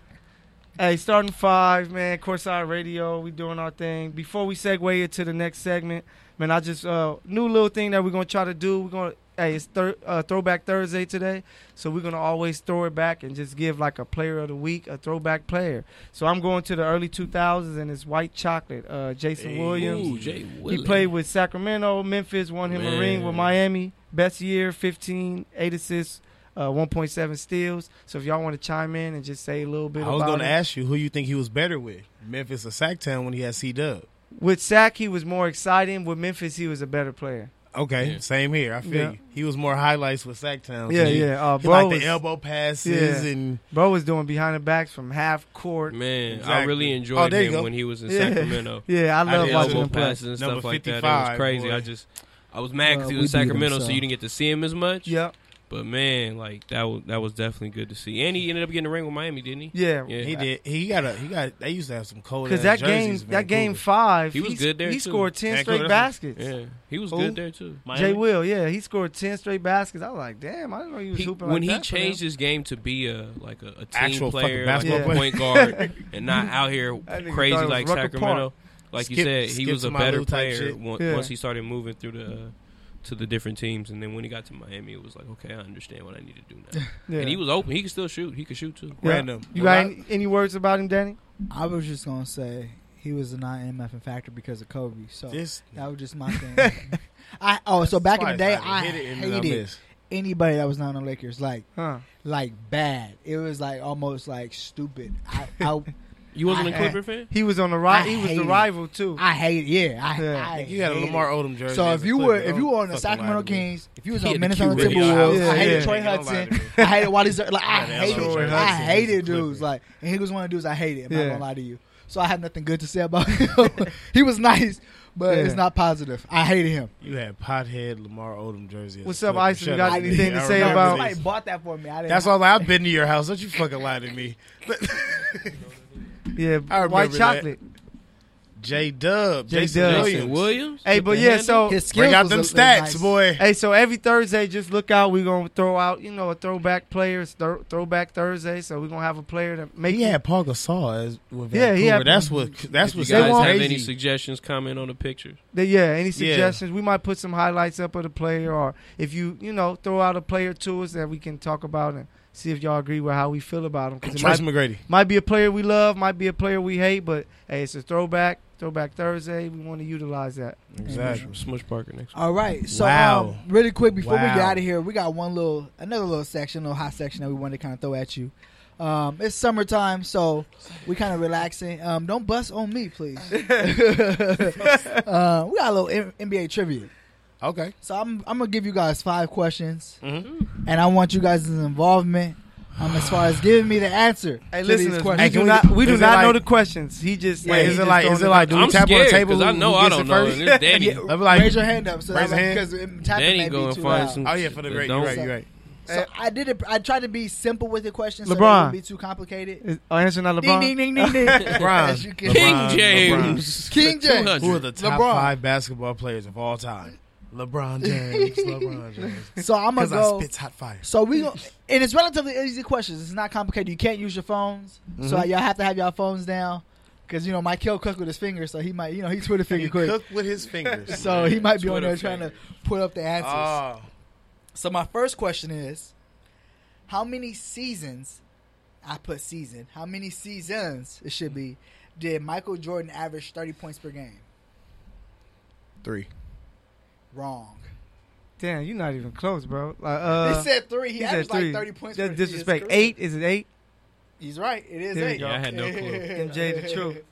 Speaker 3: hey, starting five, man. Courtside Radio, we doing our thing. Before we segue into the next segment, man, I just uh new little thing that we're gonna try to do. We're gonna hey, it's thir- uh, Throwback Thursday today, so we're gonna always throw it back and just give like a player of the week, a throwback player. So I'm going to the early 2000s and it's White Chocolate, uh, Jason
Speaker 4: Hey.
Speaker 3: Williams.
Speaker 6: Ooh, Jay
Speaker 3: He
Speaker 6: Willis.
Speaker 3: played with Sacramento, Memphis, won him a ring with
Speaker 6: Man.
Speaker 3: Miami. Best year, 15, 8 assists, uh, 1.7 steals. So if y'all want to chime in and just say a little bit
Speaker 4: I was
Speaker 3: about
Speaker 4: going to
Speaker 3: it.
Speaker 4: ask you who you think he was better with, Memphis or Sacktown when he had C Dub.
Speaker 3: With Sac, he was more exciting. With Memphis, he was a better player.
Speaker 4: Okay,
Speaker 6: Yeah.
Speaker 4: same here. I feel
Speaker 3: Yeah.
Speaker 4: you. He was more highlights with Sacktown.
Speaker 3: Yeah,
Speaker 4: he,
Speaker 3: yeah. Uh,
Speaker 4: He
Speaker 3: bro,
Speaker 4: liked
Speaker 3: was,
Speaker 4: the elbow passes
Speaker 3: Yeah.
Speaker 4: and
Speaker 3: bro was doing behind the backs from half court.
Speaker 6: Man, I
Speaker 4: Exactly.
Speaker 6: really
Speaker 4: Oh,
Speaker 6: enjoyed
Speaker 4: there you
Speaker 6: him
Speaker 4: go.
Speaker 6: when he was in
Speaker 3: Yeah.
Speaker 6: Mm, Sacramento.
Speaker 3: Yeah, I
Speaker 4: I
Speaker 3: love
Speaker 4: did
Speaker 3: watching
Speaker 6: elbow
Speaker 3: him play.
Speaker 6: passes and
Speaker 4: Number
Speaker 6: stuff like that. It was
Speaker 4: 55,
Speaker 6: crazy.
Speaker 4: boy.
Speaker 6: I just I was mad because
Speaker 2: Well,
Speaker 6: he
Speaker 2: we
Speaker 6: was
Speaker 2: beat
Speaker 6: in
Speaker 2: 'em,
Speaker 6: Sacramento, so
Speaker 2: so.
Speaker 6: you didn't get to see him as much.
Speaker 3: Yeah,
Speaker 6: But man, like that was that was definitely good to see. And he ended up getting a ring with Miami, didn't he?
Speaker 3: yeah.
Speaker 6: Yeah,
Speaker 4: he did. He got a. He got. They used to have some cold.
Speaker 3: Because
Speaker 4: Because
Speaker 3: that game, that game five,
Speaker 6: He was good there,
Speaker 3: He
Speaker 6: too.
Speaker 3: scored ten
Speaker 4: Vancouver,
Speaker 3: straight
Speaker 4: that's-
Speaker 3: baskets.
Speaker 6: Yeah, he was
Speaker 3: Who?
Speaker 6: good there too.
Speaker 3: Jay Will, yeah, he scored ten straight baskets. I was like, damn, I didn't know he was
Speaker 6: He-
Speaker 3: hooping like
Speaker 6: when he
Speaker 3: that for them.
Speaker 6: changed his game to be a like a, a team
Speaker 4: Actual fucking
Speaker 6: player, like
Speaker 4: basketball
Speaker 6: a
Speaker 3: player.
Speaker 6: point guard, and not out here
Speaker 3: That nigga
Speaker 6: crazy
Speaker 3: thought it was
Speaker 6: like
Speaker 3: Rucker
Speaker 6: Sacramento. Like you
Speaker 4: Skip-
Speaker 6: said, he
Speaker 4: skip
Speaker 6: was
Speaker 4: to
Speaker 6: a
Speaker 4: my
Speaker 6: better
Speaker 4: little type
Speaker 6: player
Speaker 4: shit.
Speaker 6: on-
Speaker 3: Yeah.
Speaker 6: once he started moving through the uh, to the different teams, and then when he got to Miami, it was like, okay, I understand what I need to do now.
Speaker 3: Yeah.
Speaker 6: And he was open; he could still shoot. He could shoot too.
Speaker 3: Yeah.
Speaker 4: Random.
Speaker 3: You
Speaker 4: Well,
Speaker 3: got
Speaker 4: I-
Speaker 3: any, any words about him, Danny?
Speaker 2: I was just gonna say he was not MF factor because of Kobe. So
Speaker 4: This.
Speaker 2: that was just my thing. I oh so back in the day I
Speaker 4: hit it and then I
Speaker 2: hated
Speaker 4: missed.
Speaker 2: anybody that was not on the Lakers like
Speaker 3: Huh?
Speaker 2: like bad. It was like almost like stupid. I, I
Speaker 6: You wasn't a
Speaker 3: I-
Speaker 6: Clipper fan?
Speaker 3: He was on the ri-
Speaker 2: I
Speaker 3: He was
Speaker 2: hate
Speaker 3: the
Speaker 2: it.
Speaker 3: rival too.
Speaker 2: I hate it. Yeah, I,
Speaker 3: Yeah.
Speaker 2: I
Speaker 4: You had a
Speaker 2: hate
Speaker 4: Lamar
Speaker 2: it.
Speaker 4: Odom jersey.
Speaker 2: So
Speaker 4: as
Speaker 2: if
Speaker 4: a
Speaker 2: you
Speaker 4: Clipper,
Speaker 2: were if
Speaker 4: don't
Speaker 2: you were on the
Speaker 4: fucking
Speaker 2: Sacramento
Speaker 4: lie to me.
Speaker 2: Kings, if you was
Speaker 6: He
Speaker 2: on
Speaker 6: had the
Speaker 2: Minnesota
Speaker 6: Q-rated
Speaker 2: Timberwolves,
Speaker 3: eyes.
Speaker 2: I hated
Speaker 3: Yeah.
Speaker 2: Troy
Speaker 4: Don't lie to
Speaker 2: Hudson.
Speaker 4: me.
Speaker 2: I hated Wally Zer- like I
Speaker 4: Yeah, they
Speaker 2: hated
Speaker 4: also Troy
Speaker 2: I
Speaker 4: Hudson
Speaker 2: hated
Speaker 4: was a
Speaker 2: dudes
Speaker 4: Clipper.
Speaker 2: like and he was one of the dudes I hated. I'm
Speaker 3: Yeah.
Speaker 2: not gonna lie to you. So I have nothing good to say about him. he was nice, but
Speaker 3: Yeah.
Speaker 2: it's not positive. I hated him.
Speaker 4: You had pothead Lamar Odom jersey. as a
Speaker 3: What's up,
Speaker 4: Clipper.
Speaker 3: Ice? You
Speaker 4: Shut
Speaker 3: got
Speaker 4: up,
Speaker 3: anything
Speaker 4: nigga.
Speaker 3: to
Speaker 4: I
Speaker 3: say
Speaker 4: remember
Speaker 3: about-
Speaker 2: Somebody
Speaker 4: this.
Speaker 2: bought that for me. I didn't.
Speaker 4: That's all. Like, I've been to your house. Don't you fucking lie to me.
Speaker 3: Yeah,
Speaker 4: I remember
Speaker 3: white
Speaker 4: that.
Speaker 3: chocolate.
Speaker 4: J
Speaker 3: J-Dub.
Speaker 4: Dub, Jason
Speaker 3: Jason
Speaker 6: Jason
Speaker 4: Williams.
Speaker 6: Williams?
Speaker 3: Hey,
Speaker 6: With
Speaker 3: but
Speaker 6: the
Speaker 3: yeah,
Speaker 6: handle?
Speaker 3: so
Speaker 2: His skills
Speaker 4: Bring out
Speaker 2: was
Speaker 4: them
Speaker 2: a- was
Speaker 4: stats,
Speaker 2: nice.
Speaker 4: boy.
Speaker 3: Hey, so every Thursday, just look out. We're gonna throw out, you know, a throwback player, thro- throwback Thursday. So we're gonna have a player that make.
Speaker 4: He had Paul Gasol as with
Speaker 3: Yeah, he
Speaker 4: Vancouver.
Speaker 3: had-
Speaker 4: That's what. That's
Speaker 6: If you
Speaker 4: what.
Speaker 6: guys
Speaker 4: got
Speaker 6: have
Speaker 4: crazy.
Speaker 6: any suggestions, comment on the pictures.
Speaker 3: the- yeah. Any
Speaker 4: Yeah.
Speaker 3: suggestions? We might put some highlights up of the player, or if you, you know, throw out a player to us that we can talk about and see if y'all agree with how we feel about him. it might,
Speaker 4: Tracy McGrady.
Speaker 3: might be a player we love, might be a player we hate, but hey, it's a throwback. Throwback Thursday. We want to utilize that.
Speaker 4: Exactly.
Speaker 6: Smush Parker next.
Speaker 2: All right. So
Speaker 4: Wow.
Speaker 2: um, really quick before we get
Speaker 4: Wow.
Speaker 2: out of here, we got one little another little section, little hot section that we wanted to kind of throw at you. Um, it's summertime, so we kind of relaxing. Um, don't bust on me, please. uh, we Uh, got a little M- NBA trivia.
Speaker 4: Okay.
Speaker 2: So I'm I'm gonna give you guys five questions,
Speaker 4: Mhm.
Speaker 6: Mm-hmm.
Speaker 2: and I want you guys' involvement um, as far as giving me the answer.
Speaker 3: Hey,
Speaker 2: to
Speaker 3: listen,
Speaker 2: these
Speaker 3: we
Speaker 2: questions.
Speaker 3: do
Speaker 4: we-
Speaker 3: not, we do
Speaker 4: is it
Speaker 3: not know
Speaker 4: like-
Speaker 3: the questions. He just he
Speaker 4: Wait, is it
Speaker 3: just
Speaker 4: like?
Speaker 3: throwing
Speaker 4: Is it
Speaker 3: them
Speaker 4: like?
Speaker 3: out.
Speaker 4: Do we
Speaker 6: I'm
Speaker 4: tap on
Speaker 6: scared
Speaker 4: the table?
Speaker 6: 'cause I
Speaker 4: who-
Speaker 6: know
Speaker 4: who
Speaker 6: I
Speaker 4: gets
Speaker 6: don't
Speaker 4: it
Speaker 6: know.
Speaker 4: first?
Speaker 6: And it's Danny.
Speaker 2: Yeah,
Speaker 4: I'm like-
Speaker 2: raise your hand up. So
Speaker 4: Raise
Speaker 2: that,
Speaker 4: your hand?
Speaker 2: because it- tapping may
Speaker 6: Danny
Speaker 2: be
Speaker 6: going to
Speaker 2: too
Speaker 6: find
Speaker 2: loud.
Speaker 6: some.
Speaker 4: Oh yeah, for the great. You're
Speaker 6: Don't-
Speaker 4: right. You're right.
Speaker 2: So I did it. I tried to be simple with the question, so
Speaker 3: Eh. LeBron.
Speaker 2: it wouldn't be too complicated.
Speaker 3: Is- oh, answer not
Speaker 2: Ding
Speaker 3: LeBron.
Speaker 2: ding ding ding ding. As you
Speaker 4: LeBron.
Speaker 2: can-
Speaker 6: King
Speaker 4: LeBron,
Speaker 6: James.
Speaker 2: King James.
Speaker 6: 200.
Speaker 4: Who are the top
Speaker 2: LeBron.
Speaker 4: five basketball players of all time? LeBron James. LeBron James.
Speaker 2: So I'm gonna
Speaker 4: Because I
Speaker 2: go.
Speaker 4: spits hot fire.
Speaker 2: So we go, and it's relatively easy questions. It's not complicated. You can't use your phones,
Speaker 3: Mm-hmm.
Speaker 2: so y'all have to have y'all phones down. Because you know Mike Hill cooked with his finger, so he might, you know, he Twitter
Speaker 4: He
Speaker 2: finger quick,
Speaker 4: cooked with his fingers.
Speaker 2: so he might be on
Speaker 6: Twitter
Speaker 2: there trying to
Speaker 6: fingers.
Speaker 2: put up the answers.
Speaker 3: Ah.
Speaker 4: Oh,
Speaker 2: So my first question is, how many seasons? I put season. How many seasons it should be? Did Michael Jordan average thirty points per game?
Speaker 4: three.
Speaker 2: Wrong.
Speaker 3: Damn, you're not even close, bro. Like, uh,
Speaker 2: they said three. He,
Speaker 3: he said
Speaker 2: averaged
Speaker 3: three.
Speaker 2: like thirty points.
Speaker 3: That's
Speaker 2: per
Speaker 3: disrespect.
Speaker 2: his career.
Speaker 3: Eight is it eight?
Speaker 2: He's right. It is
Speaker 3: There you
Speaker 2: eight.
Speaker 3: go.
Speaker 6: Yeah, I had no clue.
Speaker 3: MJ the truth.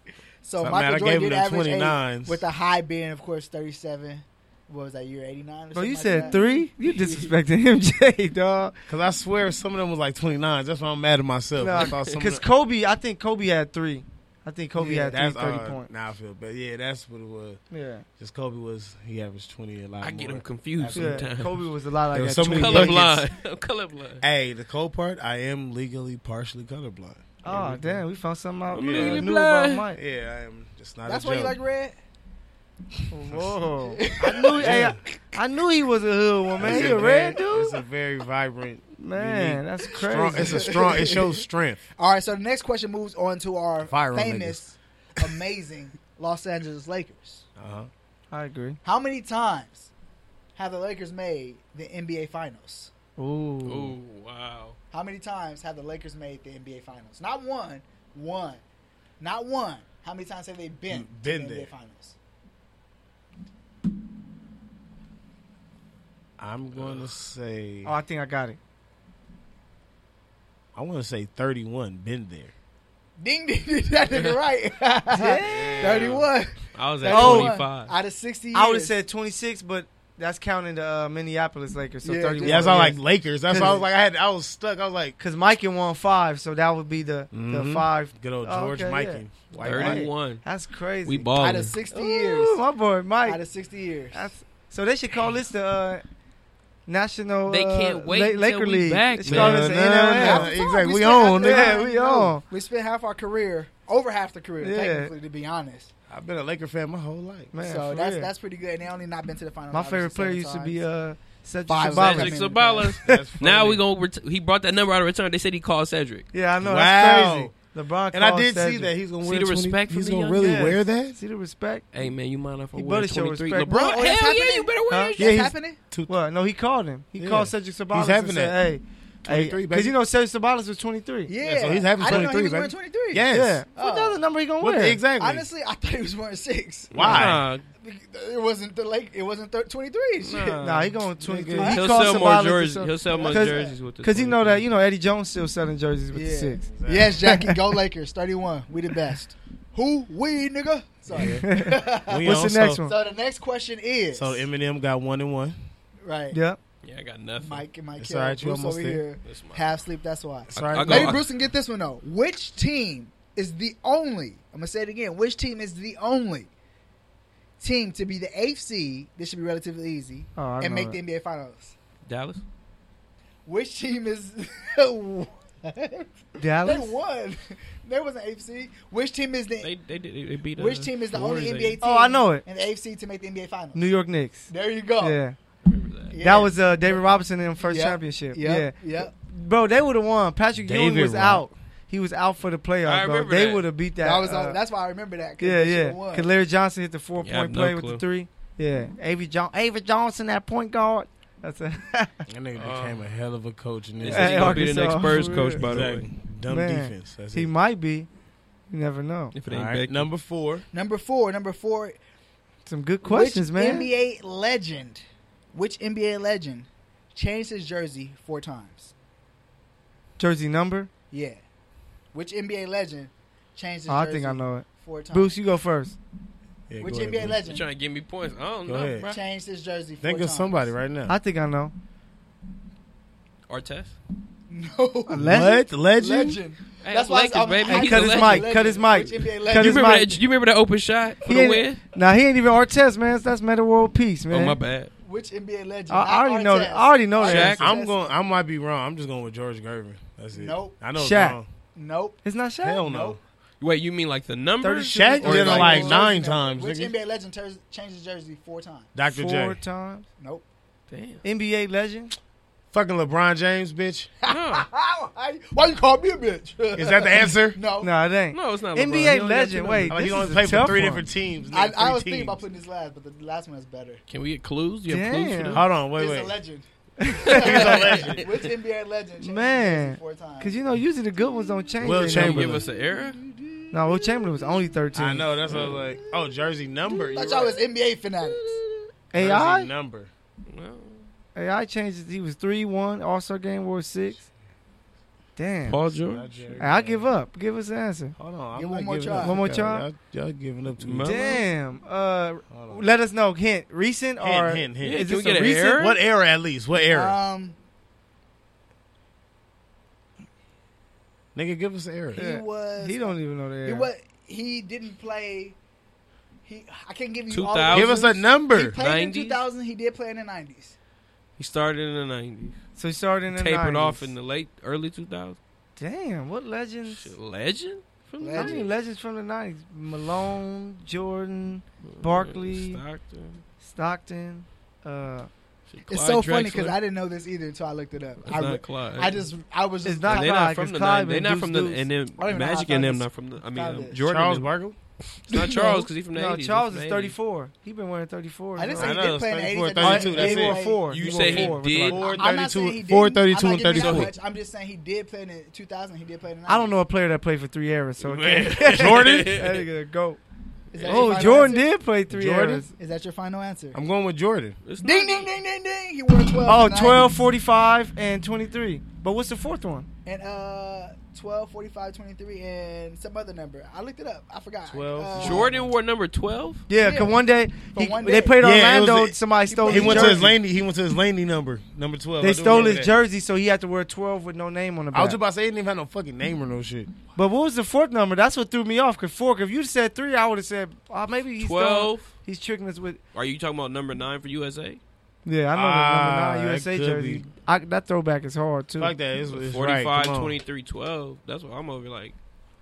Speaker 2: So
Speaker 4: Something
Speaker 2: Michael
Speaker 4: that Uh, I
Speaker 2: Jordan
Speaker 4: gave him
Speaker 2: did
Speaker 4: them
Speaker 2: average
Speaker 4: 29s.
Speaker 2: eight, with the high being, of course, thirty-seven. What was that year? Eighty-nine.
Speaker 3: Bro, you said three. You disrespecting MJ, dog.
Speaker 4: Because I swear some of them was like 29s. That's why I'm mad at myself. I thought some of
Speaker 3: Because
Speaker 4: them-
Speaker 3: Kobe, I think Kobe had three. I think Kobe
Speaker 4: yeah,
Speaker 3: had
Speaker 4: that's,
Speaker 3: three 30
Speaker 4: uh,
Speaker 3: points.
Speaker 4: Now I feel bad. Yeah, that's what it was.
Speaker 3: Yeah,
Speaker 4: Because Kobe was, he averaged 20 a lot
Speaker 6: I get
Speaker 4: more.
Speaker 6: him confused
Speaker 3: yeah.
Speaker 6: sometimes.
Speaker 3: Kobe was a lot like
Speaker 4: There was
Speaker 3: that.
Speaker 4: so many
Speaker 3: Twenty-
Speaker 4: buckets.
Speaker 6: Colorblind. I'm Colorblind.
Speaker 4: Hey, the cold part, I am legally partially colorblind.
Speaker 3: Oh damn, we found something out.
Speaker 6: I'm
Speaker 3: we
Speaker 6: legally
Speaker 3: knew about
Speaker 6: blind.
Speaker 3: Mike.
Speaker 4: Yeah, I am. It's not
Speaker 2: That's
Speaker 4: a
Speaker 2: why
Speaker 4: joke.
Speaker 2: you like red.
Speaker 3: Whoa, I knew. hey, I, I knew he was a hood one, man.
Speaker 4: It's
Speaker 3: He a red
Speaker 4: very- It's
Speaker 3: dude.
Speaker 4: a very vibrant,
Speaker 3: Man, that's crazy.
Speaker 4: strong, it's a strong, it shows strength.
Speaker 2: All right. So the next question moves on to our
Speaker 4: Fire on
Speaker 2: famous, amazing Los Angeles Lakers.
Speaker 4: Uh-huh.
Speaker 3: I agree.
Speaker 2: How many times have the Lakers made the NBA Finals?
Speaker 3: Ooh.
Speaker 6: Oh, wow.
Speaker 2: How many times have the Lakers made the NBA Finals? Not one. One. Not one. How many times have they been, to
Speaker 4: Been
Speaker 2: the
Speaker 4: there.
Speaker 2: NBA Finals?
Speaker 4: I'm going to say,
Speaker 3: Oh, I think I got it.
Speaker 4: I want to say 31, been there.
Speaker 2: Ding ding ding! That nigga right. Thirty-one.
Speaker 6: I was at
Speaker 2: Oh.
Speaker 6: 25.
Speaker 2: Out of sixty. Years.
Speaker 3: I would have said 26, but that's counting the uh, Minneapolis Lakers. So
Speaker 2: Yeah,
Speaker 3: 31.
Speaker 4: Yeah, that's all
Speaker 3: yes.
Speaker 4: like Lakers. That's why I was like, I had, I was stuck. I was like,
Speaker 3: Cause Mike and won five, so that would be the the
Speaker 4: Mhm.
Speaker 3: five.
Speaker 4: good old
Speaker 3: Oh,
Speaker 4: George
Speaker 3: okay,
Speaker 4: Mike
Speaker 3: yeah.
Speaker 4: and White Mike.
Speaker 6: 31.
Speaker 3: That's crazy.
Speaker 6: We
Speaker 2: out of
Speaker 6: balling.
Speaker 2: sixty
Speaker 3: Ooh,
Speaker 2: years.
Speaker 3: my boy
Speaker 2: Out
Speaker 3: Mike.
Speaker 2: of sixty years.
Speaker 3: That's, so they should call this the uh, national.
Speaker 6: They
Speaker 3: uh,
Speaker 6: can't wait
Speaker 3: La-
Speaker 6: till
Speaker 3: Laker
Speaker 6: we
Speaker 3: League.
Speaker 6: back,
Speaker 3: They should call
Speaker 4: man.
Speaker 3: this the
Speaker 4: Nah, nah,
Speaker 3: NLL.
Speaker 4: nah.
Speaker 2: Half the time,
Speaker 4: exactly. We
Speaker 2: spent half
Speaker 4: on,
Speaker 2: the
Speaker 4: nigga. We
Speaker 2: time-
Speaker 3: on.
Speaker 2: We spent half our career, over half the career,
Speaker 3: Yeah.
Speaker 2: technically, to be honest.
Speaker 4: I've been a Laker fan my whole life.
Speaker 3: Man,
Speaker 2: so
Speaker 3: for
Speaker 2: that's
Speaker 3: real.
Speaker 2: that's pretty good. And they only not been to the final.
Speaker 3: my favorite player used to be uh, Cedric
Speaker 2: Five
Speaker 3: Sabalas.
Speaker 2: legends.
Speaker 6: Cedric Sabalas.
Speaker 4: That's
Speaker 6: Now
Speaker 4: funny.
Speaker 6: we gonna ret- he brought that number out of return. They said he called Cedric.
Speaker 3: Yeah, I know.
Speaker 4: Wow.
Speaker 3: That's crazy. LeBron
Speaker 4: And I
Speaker 3: called
Speaker 4: did see
Speaker 3: Cedric.
Speaker 4: that he's gonna
Speaker 6: See
Speaker 4: wear
Speaker 6: the
Speaker 4: 20
Speaker 6: respect from
Speaker 4: He's
Speaker 6: the
Speaker 4: gonna
Speaker 6: young
Speaker 4: really
Speaker 3: guys.
Speaker 4: wear that.
Speaker 3: See the respect.
Speaker 6: Hey man, you mind if I
Speaker 3: He
Speaker 6: wear
Speaker 3: better show
Speaker 6: 23?
Speaker 3: respect.
Speaker 6: LeBron,
Speaker 2: Oh,
Speaker 6: hell
Speaker 2: that's
Speaker 6: yeah,
Speaker 2: happening?
Speaker 6: you better wear
Speaker 3: Huh?
Speaker 6: your
Speaker 4: Yeah,
Speaker 2: Yeah,
Speaker 4: he's-
Speaker 2: happening.
Speaker 3: Well, no, he called him. He
Speaker 4: Yeah.
Speaker 3: called Cedric Sabalas
Speaker 4: having
Speaker 3: and said, "Hey,
Speaker 9: 23,
Speaker 3: because
Speaker 9: baby.
Speaker 3: you know Serge Sabalas was 23.
Speaker 2: Yeah,
Speaker 9: so he's having
Speaker 2: I didn't know he
Speaker 9: 23,
Speaker 2: was wearing
Speaker 9: baby.
Speaker 2: 23.
Speaker 9: Yes.
Speaker 3: Yeah.
Speaker 2: Oh.
Speaker 3: What the other number he gonna
Speaker 9: What-
Speaker 3: wear?
Speaker 9: exactly.
Speaker 2: Honestly, I thought he was wearing six.
Speaker 4: Uh-huh.
Speaker 9: Why?
Speaker 2: It wasn't the like. It wasn't thir- 23. Shit.
Speaker 6: Nah.
Speaker 3: Nah, he going 23.
Speaker 2: Nigga.
Speaker 3: He
Speaker 6: he'll
Speaker 3: called
Speaker 6: sell more
Speaker 3: Sabalas to
Speaker 6: jerseys.
Speaker 3: sell-
Speaker 6: He'll sell more
Speaker 3: Cause-
Speaker 6: jerseys with the.
Speaker 3: Cause you know that you know Eddie Jones still selling jerseys with the
Speaker 2: Yeah.
Speaker 3: six.
Speaker 2: Yes, Jackie, go Lakers. 31. We the best. Who? We, nigga. Sorry.
Speaker 4: We
Speaker 3: What's
Speaker 4: on,
Speaker 3: the next
Speaker 4: so,
Speaker 3: one?
Speaker 2: so the next question is.
Speaker 4: So Eminem got one and one.
Speaker 2: right.
Speaker 3: Yeah,
Speaker 6: Yeah, I got nothing.
Speaker 2: Mike and Mike
Speaker 4: It's
Speaker 2: Hill.
Speaker 4: all right, you
Speaker 2: Bruce
Speaker 4: almost
Speaker 2: over
Speaker 4: there.
Speaker 2: here.
Speaker 6: That's my-
Speaker 2: Half sleep. That's why.
Speaker 4: Sorry,
Speaker 6: I go-
Speaker 2: Lady Bruce can get this one though. Which team is the only? I'm gonna say it again. Which team is the only team to be the eighth seed? This should be relatively easy
Speaker 3: Oh, I
Speaker 2: and
Speaker 3: know
Speaker 2: make
Speaker 3: that.
Speaker 2: the NBA Finals.
Speaker 6: Dallas.
Speaker 2: Which team is? they
Speaker 3: Dallas.
Speaker 2: won. There was an eighth seed. Which team is the?
Speaker 6: They they did they beat.
Speaker 2: Which team is the only NBA team?
Speaker 3: Oh, I know it.
Speaker 2: And the eighth seed to make the NBA Finals.
Speaker 3: New York Knicks.
Speaker 2: There you go.
Speaker 3: Yeah.
Speaker 6: team?
Speaker 2: Oh. Yeah.
Speaker 3: that was uh, David Robinson in the first
Speaker 2: Yeah.
Speaker 3: championship.
Speaker 2: Yep.
Speaker 3: Yeah,
Speaker 2: Yep.
Speaker 3: bro, they would have won. Patrick Ewing
Speaker 4: David
Speaker 3: was
Speaker 4: Rob-
Speaker 3: out. He was out for the
Speaker 6: I
Speaker 3: playoff, bro.
Speaker 6: remember
Speaker 3: They
Speaker 6: that.
Speaker 3: would have beat that.
Speaker 2: That was.
Speaker 3: uh,
Speaker 2: that's why I remember that. 'cause they
Speaker 3: yeah,
Speaker 2: should've
Speaker 3: yeah.
Speaker 2: won.
Speaker 3: Cause Larry Johnson hit the four
Speaker 6: Yeah, I have
Speaker 3: point
Speaker 6: no
Speaker 3: play with
Speaker 6: clue.
Speaker 3: the three. Yeah, Avery John, Avery Johnson, that point guard. That's a
Speaker 4: That nigga
Speaker 6: Um,
Speaker 4: became a hell of a coach in
Speaker 6: This
Speaker 4: this.
Speaker 6: is
Speaker 3: Hey,
Speaker 6: gonna be the next
Speaker 3: Arkansas.
Speaker 6: Spurs coach, by the
Speaker 4: Exactly.
Speaker 6: way.
Speaker 4: Dumb
Speaker 3: Man.
Speaker 4: defense. That's
Speaker 3: he
Speaker 4: it.
Speaker 3: might be. You never know.
Speaker 6: If it
Speaker 4: All
Speaker 6: ain't
Speaker 4: right,
Speaker 6: Beck,
Speaker 4: number four.
Speaker 2: Number four. Number four.
Speaker 3: Some good questions,
Speaker 2: which
Speaker 3: man.
Speaker 2: NBA legend, which NBA legend changed his jersey four times?
Speaker 3: Jersey number.
Speaker 2: Yeah. Which NBA legend changed his
Speaker 3: Oh, I
Speaker 2: jersey
Speaker 3: think I know it.
Speaker 2: four times?
Speaker 3: Bruce, you go first.
Speaker 4: Yeah,
Speaker 2: which
Speaker 4: go ahead,
Speaker 2: NBA
Speaker 4: Bruce.
Speaker 6: you
Speaker 2: legend
Speaker 6: trying to give me points? I don't
Speaker 4: Go
Speaker 6: know,
Speaker 4: ahead.
Speaker 6: bro.
Speaker 2: changed his jersey four
Speaker 4: Think
Speaker 2: times?
Speaker 4: of somebody right now.
Speaker 3: I think I know.
Speaker 6: Artest.
Speaker 2: No.
Speaker 4: What? Legend?
Speaker 2: Legend.
Speaker 6: Hey,
Speaker 2: That's why
Speaker 6: Lakers,
Speaker 2: I'm-
Speaker 6: baby.
Speaker 2: I-
Speaker 6: He's
Speaker 3: cut
Speaker 6: a
Speaker 3: his
Speaker 6: legend.
Speaker 3: mic. Cut his mic.
Speaker 2: Which NBA
Speaker 3: Cut
Speaker 2: legend?
Speaker 6: You
Speaker 3: his
Speaker 6: remember,
Speaker 3: mic.
Speaker 6: that, you remember that open shot for
Speaker 3: He
Speaker 6: the
Speaker 3: ain't-
Speaker 6: win?
Speaker 3: Now he ain't even Artest, man. That's Meta World Peace, man.
Speaker 6: Oh my bad.
Speaker 2: Which NBA legend?
Speaker 3: I, I
Speaker 2: Not
Speaker 3: already know
Speaker 2: Artest.
Speaker 3: that. I already know that.
Speaker 6: Shaq.
Speaker 4: I'm going. I might be wrong. I'm just going with George Gervin. That's it.
Speaker 2: Nope.
Speaker 4: I know. it's
Speaker 3: Shaq.
Speaker 4: wrong.
Speaker 2: Nope.
Speaker 3: It's not Shaq.
Speaker 4: Hell no.
Speaker 2: Nope.
Speaker 6: Wait, you mean like the numbers?
Speaker 3: 32.
Speaker 4: Shaq
Speaker 6: Or
Speaker 4: did it
Speaker 6: like-
Speaker 4: like
Speaker 2: Jersey
Speaker 4: nine
Speaker 2: number.
Speaker 4: times.
Speaker 2: Which
Speaker 4: nigga.
Speaker 2: NBA legend ter- changed his jersey four times?
Speaker 4: Dr.
Speaker 3: Four
Speaker 4: J.
Speaker 3: times.
Speaker 2: Nope.
Speaker 6: Damn.
Speaker 3: NBA legend.
Speaker 4: Fucking LeBron James, bitch.
Speaker 6: No,
Speaker 2: How? How you- Why you call me a bitch?
Speaker 4: Is that the answer?
Speaker 2: no.
Speaker 3: No, it ain't.
Speaker 6: Oh. no, it's not. LeBron. He only
Speaker 3: NBA
Speaker 6: got two
Speaker 3: legend.
Speaker 6: numbers.
Speaker 3: Wait,
Speaker 4: Like,
Speaker 3: this
Speaker 4: he only
Speaker 3: is a
Speaker 4: played for
Speaker 3: tough
Speaker 4: three
Speaker 3: one.
Speaker 4: different teams.
Speaker 2: I,
Speaker 4: nigga,
Speaker 2: I
Speaker 4: three
Speaker 2: was thinking about
Speaker 4: teams.
Speaker 2: putting this last, but the last one is better.
Speaker 6: Can we get clues? Do you have clues for
Speaker 3: Damn.
Speaker 6: that?
Speaker 4: Hold on. Wait,
Speaker 2: He's
Speaker 4: wait.
Speaker 2: a legend.
Speaker 4: He's a legend.
Speaker 2: Which NBA legend? changed his
Speaker 3: Man,
Speaker 2: jersey four times?
Speaker 3: Cause you know usually the good ones don't change.
Speaker 4: Will
Speaker 3: their
Speaker 6: Can you
Speaker 4: Chamberlain.
Speaker 6: give us an era?
Speaker 3: number. No, Will Chamberlain was only thirteen.
Speaker 4: I know. That's what I was like. Oh, jersey number.
Speaker 2: I
Speaker 4: you're
Speaker 2: thought y'all
Speaker 4: right.
Speaker 2: was NBA fanatics.
Speaker 4: Jersey
Speaker 3: AI.
Speaker 4: number.
Speaker 6: No.
Speaker 3: AI changes. He was three one All Star Game War six. Damn.
Speaker 6: Paul
Speaker 4: Not
Speaker 6: George.
Speaker 4: Jerry.
Speaker 3: Hey, I'll give up. Give us the answer.
Speaker 4: Hold on. I'm
Speaker 2: Give
Speaker 4: not
Speaker 2: one more
Speaker 4: giving
Speaker 2: try.
Speaker 4: up.
Speaker 3: One more
Speaker 4: Y'all-
Speaker 3: try?
Speaker 4: Y'all, y'all giving up too
Speaker 6: Melo?
Speaker 4: much.
Speaker 3: Damn. Uh,
Speaker 4: Hold on.
Speaker 3: let us know. Hint. Recent or
Speaker 4: Hint, hint, hint.
Speaker 6: Yeah,
Speaker 3: Is
Speaker 6: can we
Speaker 3: this
Speaker 6: get
Speaker 3: a
Speaker 6: an
Speaker 3: recent-
Speaker 6: era?
Speaker 4: What era at least? What era?
Speaker 2: Um,
Speaker 4: Nigga, give us an era.
Speaker 2: he was.
Speaker 3: He don't even know the
Speaker 2: He
Speaker 3: era.
Speaker 2: was. He didn't play. He. I can't give you.
Speaker 6: 2000?
Speaker 2: all the
Speaker 4: Give us a
Speaker 2: He
Speaker 4: number.
Speaker 2: played
Speaker 6: 90s?
Speaker 2: in 2000. He did play in the 90s.
Speaker 6: He started in the nineties.
Speaker 3: So he started in the
Speaker 6: Tapered
Speaker 3: 90s.
Speaker 6: off in the late early 2000s.
Speaker 3: Damn. What legends?
Speaker 6: Shit, legend. From the
Speaker 3: How many
Speaker 6: 90s?
Speaker 3: legends from the nineties? Malone, Jordan, Barkley.
Speaker 6: Stockton.
Speaker 3: Stockton. Uh,
Speaker 6: Shit,
Speaker 2: It's
Speaker 6: Clyde
Speaker 2: so funny because
Speaker 6: Drexler.
Speaker 2: I didn't know this either until I looked it up.
Speaker 6: It's
Speaker 2: I,
Speaker 6: not
Speaker 2: re-
Speaker 6: Clyde.
Speaker 2: I just. I was just.
Speaker 3: It's not
Speaker 6: And they're
Speaker 3: Clyde,
Speaker 6: not from
Speaker 3: 'cause
Speaker 6: the
Speaker 3: Clyde
Speaker 6: 90s. They're
Speaker 3: been
Speaker 6: not from the
Speaker 3: deuce-deuce.
Speaker 6: and then
Speaker 2: I don't even know
Speaker 6: Magic
Speaker 2: how
Speaker 6: and
Speaker 2: I
Speaker 6: them
Speaker 2: thought
Speaker 6: not from the. I mean,
Speaker 2: Clyde
Speaker 6: um,
Speaker 2: is.
Speaker 6: Jordan.
Speaker 4: Charles
Speaker 6: and-
Speaker 4: Barkley.
Speaker 6: It's not Charles because he's from the
Speaker 3: no,
Speaker 6: 80s.
Speaker 3: Charles
Speaker 6: He's
Speaker 3: is
Speaker 6: from the 80s.
Speaker 3: 34. He been wearing 34.
Speaker 2: I didn't
Speaker 3: bro.
Speaker 2: say he
Speaker 4: I know,
Speaker 2: did play in the
Speaker 4: 34,
Speaker 2: 80s. I just
Speaker 4: 32,
Speaker 2: said
Speaker 4: that's
Speaker 2: he
Speaker 4: it.
Speaker 2: played-
Speaker 3: four.
Speaker 6: You
Speaker 3: He
Speaker 6: say
Speaker 3: wore
Speaker 6: he
Speaker 3: four.
Speaker 6: did.
Speaker 4: Four
Speaker 2: I'm not saying he
Speaker 4: thirty-two.
Speaker 2: didn't.
Speaker 4: Four
Speaker 2: I'm
Speaker 4: thirty-two
Speaker 2: not
Speaker 4: and
Speaker 2: giving that
Speaker 4: thirty-four.
Speaker 2: much. I'm just saying he did play in the 2000. He did play in the 90s.
Speaker 3: I don't know a player that played for three eras. So
Speaker 4: Man,
Speaker 3: that
Speaker 4: Jordan.
Speaker 3: nigga a goat.
Speaker 2: Is that your
Speaker 3: Oh,
Speaker 2: final
Speaker 3: Jordan
Speaker 2: answer?
Speaker 3: did play three
Speaker 4: Jordan?
Speaker 3: eras.
Speaker 2: Is that your final answer?
Speaker 4: I'm going with Jordan.
Speaker 6: It's
Speaker 2: Ding,
Speaker 6: not-
Speaker 2: ding, ding, ding, ding. He wore 12.
Speaker 3: Oh,
Speaker 2: in the
Speaker 3: 12,
Speaker 2: 90s.
Speaker 3: 45, and 23. But what's the fourth one?
Speaker 2: and uh 12 45 23 and some other number i looked it up i forgot
Speaker 4: 12.
Speaker 2: Uh,
Speaker 6: Jordan wore number 12?
Speaker 3: Yeah,
Speaker 2: Yeah.
Speaker 3: cause one day,
Speaker 2: For
Speaker 3: he,
Speaker 2: one
Speaker 3: they
Speaker 2: day.
Speaker 3: played
Speaker 4: Yeah, it
Speaker 3: Orlando.
Speaker 4: was a-
Speaker 3: somebody stole
Speaker 2: played-
Speaker 4: He
Speaker 3: his
Speaker 4: went
Speaker 3: Oh, jersey.
Speaker 4: to his Laney. He went to his Laney number, number twelve. I
Speaker 3: They
Speaker 4: do
Speaker 3: stole
Speaker 4: remember
Speaker 3: his
Speaker 4: that.
Speaker 3: jersey, so he had to wear 12 with no name on the
Speaker 4: I was
Speaker 3: back.
Speaker 4: just about to say he didn't even have no fucking name or no shit.
Speaker 3: but what was the fourth number? That's what threw me off. Cause four. If you said three, I would have said oh, maybe he's throwing-
Speaker 6: 12?
Speaker 3: He's tricking us with.
Speaker 6: Are you talking about number 9 for USA?
Speaker 3: Yeah, I know
Speaker 4: Ah,
Speaker 3: the number nine
Speaker 4: that
Speaker 3: USA
Speaker 4: could
Speaker 3: jersey.
Speaker 4: be.
Speaker 3: I, that throwback is hard too.
Speaker 4: Fuck that. It's, it's
Speaker 6: 45,
Speaker 4: right. Come on.
Speaker 6: 23, 12. That's what I'm over like.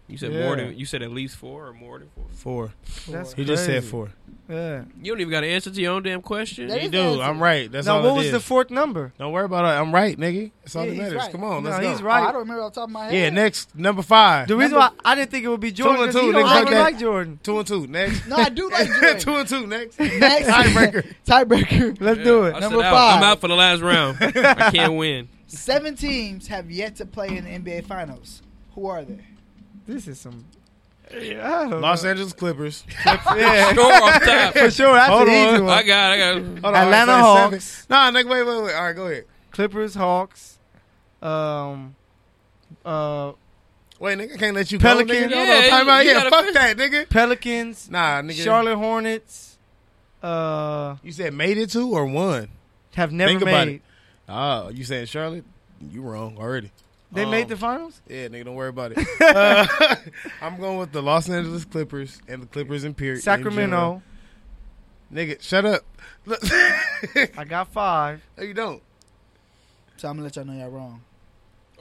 Speaker 6: You said
Speaker 4: Yeah.
Speaker 6: more than you said at least four or more than four.
Speaker 4: Four.
Speaker 3: That's
Speaker 4: He just said
Speaker 3: crazy.
Speaker 4: four.
Speaker 3: Yeah.
Speaker 6: You don't even got an answer to your own damn question.
Speaker 2: That
Speaker 4: He
Speaker 2: is
Speaker 4: do.
Speaker 2: the answer.
Speaker 4: I'm right. That's
Speaker 3: now
Speaker 4: all.
Speaker 3: what
Speaker 4: it
Speaker 3: was the
Speaker 4: is.
Speaker 3: fourth number?
Speaker 4: Don't worry about it. I'm right, nigga. That's all
Speaker 2: Yeah,
Speaker 4: that
Speaker 2: he's
Speaker 4: matters.
Speaker 2: right.
Speaker 4: Come on,
Speaker 3: No,
Speaker 4: let's
Speaker 3: he's
Speaker 4: go.
Speaker 2: Oh,
Speaker 3: right.
Speaker 2: i don't remember off the top of my head
Speaker 4: Yeah, next number five.
Speaker 3: The reason why I didn't think it would be Jordan
Speaker 4: Two and
Speaker 3: because he
Speaker 4: two,
Speaker 3: don't
Speaker 4: nigga,
Speaker 3: really
Speaker 4: okay.
Speaker 3: like Jordan.
Speaker 4: Two and two. Next.
Speaker 2: no i do like Jordan.
Speaker 4: two and two. Next.
Speaker 2: Next.
Speaker 4: Tiebreaker.
Speaker 2: tiebreaker
Speaker 3: Let's do it.
Speaker 6: I
Speaker 2: Number
Speaker 6: said out.
Speaker 2: five.
Speaker 6: I'm out for the last round. I can't win.
Speaker 2: Seven teams have yet to play in the NBA Finals. Who are they?
Speaker 3: This is some. Yeah, I don't
Speaker 4: Los
Speaker 3: know.
Speaker 4: Angeles Clippers.
Speaker 3: Yeah.
Speaker 6: Sure off top.
Speaker 3: For sure, that's
Speaker 4: Hold
Speaker 3: an
Speaker 4: on.
Speaker 3: easy one.
Speaker 6: I got, I got.
Speaker 4: Hold
Speaker 3: Atlanta
Speaker 4: I said
Speaker 3: Hawks.
Speaker 4: seven. Nah, nigga, wait, wait, wait. All right, go ahead.
Speaker 3: Clippers, Hawks, um, uh,
Speaker 4: Wait, nigga, I can't let you go.
Speaker 3: Pelicans.
Speaker 4: Nigga.
Speaker 6: Yeah,
Speaker 4: Yeah, time
Speaker 6: you-
Speaker 4: out.
Speaker 6: you
Speaker 4: Yeah,
Speaker 6: gotta
Speaker 4: fuck
Speaker 6: finish.
Speaker 4: that, nigga.
Speaker 3: Pelicans,
Speaker 4: Nah, nigga.
Speaker 3: Charlotte Hornets. Uh,
Speaker 4: You said made it to or won?
Speaker 3: have never
Speaker 4: Think
Speaker 3: made.
Speaker 4: about it. Oh, you saying Charlotte? You wrong already.
Speaker 3: They
Speaker 4: Um,
Speaker 3: made the finals.
Speaker 4: Yeah, nigga, don't worry about it. Uh, I'm going with the Los Angeles Clippers and the Clippers in period. in general.
Speaker 3: Sacramento.
Speaker 4: nigga, shut up. Look-
Speaker 3: I got five.
Speaker 4: no, you don't.
Speaker 2: So I'm gonna let y'all know y'all wrong.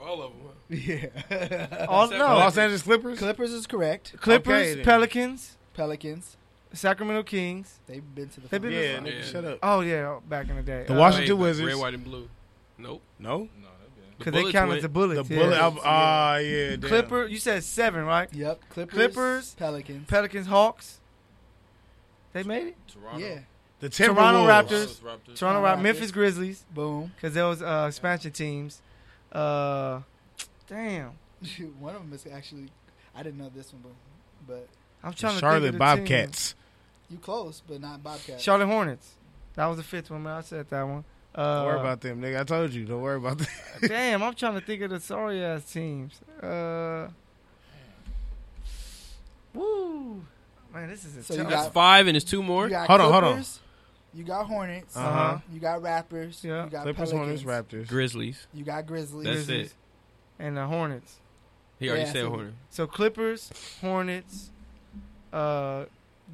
Speaker 6: All of them.
Speaker 2: Yeah.
Speaker 3: All
Speaker 6: Sacramento.
Speaker 4: The
Speaker 3: no.
Speaker 4: Los Angeles Clippers.
Speaker 2: Clippers is correct.
Speaker 3: Clippers,
Speaker 4: Okay, then.
Speaker 3: Pelicans,
Speaker 2: Pelicans.
Speaker 3: Sacramento Kings.
Speaker 2: They've been to the
Speaker 3: They've
Speaker 2: finals.
Speaker 3: been to
Speaker 4: Yeah,
Speaker 3: the-
Speaker 4: nigga,
Speaker 6: Yeah.
Speaker 4: shut up.
Speaker 3: Oh yeah, back in the day.
Speaker 4: The
Speaker 3: Uh,
Speaker 4: Washington
Speaker 6: Wait,
Speaker 4: Wizards.
Speaker 6: Red, white, and blue. Nope.
Speaker 4: No,
Speaker 3: Because Uh, they
Speaker 6: Bullets
Speaker 3: count
Speaker 6: went-
Speaker 3: as the
Speaker 4: the
Speaker 3: bullets. yeah.
Speaker 4: bullet. album- Ah, yeah. damn.
Speaker 3: Clipper, you said seven, right?
Speaker 2: Yep. Clippers.
Speaker 3: Clippers,
Speaker 2: Pelicans.
Speaker 3: Pelicans, Hawks. They made it.
Speaker 6: Toronto.
Speaker 2: Yeah.
Speaker 4: The
Speaker 3: Toronto
Speaker 4: Timberwolves.
Speaker 3: Raptors.
Speaker 6: Raptors.
Speaker 3: Toronto,
Speaker 2: Raptors.
Speaker 3: Raptors, Memphis Grizzlies,
Speaker 2: Boom.
Speaker 3: because there was uh, expansion teams. Uh, damn,
Speaker 2: one of them is actually. I didn't know this one, but but
Speaker 3: I'm trying
Speaker 4: The
Speaker 3: to think of
Speaker 4: Charlotte
Speaker 3: the teams.
Speaker 4: Bobcats.
Speaker 2: you close, but not Bobcats.
Speaker 3: Charlotte Hornets. That was the fifth one, man. I said that one. Uh,
Speaker 4: Don't worry about them, nigga. I told you. Don't worry about them.
Speaker 3: Damn, I'm trying to think of the sorry ass teams. Uh, woo, man, this is a
Speaker 2: So you
Speaker 3: tough.
Speaker 6: That's
Speaker 2: got-
Speaker 6: five, and it's two more.
Speaker 2: You got
Speaker 4: Hold on, hold on.
Speaker 2: Clippers, You got Hornets.
Speaker 4: Uh
Speaker 3: Uh-huh.
Speaker 4: huh.
Speaker 2: You got Rappers.
Speaker 3: Yeah.
Speaker 2: You got
Speaker 4: Clippers,
Speaker 2: Pelicans,
Speaker 4: Hornets, Raptors.
Speaker 6: Grizzlies.
Speaker 2: You got Grizzlies.
Speaker 6: That's it.
Speaker 3: and the Hornets.
Speaker 6: He already
Speaker 2: Yeah,
Speaker 6: said
Speaker 2: so-
Speaker 6: Horner.
Speaker 3: So Clippers, Hornets, uh,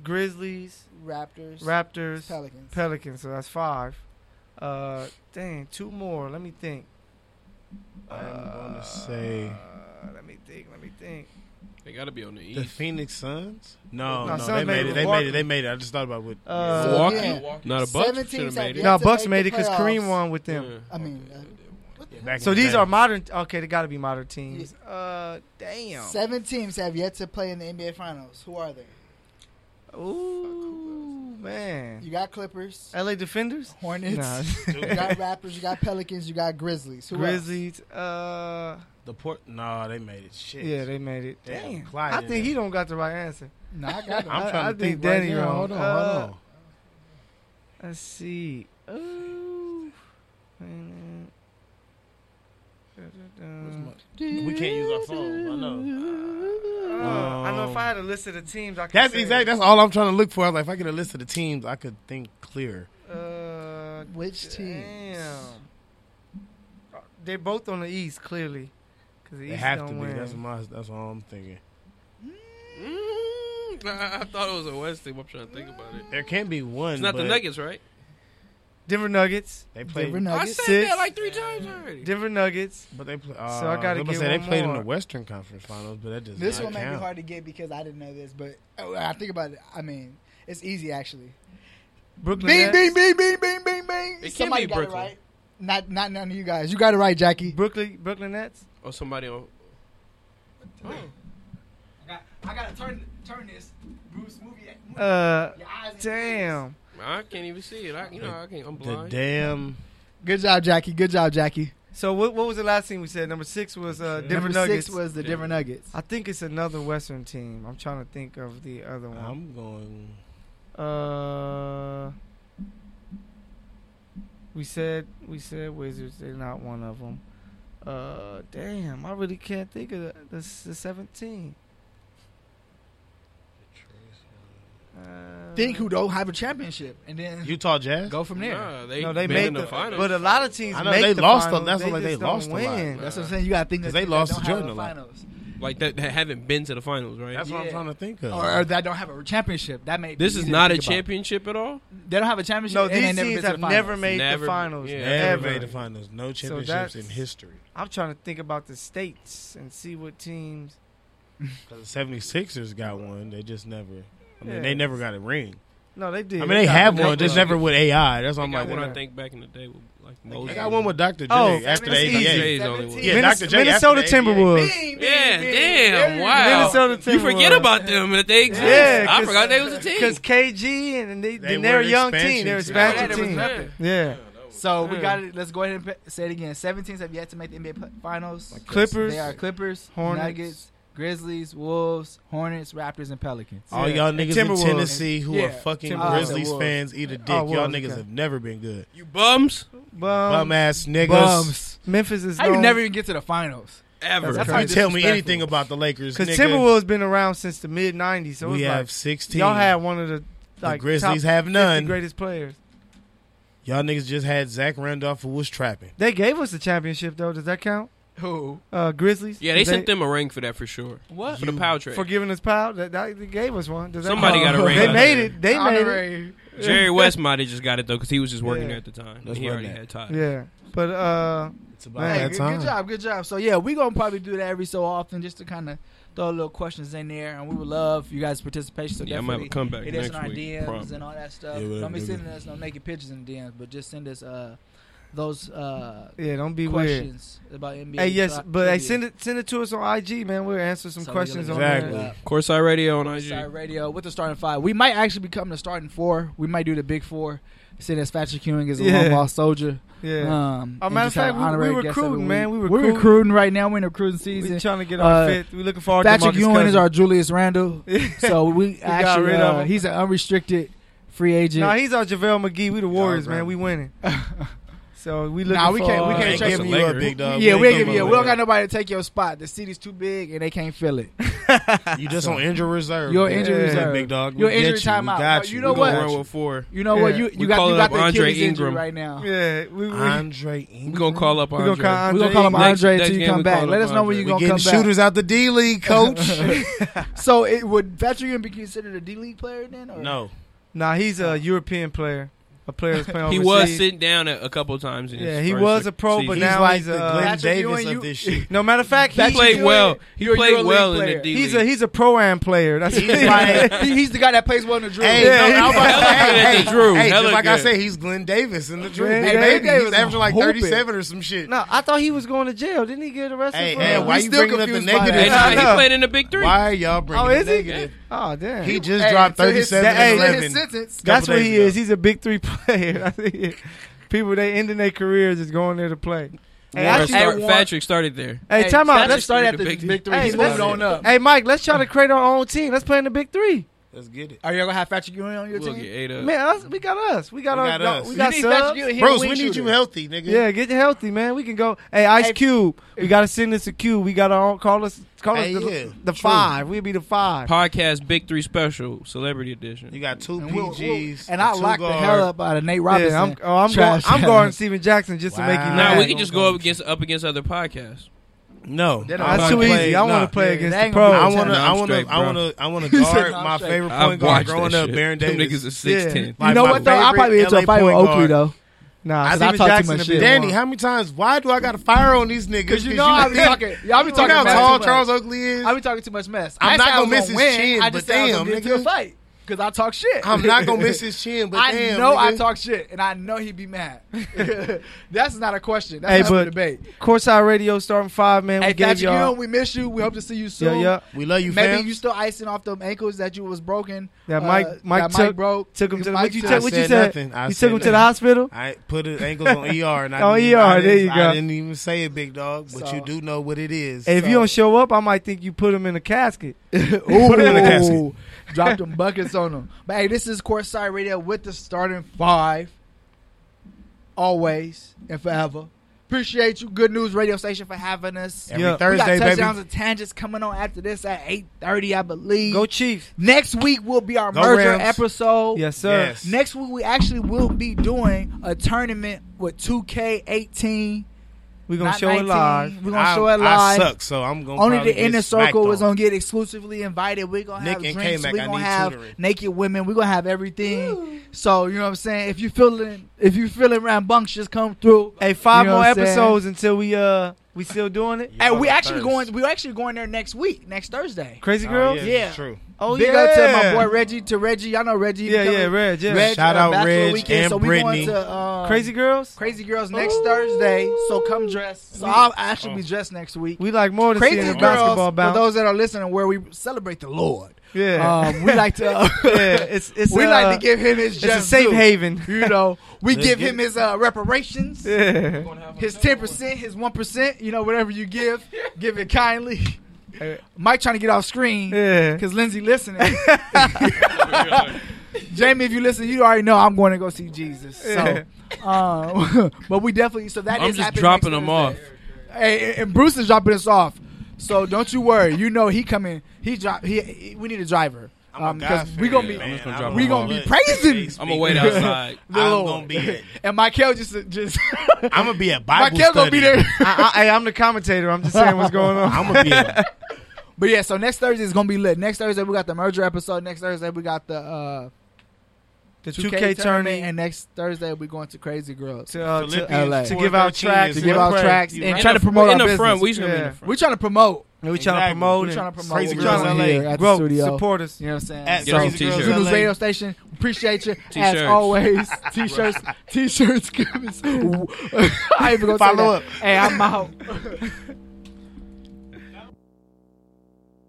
Speaker 3: Grizzlies,
Speaker 2: Raptors.
Speaker 3: Raptors,
Speaker 2: Pelicans.
Speaker 3: Pelicans. So that's five. Uh, dang, two more. Let me think.
Speaker 4: I'm gonna say-
Speaker 3: Uh, Let me think. Let me think.
Speaker 6: They got to be on the
Speaker 4: The
Speaker 6: East.
Speaker 4: Phoenix Suns?
Speaker 3: No,
Speaker 4: No, no,
Speaker 3: Suns
Speaker 4: they
Speaker 3: made it
Speaker 4: made it.
Speaker 3: with
Speaker 4: They made
Speaker 3: Walker.
Speaker 4: it. They made it. I just thought about what.
Speaker 3: Uh,
Speaker 6: Milwaukee.
Speaker 2: yeah.
Speaker 6: Not a
Speaker 2: Seven
Speaker 6: Bucks should
Speaker 2: teams
Speaker 6: have
Speaker 2: have
Speaker 6: made
Speaker 2: yet
Speaker 6: it.
Speaker 3: No,
Speaker 2: to
Speaker 3: Bucks
Speaker 2: make
Speaker 3: made
Speaker 2: the
Speaker 3: it because
Speaker 2: playoffs.
Speaker 3: Kareem won with them.
Speaker 6: Yeah.
Speaker 2: I mean, uh,
Speaker 4: Back
Speaker 3: So
Speaker 4: in the
Speaker 3: these
Speaker 4: day.
Speaker 3: are modern. Okay, they got to be modern teams. Uh, damn.
Speaker 2: seven teams have yet to play in the NBA Finals. Who are they?
Speaker 3: Ooh, man.
Speaker 2: You got Clippers,
Speaker 3: L.A. Defenders,
Speaker 2: Hornets.
Speaker 3: Nah.
Speaker 2: you got Raptors. You got Pelicans. You got Grizzlies. Who Grizzlies.
Speaker 3: Grizzlies. Uh,
Speaker 4: the port. No, they made it. Shit.
Speaker 3: yeah, they made it.
Speaker 4: Damn,
Speaker 3: Damn.
Speaker 4: Clyde
Speaker 3: I
Speaker 4: in
Speaker 3: think
Speaker 4: there.
Speaker 3: he don't got the right answer.
Speaker 2: No, I got them.
Speaker 4: I'm
Speaker 3: I-
Speaker 4: trying
Speaker 3: I
Speaker 4: to
Speaker 3: think
Speaker 4: think. right
Speaker 3: Danny
Speaker 4: now.
Speaker 3: wrong.
Speaker 4: Hold on,
Speaker 3: Uh,
Speaker 4: hold on.
Speaker 3: Let's see. Ooh. Man.
Speaker 4: Uh, We can't use our phones. I
Speaker 3: Uh,
Speaker 4: know.
Speaker 3: I know if I had a list of the teams, I could.
Speaker 4: That's
Speaker 3: say,
Speaker 4: exactly. That's all I'm trying to look for. I was like, if I get a list of the teams, I could think clear.
Speaker 3: Uh,
Speaker 2: Which teams?
Speaker 3: Damn. They're both on the East, clearly. Because the
Speaker 4: They
Speaker 3: East
Speaker 4: have
Speaker 3: don't
Speaker 4: to be.
Speaker 3: win.
Speaker 4: That's my. That's all I'm thinking.
Speaker 6: Mm, I, I thought it was a West team. I'm trying to think about it.
Speaker 4: There can be one.
Speaker 6: It's not the
Speaker 4: but
Speaker 6: Nuggets, right?
Speaker 3: Denver Nuggets.
Speaker 4: They play.
Speaker 2: Denver
Speaker 6: I
Speaker 2: Nuggets.
Speaker 6: said
Speaker 3: Six.
Speaker 6: that like three times already.
Speaker 3: Denver Nuggets.
Speaker 4: But they play.
Speaker 3: So I gotta
Speaker 4: to
Speaker 3: get
Speaker 4: say they
Speaker 3: one
Speaker 4: played in
Speaker 3: more.
Speaker 4: the Western Conference Finals, but that does
Speaker 2: This
Speaker 4: not
Speaker 2: one may be
Speaker 4: count.
Speaker 2: hard to get because I didn't know this, but oh, I think about it. I mean, it's easy actually.
Speaker 3: Brooklyn
Speaker 2: Bing,
Speaker 3: Nets.
Speaker 2: bing, bing, bing, bing, bing, bing.
Speaker 6: It can't
Speaker 2: Somebody
Speaker 6: be
Speaker 2: got
Speaker 6: Brooklyn.
Speaker 2: it right. Not, not none of you guys. You got it right, Jackie.
Speaker 3: Brooklyn, Brooklyn Nets.
Speaker 6: Or somebody on.
Speaker 2: I gotta turn, turn this Bruce movie.
Speaker 3: Uh,
Speaker 2: eyes
Speaker 3: damn.
Speaker 6: I can't even see it. I, you know, I can't. I'm
Speaker 4: The
Speaker 6: blind.
Speaker 4: damn.
Speaker 2: Good job, Jackie. Good job, Jackie.
Speaker 3: So what, what was the last team we said? Number six was uh, Denver
Speaker 2: Number
Speaker 3: Nuggets.
Speaker 2: six was the Denver
Speaker 6: Denver.
Speaker 2: Nuggets.
Speaker 3: I think it's another Western team. I'm trying to think of the other
Speaker 6: Um,
Speaker 3: one.
Speaker 4: I'm going.
Speaker 3: uh, we said we said Wizards. They're not one of them. Uh, damn. I really can't think of the the, s- the seventeen. Uh,
Speaker 2: Think who don't have a championship, and then
Speaker 4: Utah Jazz.
Speaker 7: Go from there.
Speaker 6: Nah, they,
Speaker 3: No, they
Speaker 6: been
Speaker 3: made
Speaker 6: in the,
Speaker 3: the-
Speaker 6: finals.
Speaker 3: But a lot of teams
Speaker 4: I know,
Speaker 3: make
Speaker 4: they
Speaker 3: the
Speaker 4: lost a-
Speaker 3: finals.
Speaker 4: that's what, like,
Speaker 3: just
Speaker 4: they
Speaker 3: don't
Speaker 4: lost a lot.
Speaker 3: win.
Speaker 2: That's what I'm
Speaker 6: Nah.
Speaker 2: saying. You gotta think
Speaker 4: 'Cause
Speaker 2: that
Speaker 4: they
Speaker 2: that
Speaker 4: lost
Speaker 2: don't
Speaker 4: to
Speaker 2: have
Speaker 4: Jordan a lot.
Speaker 2: finals,
Speaker 6: like that, that haven't been to the finals, right?
Speaker 4: That's what I'm
Speaker 2: Yeah.
Speaker 4: trying to think of.
Speaker 7: Or, or that don't have a championship. That may. be
Speaker 6: this
Speaker 7: easy
Speaker 6: is
Speaker 7: to
Speaker 6: not a
Speaker 7: think about.
Speaker 6: championship at all.
Speaker 7: They don't have a championship.
Speaker 3: No,
Speaker 7: and they
Speaker 3: these
Speaker 7: never been
Speaker 3: teams
Speaker 7: to the
Speaker 3: have never
Speaker 7: finals.
Speaker 3: made
Speaker 6: Never-
Speaker 3: the finals.
Speaker 6: yeah.
Speaker 4: Never
Speaker 3: Ever.
Speaker 4: made the finals. No championships
Speaker 3: that's-
Speaker 4: in history.
Speaker 3: I'm trying to think about the states and see what teams.
Speaker 4: Because the 76ers got one. They just never. I mean,
Speaker 3: Yeah.
Speaker 4: they never got a ring.
Speaker 3: No, they did.
Speaker 4: I mean, they
Speaker 3: got
Speaker 4: have
Speaker 3: the
Speaker 4: one. Just
Speaker 3: number.
Speaker 4: never with AI. That's what
Speaker 6: I
Speaker 4: I'm like.
Speaker 6: got one.
Speaker 4: They
Speaker 6: I think back in the day, with like Moses.
Speaker 4: got one with Dr. J
Speaker 3: Oh,
Speaker 4: after the
Speaker 3: that's easy.
Speaker 4: 88.
Speaker 6: J's only one.
Speaker 4: Yeah,
Speaker 3: Minnes-
Speaker 4: Dr. J
Speaker 3: Minnesota
Speaker 4: after the 88.
Speaker 3: Timberwolves.
Speaker 6: Yeah, damn! Wow,
Speaker 3: Minnesota
Speaker 6: you forget
Speaker 3: Timberwolves.
Speaker 6: about them that they exist.
Speaker 3: Yeah,
Speaker 6: I
Speaker 3: 'cause-
Speaker 6: forgot they was a team.
Speaker 3: Because KG and, and they,
Speaker 4: They
Speaker 3: and they're
Speaker 4: were
Speaker 3: a young
Speaker 4: expansion
Speaker 3: team. They're an
Speaker 4: team.
Speaker 6: Yeah,
Speaker 3: expansion
Speaker 6: that was
Speaker 3: team.
Speaker 6: nothing.
Speaker 3: Yeah.
Speaker 2: So we got it. Let's go ahead and pe- say it again. Seven teams have yet to make the NBA pl- finals.
Speaker 3: Clippers,
Speaker 2: They are Clippers,
Speaker 3: Hornets.
Speaker 2: Nuggets, Grizzlies, Wolves, Hornets, Raptors, and Pelicans.
Speaker 4: All
Speaker 3: Yeah.
Speaker 4: y'all niggas in
Speaker 3: Timberwolves.
Speaker 4: Tennessee who
Speaker 2: Yeah,
Speaker 4: are fucking
Speaker 2: Timberwolves.
Speaker 4: Grizzlies
Speaker 2: Wolves.
Speaker 4: fans eat a dick.
Speaker 3: Oh,
Speaker 4: y'all
Speaker 3: Wolves,
Speaker 4: niggas
Speaker 3: okay. Um,
Speaker 4: have never been good.
Speaker 6: You bums
Speaker 4: Bum
Speaker 3: bum,
Speaker 4: ass niggas.
Speaker 2: Bums.
Speaker 3: Memphis is
Speaker 2: How you
Speaker 3: known-
Speaker 2: never even get to the finals?
Speaker 6: ever.
Speaker 4: That's
Speaker 3: That's
Speaker 4: how you
Speaker 3: kinda
Speaker 4: tell me
Speaker 2: disrespectful.
Speaker 4: anything about the Lakers.
Speaker 3: Because
Speaker 4: Nigga.
Speaker 3: Timberwolves been around since the mid '90s, so
Speaker 4: we
Speaker 3: it's
Speaker 4: have
Speaker 3: like
Speaker 4: 16.
Speaker 3: y'all had one of the like
Speaker 4: the Grizzlies
Speaker 3: top
Speaker 4: have
Speaker 3: 50
Speaker 4: none.
Speaker 3: greatest players.
Speaker 4: Y'all niggas just had Zach Randolph who was trapping.
Speaker 3: They gave us the championship though. Does that count?
Speaker 2: Who?
Speaker 3: Uh, Grizzlies.
Speaker 6: yeah, they sent them a ring for that for sure.
Speaker 2: What?
Speaker 6: For the power trade.
Speaker 3: for giving us power. That, that- they gave us one. Does that
Speaker 6: Somebody
Speaker 3: count?
Speaker 6: got a ring.
Speaker 3: They made it. They made it.
Speaker 6: Jerry West might have just got it though because he was just working
Speaker 3: Yeah.
Speaker 6: there at the time.
Speaker 4: That's
Speaker 6: he
Speaker 4: my
Speaker 6: already
Speaker 4: bad.
Speaker 6: had time.
Speaker 3: Yeah, but uh,
Speaker 4: It's about
Speaker 3: Man,
Speaker 2: Hey,
Speaker 4: that
Speaker 2: good,
Speaker 4: time.
Speaker 2: good job, good job. So yeah, we gonna probably do that every so often just to kind of throw little questions in there, and we would love you guys' participation. So
Speaker 6: Yeah, I might have
Speaker 2: definitely
Speaker 6: a comeback
Speaker 2: hit us in
Speaker 6: next
Speaker 2: our
Speaker 6: week.
Speaker 2: DMs
Speaker 6: promise.
Speaker 2: and all that stuff.
Speaker 4: Yeah, whatever,
Speaker 2: Don't be
Speaker 4: nigga.
Speaker 2: sending us no naked pictures in the DMs, but just send us uh, those uh,
Speaker 3: yeah, don't be weird.
Speaker 2: questions about NBA.
Speaker 3: Hey, yes,
Speaker 2: So-
Speaker 3: but hey,
Speaker 2: NBA.
Speaker 3: send it send it to us on IG, man. We'll answer some
Speaker 2: So we
Speaker 3: questions
Speaker 2: gonna
Speaker 3: on
Speaker 2: do
Speaker 4: Exactly.
Speaker 3: that.
Speaker 2: that.
Speaker 6: Corsair Radio on IG.
Speaker 2: Side radio with the starting five. We might actually become the starting four. We might do the big four. Sitting as Patrick Ewing is a
Speaker 3: Yeah.
Speaker 2: long lost soldier.
Speaker 3: Yeah,
Speaker 2: Um,
Speaker 3: Oh,
Speaker 2: and
Speaker 3: matter
Speaker 2: just
Speaker 3: of fact,
Speaker 2: have
Speaker 3: we- we
Speaker 2: honorary
Speaker 3: recruiting,
Speaker 2: guests every week.
Speaker 3: man. We
Speaker 2: We're
Speaker 3: recruiting.
Speaker 2: recruiting right now. We're in the recruiting
Speaker 3: we
Speaker 2: season.
Speaker 3: trying to get our
Speaker 2: uh,
Speaker 3: fifth. We looking for our
Speaker 2: Patrick
Speaker 3: DeMarcus
Speaker 2: Ewing is
Speaker 3: Cousins.
Speaker 2: our Julius Randle. So we
Speaker 3: got
Speaker 2: actually
Speaker 3: rid of
Speaker 2: uh,
Speaker 3: him.
Speaker 2: he's an unrestricted free agent.
Speaker 3: Nah, he's our JaVale McGee. We the Warriors,
Speaker 4: right.
Speaker 3: man. We winning. so we looking
Speaker 2: Nah, we
Speaker 3: for,
Speaker 2: can't- we
Speaker 3: uh,
Speaker 2: can't
Speaker 4: Ain't
Speaker 2: chase
Speaker 4: giving
Speaker 6: him.
Speaker 4: you up, big dog.
Speaker 2: yeah,
Speaker 4: ain't
Speaker 2: we ain't
Speaker 4: giving
Speaker 2: give
Speaker 4: you
Speaker 2: you.
Speaker 4: up.
Speaker 2: We don't got nobody to take your spot. The city's too big and they can't fill it.
Speaker 4: You just on injury reserve.
Speaker 2: You're on
Speaker 4: bro.
Speaker 2: injury
Speaker 4: Yeah,
Speaker 2: reserve.
Speaker 4: big dog. We
Speaker 2: You're injury
Speaker 4: get you. We
Speaker 2: timeout.
Speaker 4: got
Speaker 2: No,
Speaker 4: you.
Speaker 2: you know
Speaker 4: We
Speaker 2: what?
Speaker 4: got
Speaker 6: We're
Speaker 4: you.
Speaker 6: with four.
Speaker 2: You know what?
Speaker 3: Yeah.
Speaker 2: You
Speaker 6: We
Speaker 2: you got
Speaker 6: call
Speaker 2: you
Speaker 6: it
Speaker 2: got the
Speaker 6: Andre
Speaker 2: Achilles injury
Speaker 6: Ingram.
Speaker 2: right now.
Speaker 3: Yeah, we, we,
Speaker 4: Andre Ingram.
Speaker 6: We gonna call up
Speaker 3: we gonna
Speaker 6: Andre.
Speaker 3: call
Speaker 2: We're
Speaker 3: Andre.
Speaker 2: gonna call him
Speaker 6: Next-
Speaker 2: Andre
Speaker 6: next
Speaker 2: until you
Speaker 6: game
Speaker 2: come
Speaker 6: we call
Speaker 2: back.
Speaker 6: him
Speaker 2: Let us know when
Speaker 6: Andre.
Speaker 2: you're
Speaker 4: We
Speaker 2: gonna
Speaker 4: getting
Speaker 2: come
Speaker 4: shooters out the D League, coach.
Speaker 2: back. So it would Patrick Ewing be considered a D League player then? Or?
Speaker 4: no.
Speaker 3: Nah, he's a European player. A player that's playing
Speaker 6: He
Speaker 3: overseas.
Speaker 6: was sitting down a, a couple times. In his
Speaker 3: Yeah, he
Speaker 6: first
Speaker 3: was a pro,
Speaker 6: season.
Speaker 3: but
Speaker 4: He's uh,
Speaker 3: now
Speaker 4: like
Speaker 3: he's
Speaker 4: the
Speaker 3: a-
Speaker 4: Glenn
Speaker 2: Patrick
Speaker 4: Davis
Speaker 2: Ewing,
Speaker 4: of
Speaker 2: you-
Speaker 4: this shit.
Speaker 3: No matter of fact,
Speaker 6: he
Speaker 3: he's,
Speaker 6: played well. He
Speaker 2: you're a
Speaker 6: played
Speaker 2: Euroleague
Speaker 6: well in
Speaker 2: player.
Speaker 6: the D
Speaker 3: he's
Speaker 6: League.
Speaker 3: a he's a pro am player. That's
Speaker 4: He's like,
Speaker 2: He- he's the guy that plays well in the drill.
Speaker 4: hey,
Speaker 3: Yeah,
Speaker 4: no, I was about to say,
Speaker 6: hella good at
Speaker 4: hey,
Speaker 6: the Drew,
Speaker 4: hey,
Speaker 6: hella
Speaker 4: just like I
Speaker 6: good.
Speaker 4: said, he's Glenn Davis in the Drew.
Speaker 3: Glenn
Speaker 4: Hey, baby,
Speaker 2: Davis
Speaker 4: he's averaging like
Speaker 2: hooping.
Speaker 4: 37 or some shit.
Speaker 3: No, I thought he was going to jail. Didn't he get arrested?
Speaker 4: Hey,
Speaker 3: for
Speaker 4: hey,
Speaker 3: that?
Speaker 4: why you
Speaker 2: still
Speaker 4: bringing up the
Speaker 2: confused by that.
Speaker 6: Hey,
Speaker 4: negative?
Speaker 6: nah,
Speaker 3: Yeah.
Speaker 6: he played in the Big Three.
Speaker 4: Why are y'all bringing
Speaker 3: Oh,
Speaker 4: the
Speaker 3: is he?
Speaker 4: negative?
Speaker 3: Oh, damn.
Speaker 4: He just
Speaker 2: Hey,
Speaker 4: dropped
Speaker 2: to his-
Speaker 4: 37
Speaker 2: hey,
Speaker 4: and
Speaker 2: to his
Speaker 4: 11.
Speaker 2: sentence.
Speaker 3: That's
Speaker 4: couple
Speaker 3: what he
Speaker 4: days
Speaker 3: is. He's a big three player. I think People they ending their careers is going there to play. Hey,
Speaker 6: Warren
Speaker 3: actually-
Speaker 6: start- Patrick started there.
Speaker 3: Hey, time out.
Speaker 6: Patrick
Speaker 3: Let's
Speaker 6: started
Speaker 2: at the big, three.
Speaker 3: Hey,
Speaker 2: He's
Speaker 3: let's-
Speaker 2: moving on up.
Speaker 3: Hey, Mike, let's try to create our own team. Let's play in the big three.
Speaker 4: Let's get it.
Speaker 2: Are you gonna have Patrick Ewing on your
Speaker 6: We'll get
Speaker 2: team?
Speaker 6: ate up.
Speaker 3: Man, us, we got us. We got
Speaker 4: We
Speaker 3: our.
Speaker 4: got us.
Speaker 3: We
Speaker 4: You
Speaker 3: got
Speaker 2: Uh, need
Speaker 3: subs.
Speaker 2: Patrick Ewing. He a
Speaker 4: Bros,
Speaker 2: wing
Speaker 4: we need you
Speaker 2: shooter.
Speaker 4: healthy, nigga.
Speaker 3: Yeah, get healthy, man. We can go. Hey, Ice
Speaker 2: Hey,
Speaker 3: Cube, we gotta send this to Cube. We gotta all- call us, call us
Speaker 4: Hey,
Speaker 3: the,
Speaker 4: yeah,
Speaker 3: the
Speaker 4: true.
Speaker 3: five. We'll be the five.
Speaker 6: Podcast Big Three Special Celebrity Edition.
Speaker 4: You got two
Speaker 2: And, we'll- we'll-
Speaker 4: PGs.
Speaker 2: and I
Speaker 4: two
Speaker 2: locked the
Speaker 4: guard.
Speaker 2: hell up out of Nate Robinson.
Speaker 3: Yeah, I'm, oh, I'm, going,
Speaker 2: Trash
Speaker 3: I'm
Speaker 2: guy.
Speaker 3: going Steven Jackson just to make you
Speaker 4: Wow.
Speaker 6: Nah,
Speaker 3: mad.
Speaker 6: we can just go up against up against other podcasts.
Speaker 4: No,
Speaker 2: That
Speaker 3: That's
Speaker 2: I'm
Speaker 3: too
Speaker 2: gonna
Speaker 3: easy. I want to play
Speaker 2: Yeah,
Speaker 3: against
Speaker 2: that
Speaker 3: the
Speaker 2: ain't gonna be
Speaker 3: pros.
Speaker 4: I
Speaker 2: Nah,
Speaker 4: want to.
Speaker 6: I'm
Speaker 4: I want
Speaker 6: straight,
Speaker 4: to. I
Speaker 6: bro.
Speaker 4: want to. I want to
Speaker 2: He said,
Speaker 4: guard
Speaker 2: "I'm
Speaker 4: my
Speaker 2: straight."
Speaker 4: favorite
Speaker 6: I
Speaker 4: point guard
Speaker 6: watched that
Speaker 4: growing up,
Speaker 6: shit.
Speaker 4: Baron
Speaker 6: Them
Speaker 4: Davis.
Speaker 6: niggas is six
Speaker 3: Yeah.
Speaker 6: ten.
Speaker 4: Like,
Speaker 2: you know
Speaker 4: my
Speaker 2: what though? I'll
Speaker 4: favorite
Speaker 2: probably into
Speaker 4: LA
Speaker 2: a fight with
Speaker 4: point
Speaker 2: Oakley
Speaker 4: guard.
Speaker 2: though.
Speaker 3: Nah,
Speaker 2: I
Speaker 3: Steven
Speaker 2: talk too much
Speaker 3: Jackson would be
Speaker 2: shit.
Speaker 3: the
Speaker 4: Danny,
Speaker 3: one.
Speaker 4: how many times? Why do I got to fire on these niggas?
Speaker 2: Cause you know I be
Speaker 4: think-
Speaker 2: talking, y'all be
Speaker 4: You know
Speaker 2: talking
Speaker 4: how
Speaker 2: mess
Speaker 4: tall
Speaker 2: too much.
Speaker 4: Charles Oakley is.
Speaker 2: I be talking too much mess.
Speaker 4: I'm
Speaker 2: I
Speaker 4: not
Speaker 2: said I
Speaker 4: gonna
Speaker 2: was
Speaker 4: miss his
Speaker 2: win.
Speaker 4: chin,
Speaker 2: I just
Speaker 4: but
Speaker 2: said I was
Speaker 4: damn,
Speaker 2: gonna get into
Speaker 4: nigga.
Speaker 2: a fight because I talk shit.
Speaker 4: I'm not gonna miss his chin, but
Speaker 2: I
Speaker 4: damn,
Speaker 2: know I
Speaker 4: nigga.
Speaker 2: talk shit, and I know he'd be mad. That's not a question. That's
Speaker 3: Hey,
Speaker 2: not a
Speaker 3: but-
Speaker 2: debate.
Speaker 3: Courtside Radio starting five, man. We
Speaker 2: Hey,
Speaker 3: gave
Speaker 2: Patrick
Speaker 3: y'all.
Speaker 2: Ewing, we miss you. We hope to see you
Speaker 3: Yeah,
Speaker 2: soon.
Speaker 3: yeah.
Speaker 4: We love you,
Speaker 2: Maybe
Speaker 4: fam.
Speaker 2: you still icing off them ankles that you was broken.
Speaker 3: That
Speaker 2: uh,
Speaker 3: Mike- Mike
Speaker 2: that
Speaker 3: took-
Speaker 2: broke.
Speaker 3: Took him to the,
Speaker 2: Mike
Speaker 3: what you,
Speaker 2: took-
Speaker 3: took- what you
Speaker 4: said
Speaker 3: said?
Speaker 4: nothing. I
Speaker 3: you
Speaker 4: said
Speaker 3: took him to the
Speaker 4: nothing.
Speaker 3: hospital?
Speaker 4: I put his ankles on ER and I
Speaker 3: On
Speaker 4: didn't,
Speaker 3: ER,
Speaker 4: I
Speaker 3: there
Speaker 4: didn't,
Speaker 3: you
Speaker 4: I
Speaker 3: go.
Speaker 4: didn't even say it, big dog. But
Speaker 2: So-
Speaker 4: you do know what it is.
Speaker 3: Hey, if you
Speaker 2: So-
Speaker 3: don't show up, I might think you put him in a casket.
Speaker 2: Put
Speaker 4: him in a casket.
Speaker 2: Dropped them buckets on them. But hey, this is Courtside Radio with the starting five. Always and forever. Appreciate you, Good News Radio Station, for having us.
Speaker 4: Every
Speaker 3: Yeah.
Speaker 2: we got
Speaker 4: Thursday, baby.
Speaker 2: touchdowns and tangents coming on after this at eight thirty, I believe.
Speaker 3: Go Chiefs.
Speaker 2: Next week will be our
Speaker 4: Go
Speaker 2: merger
Speaker 4: Rams.
Speaker 2: episode.
Speaker 3: Yes, sir.
Speaker 4: Yes.
Speaker 2: Next week we actually will be doing a tournament with two K eighteen.
Speaker 3: We're going
Speaker 2: Not
Speaker 3: to show it
Speaker 2: 19.
Speaker 3: live.
Speaker 2: We're gonna
Speaker 4: I-
Speaker 2: show it
Speaker 4: I
Speaker 2: live.
Speaker 4: suck, so I'm gonna
Speaker 2: Only
Speaker 4: probably
Speaker 2: the
Speaker 4: get
Speaker 2: inner circle
Speaker 4: smacked
Speaker 2: is
Speaker 4: on.
Speaker 2: gonna get exclusively invited. We're gonna
Speaker 4: Nick
Speaker 2: have
Speaker 4: and
Speaker 2: drinks.
Speaker 4: K-Mac,
Speaker 2: We're
Speaker 4: I
Speaker 2: gonna
Speaker 4: need
Speaker 2: have
Speaker 4: tutoring.
Speaker 2: naked women. We're gonna have everything. So you know what I'm saying. If you feeling if you feeling rambunctious, come through.
Speaker 3: Hey, five
Speaker 2: You know
Speaker 3: more
Speaker 2: what I'm saying?
Speaker 3: episodes until we uh we still doing it.
Speaker 4: Y'all
Speaker 2: and we
Speaker 4: the
Speaker 2: actually
Speaker 4: first.
Speaker 2: going. We actually going there next week, next Thursday.
Speaker 3: Crazy
Speaker 4: Oh,
Speaker 3: girls.
Speaker 4: yeah,
Speaker 2: Yeah.
Speaker 4: true.
Speaker 3: Oh
Speaker 2: Big
Speaker 3: yeah.
Speaker 2: up to my boy Reggie. To Reggie, y'all know Reggie.
Speaker 3: Yeah,
Speaker 2: coming-
Speaker 3: yeah, Reg. Yeah.
Speaker 2: Reg,
Speaker 4: Shout
Speaker 2: uh,
Speaker 4: out
Speaker 2: Bachelor
Speaker 4: Reg
Speaker 2: weekend.
Speaker 4: and
Speaker 2: so
Speaker 4: Brittany.
Speaker 2: We going to, um,
Speaker 3: Crazy girls.
Speaker 2: Crazy Girls next Thursday. So come dress. So I'll actually be dressed next week.
Speaker 3: We like more than
Speaker 2: Crazy
Speaker 3: seeing the
Speaker 2: Girls,
Speaker 3: basketball
Speaker 2: for
Speaker 3: bounce.
Speaker 2: those that are listening, where we celebrate the Lord.
Speaker 3: Yeah.
Speaker 2: Um, we like to
Speaker 3: yeah, it's uh, it's
Speaker 2: we
Speaker 3: uh,
Speaker 2: like to give him his
Speaker 3: it's a
Speaker 2: just
Speaker 3: safe
Speaker 2: due.
Speaker 3: haven.
Speaker 2: You know, we
Speaker 4: Let's
Speaker 2: give
Speaker 4: get
Speaker 2: him his uh, reparations,
Speaker 3: Yeah.
Speaker 2: his ten percent, his one percent. You know, whatever you give, give it kindly. Mike trying to get off screen
Speaker 3: Yeah.
Speaker 2: because Lindsay listening. Jamie, if you listen, you already know I'm going to go see Jesus. So, um, but we definitely so that
Speaker 6: I'm
Speaker 2: is
Speaker 6: just
Speaker 2: happening
Speaker 6: dropping
Speaker 2: next
Speaker 6: them off.
Speaker 2: Thursday. Hey, and Bruce is dropping us off. So don't you worry. You know he coming. He drop. He, he- we need a driver um, because we gonna be.
Speaker 6: man. gonna drop
Speaker 2: we gonna be praising.
Speaker 6: I'm gonna wait outside.
Speaker 2: the
Speaker 4: I'm
Speaker 2: Lord.
Speaker 4: gonna be at-
Speaker 2: and Michael just just.
Speaker 4: I'm gonna be at Bible
Speaker 2: Michael gonna be there.
Speaker 3: I, I, hey, I'm the commentator. I'm just saying what's going on.
Speaker 4: I'm gonna be. At,
Speaker 2: But yeah, so next Thursday is gonna be lit. Next Thursday we got the merger episode. Next Thursday we got the uh,
Speaker 3: the
Speaker 2: 2K,
Speaker 3: 2K,
Speaker 2: tournament.
Speaker 3: tournament
Speaker 2: and next Thursday we going to Crazy Girls.
Speaker 3: to, uh, to,
Speaker 4: Philippians
Speaker 2: LA.
Speaker 3: to give out
Speaker 4: 4:13
Speaker 3: tracks,
Speaker 4: is
Speaker 2: to give
Speaker 4: in
Speaker 2: out
Speaker 4: the
Speaker 2: tracks
Speaker 4: front.
Speaker 2: and
Speaker 6: In
Speaker 2: try
Speaker 6: the-
Speaker 2: to promote
Speaker 6: in
Speaker 2: our
Speaker 6: the
Speaker 2: business.
Speaker 6: front. We just gonna be in
Speaker 3: Yeah.
Speaker 6: the front.
Speaker 2: We trying to promote.
Speaker 3: And we trying
Speaker 4: Exactly.
Speaker 3: to promote.
Speaker 2: We
Speaker 3: and
Speaker 2: trying to promote.
Speaker 4: Crazy
Speaker 2: what
Speaker 3: we
Speaker 2: we're
Speaker 4: Girls
Speaker 2: doing
Speaker 4: LA.
Speaker 2: here at
Speaker 3: grow,
Speaker 2: the studio.
Speaker 3: support us.
Speaker 2: You know what I'm saying?
Speaker 4: At
Speaker 2: so,
Speaker 4: Girls
Speaker 6: Crazy T-shirts.
Speaker 2: Doodles
Speaker 4: LA.
Speaker 2: Radio Station, appreciate you as
Speaker 6: T-shirts.
Speaker 2: always. T-shirts, t-shirts, goodness. I ain't even gonna
Speaker 4: Follow
Speaker 2: say that.
Speaker 4: up.
Speaker 2: Hey, I'm out.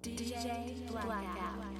Speaker 1: DJ Blackout.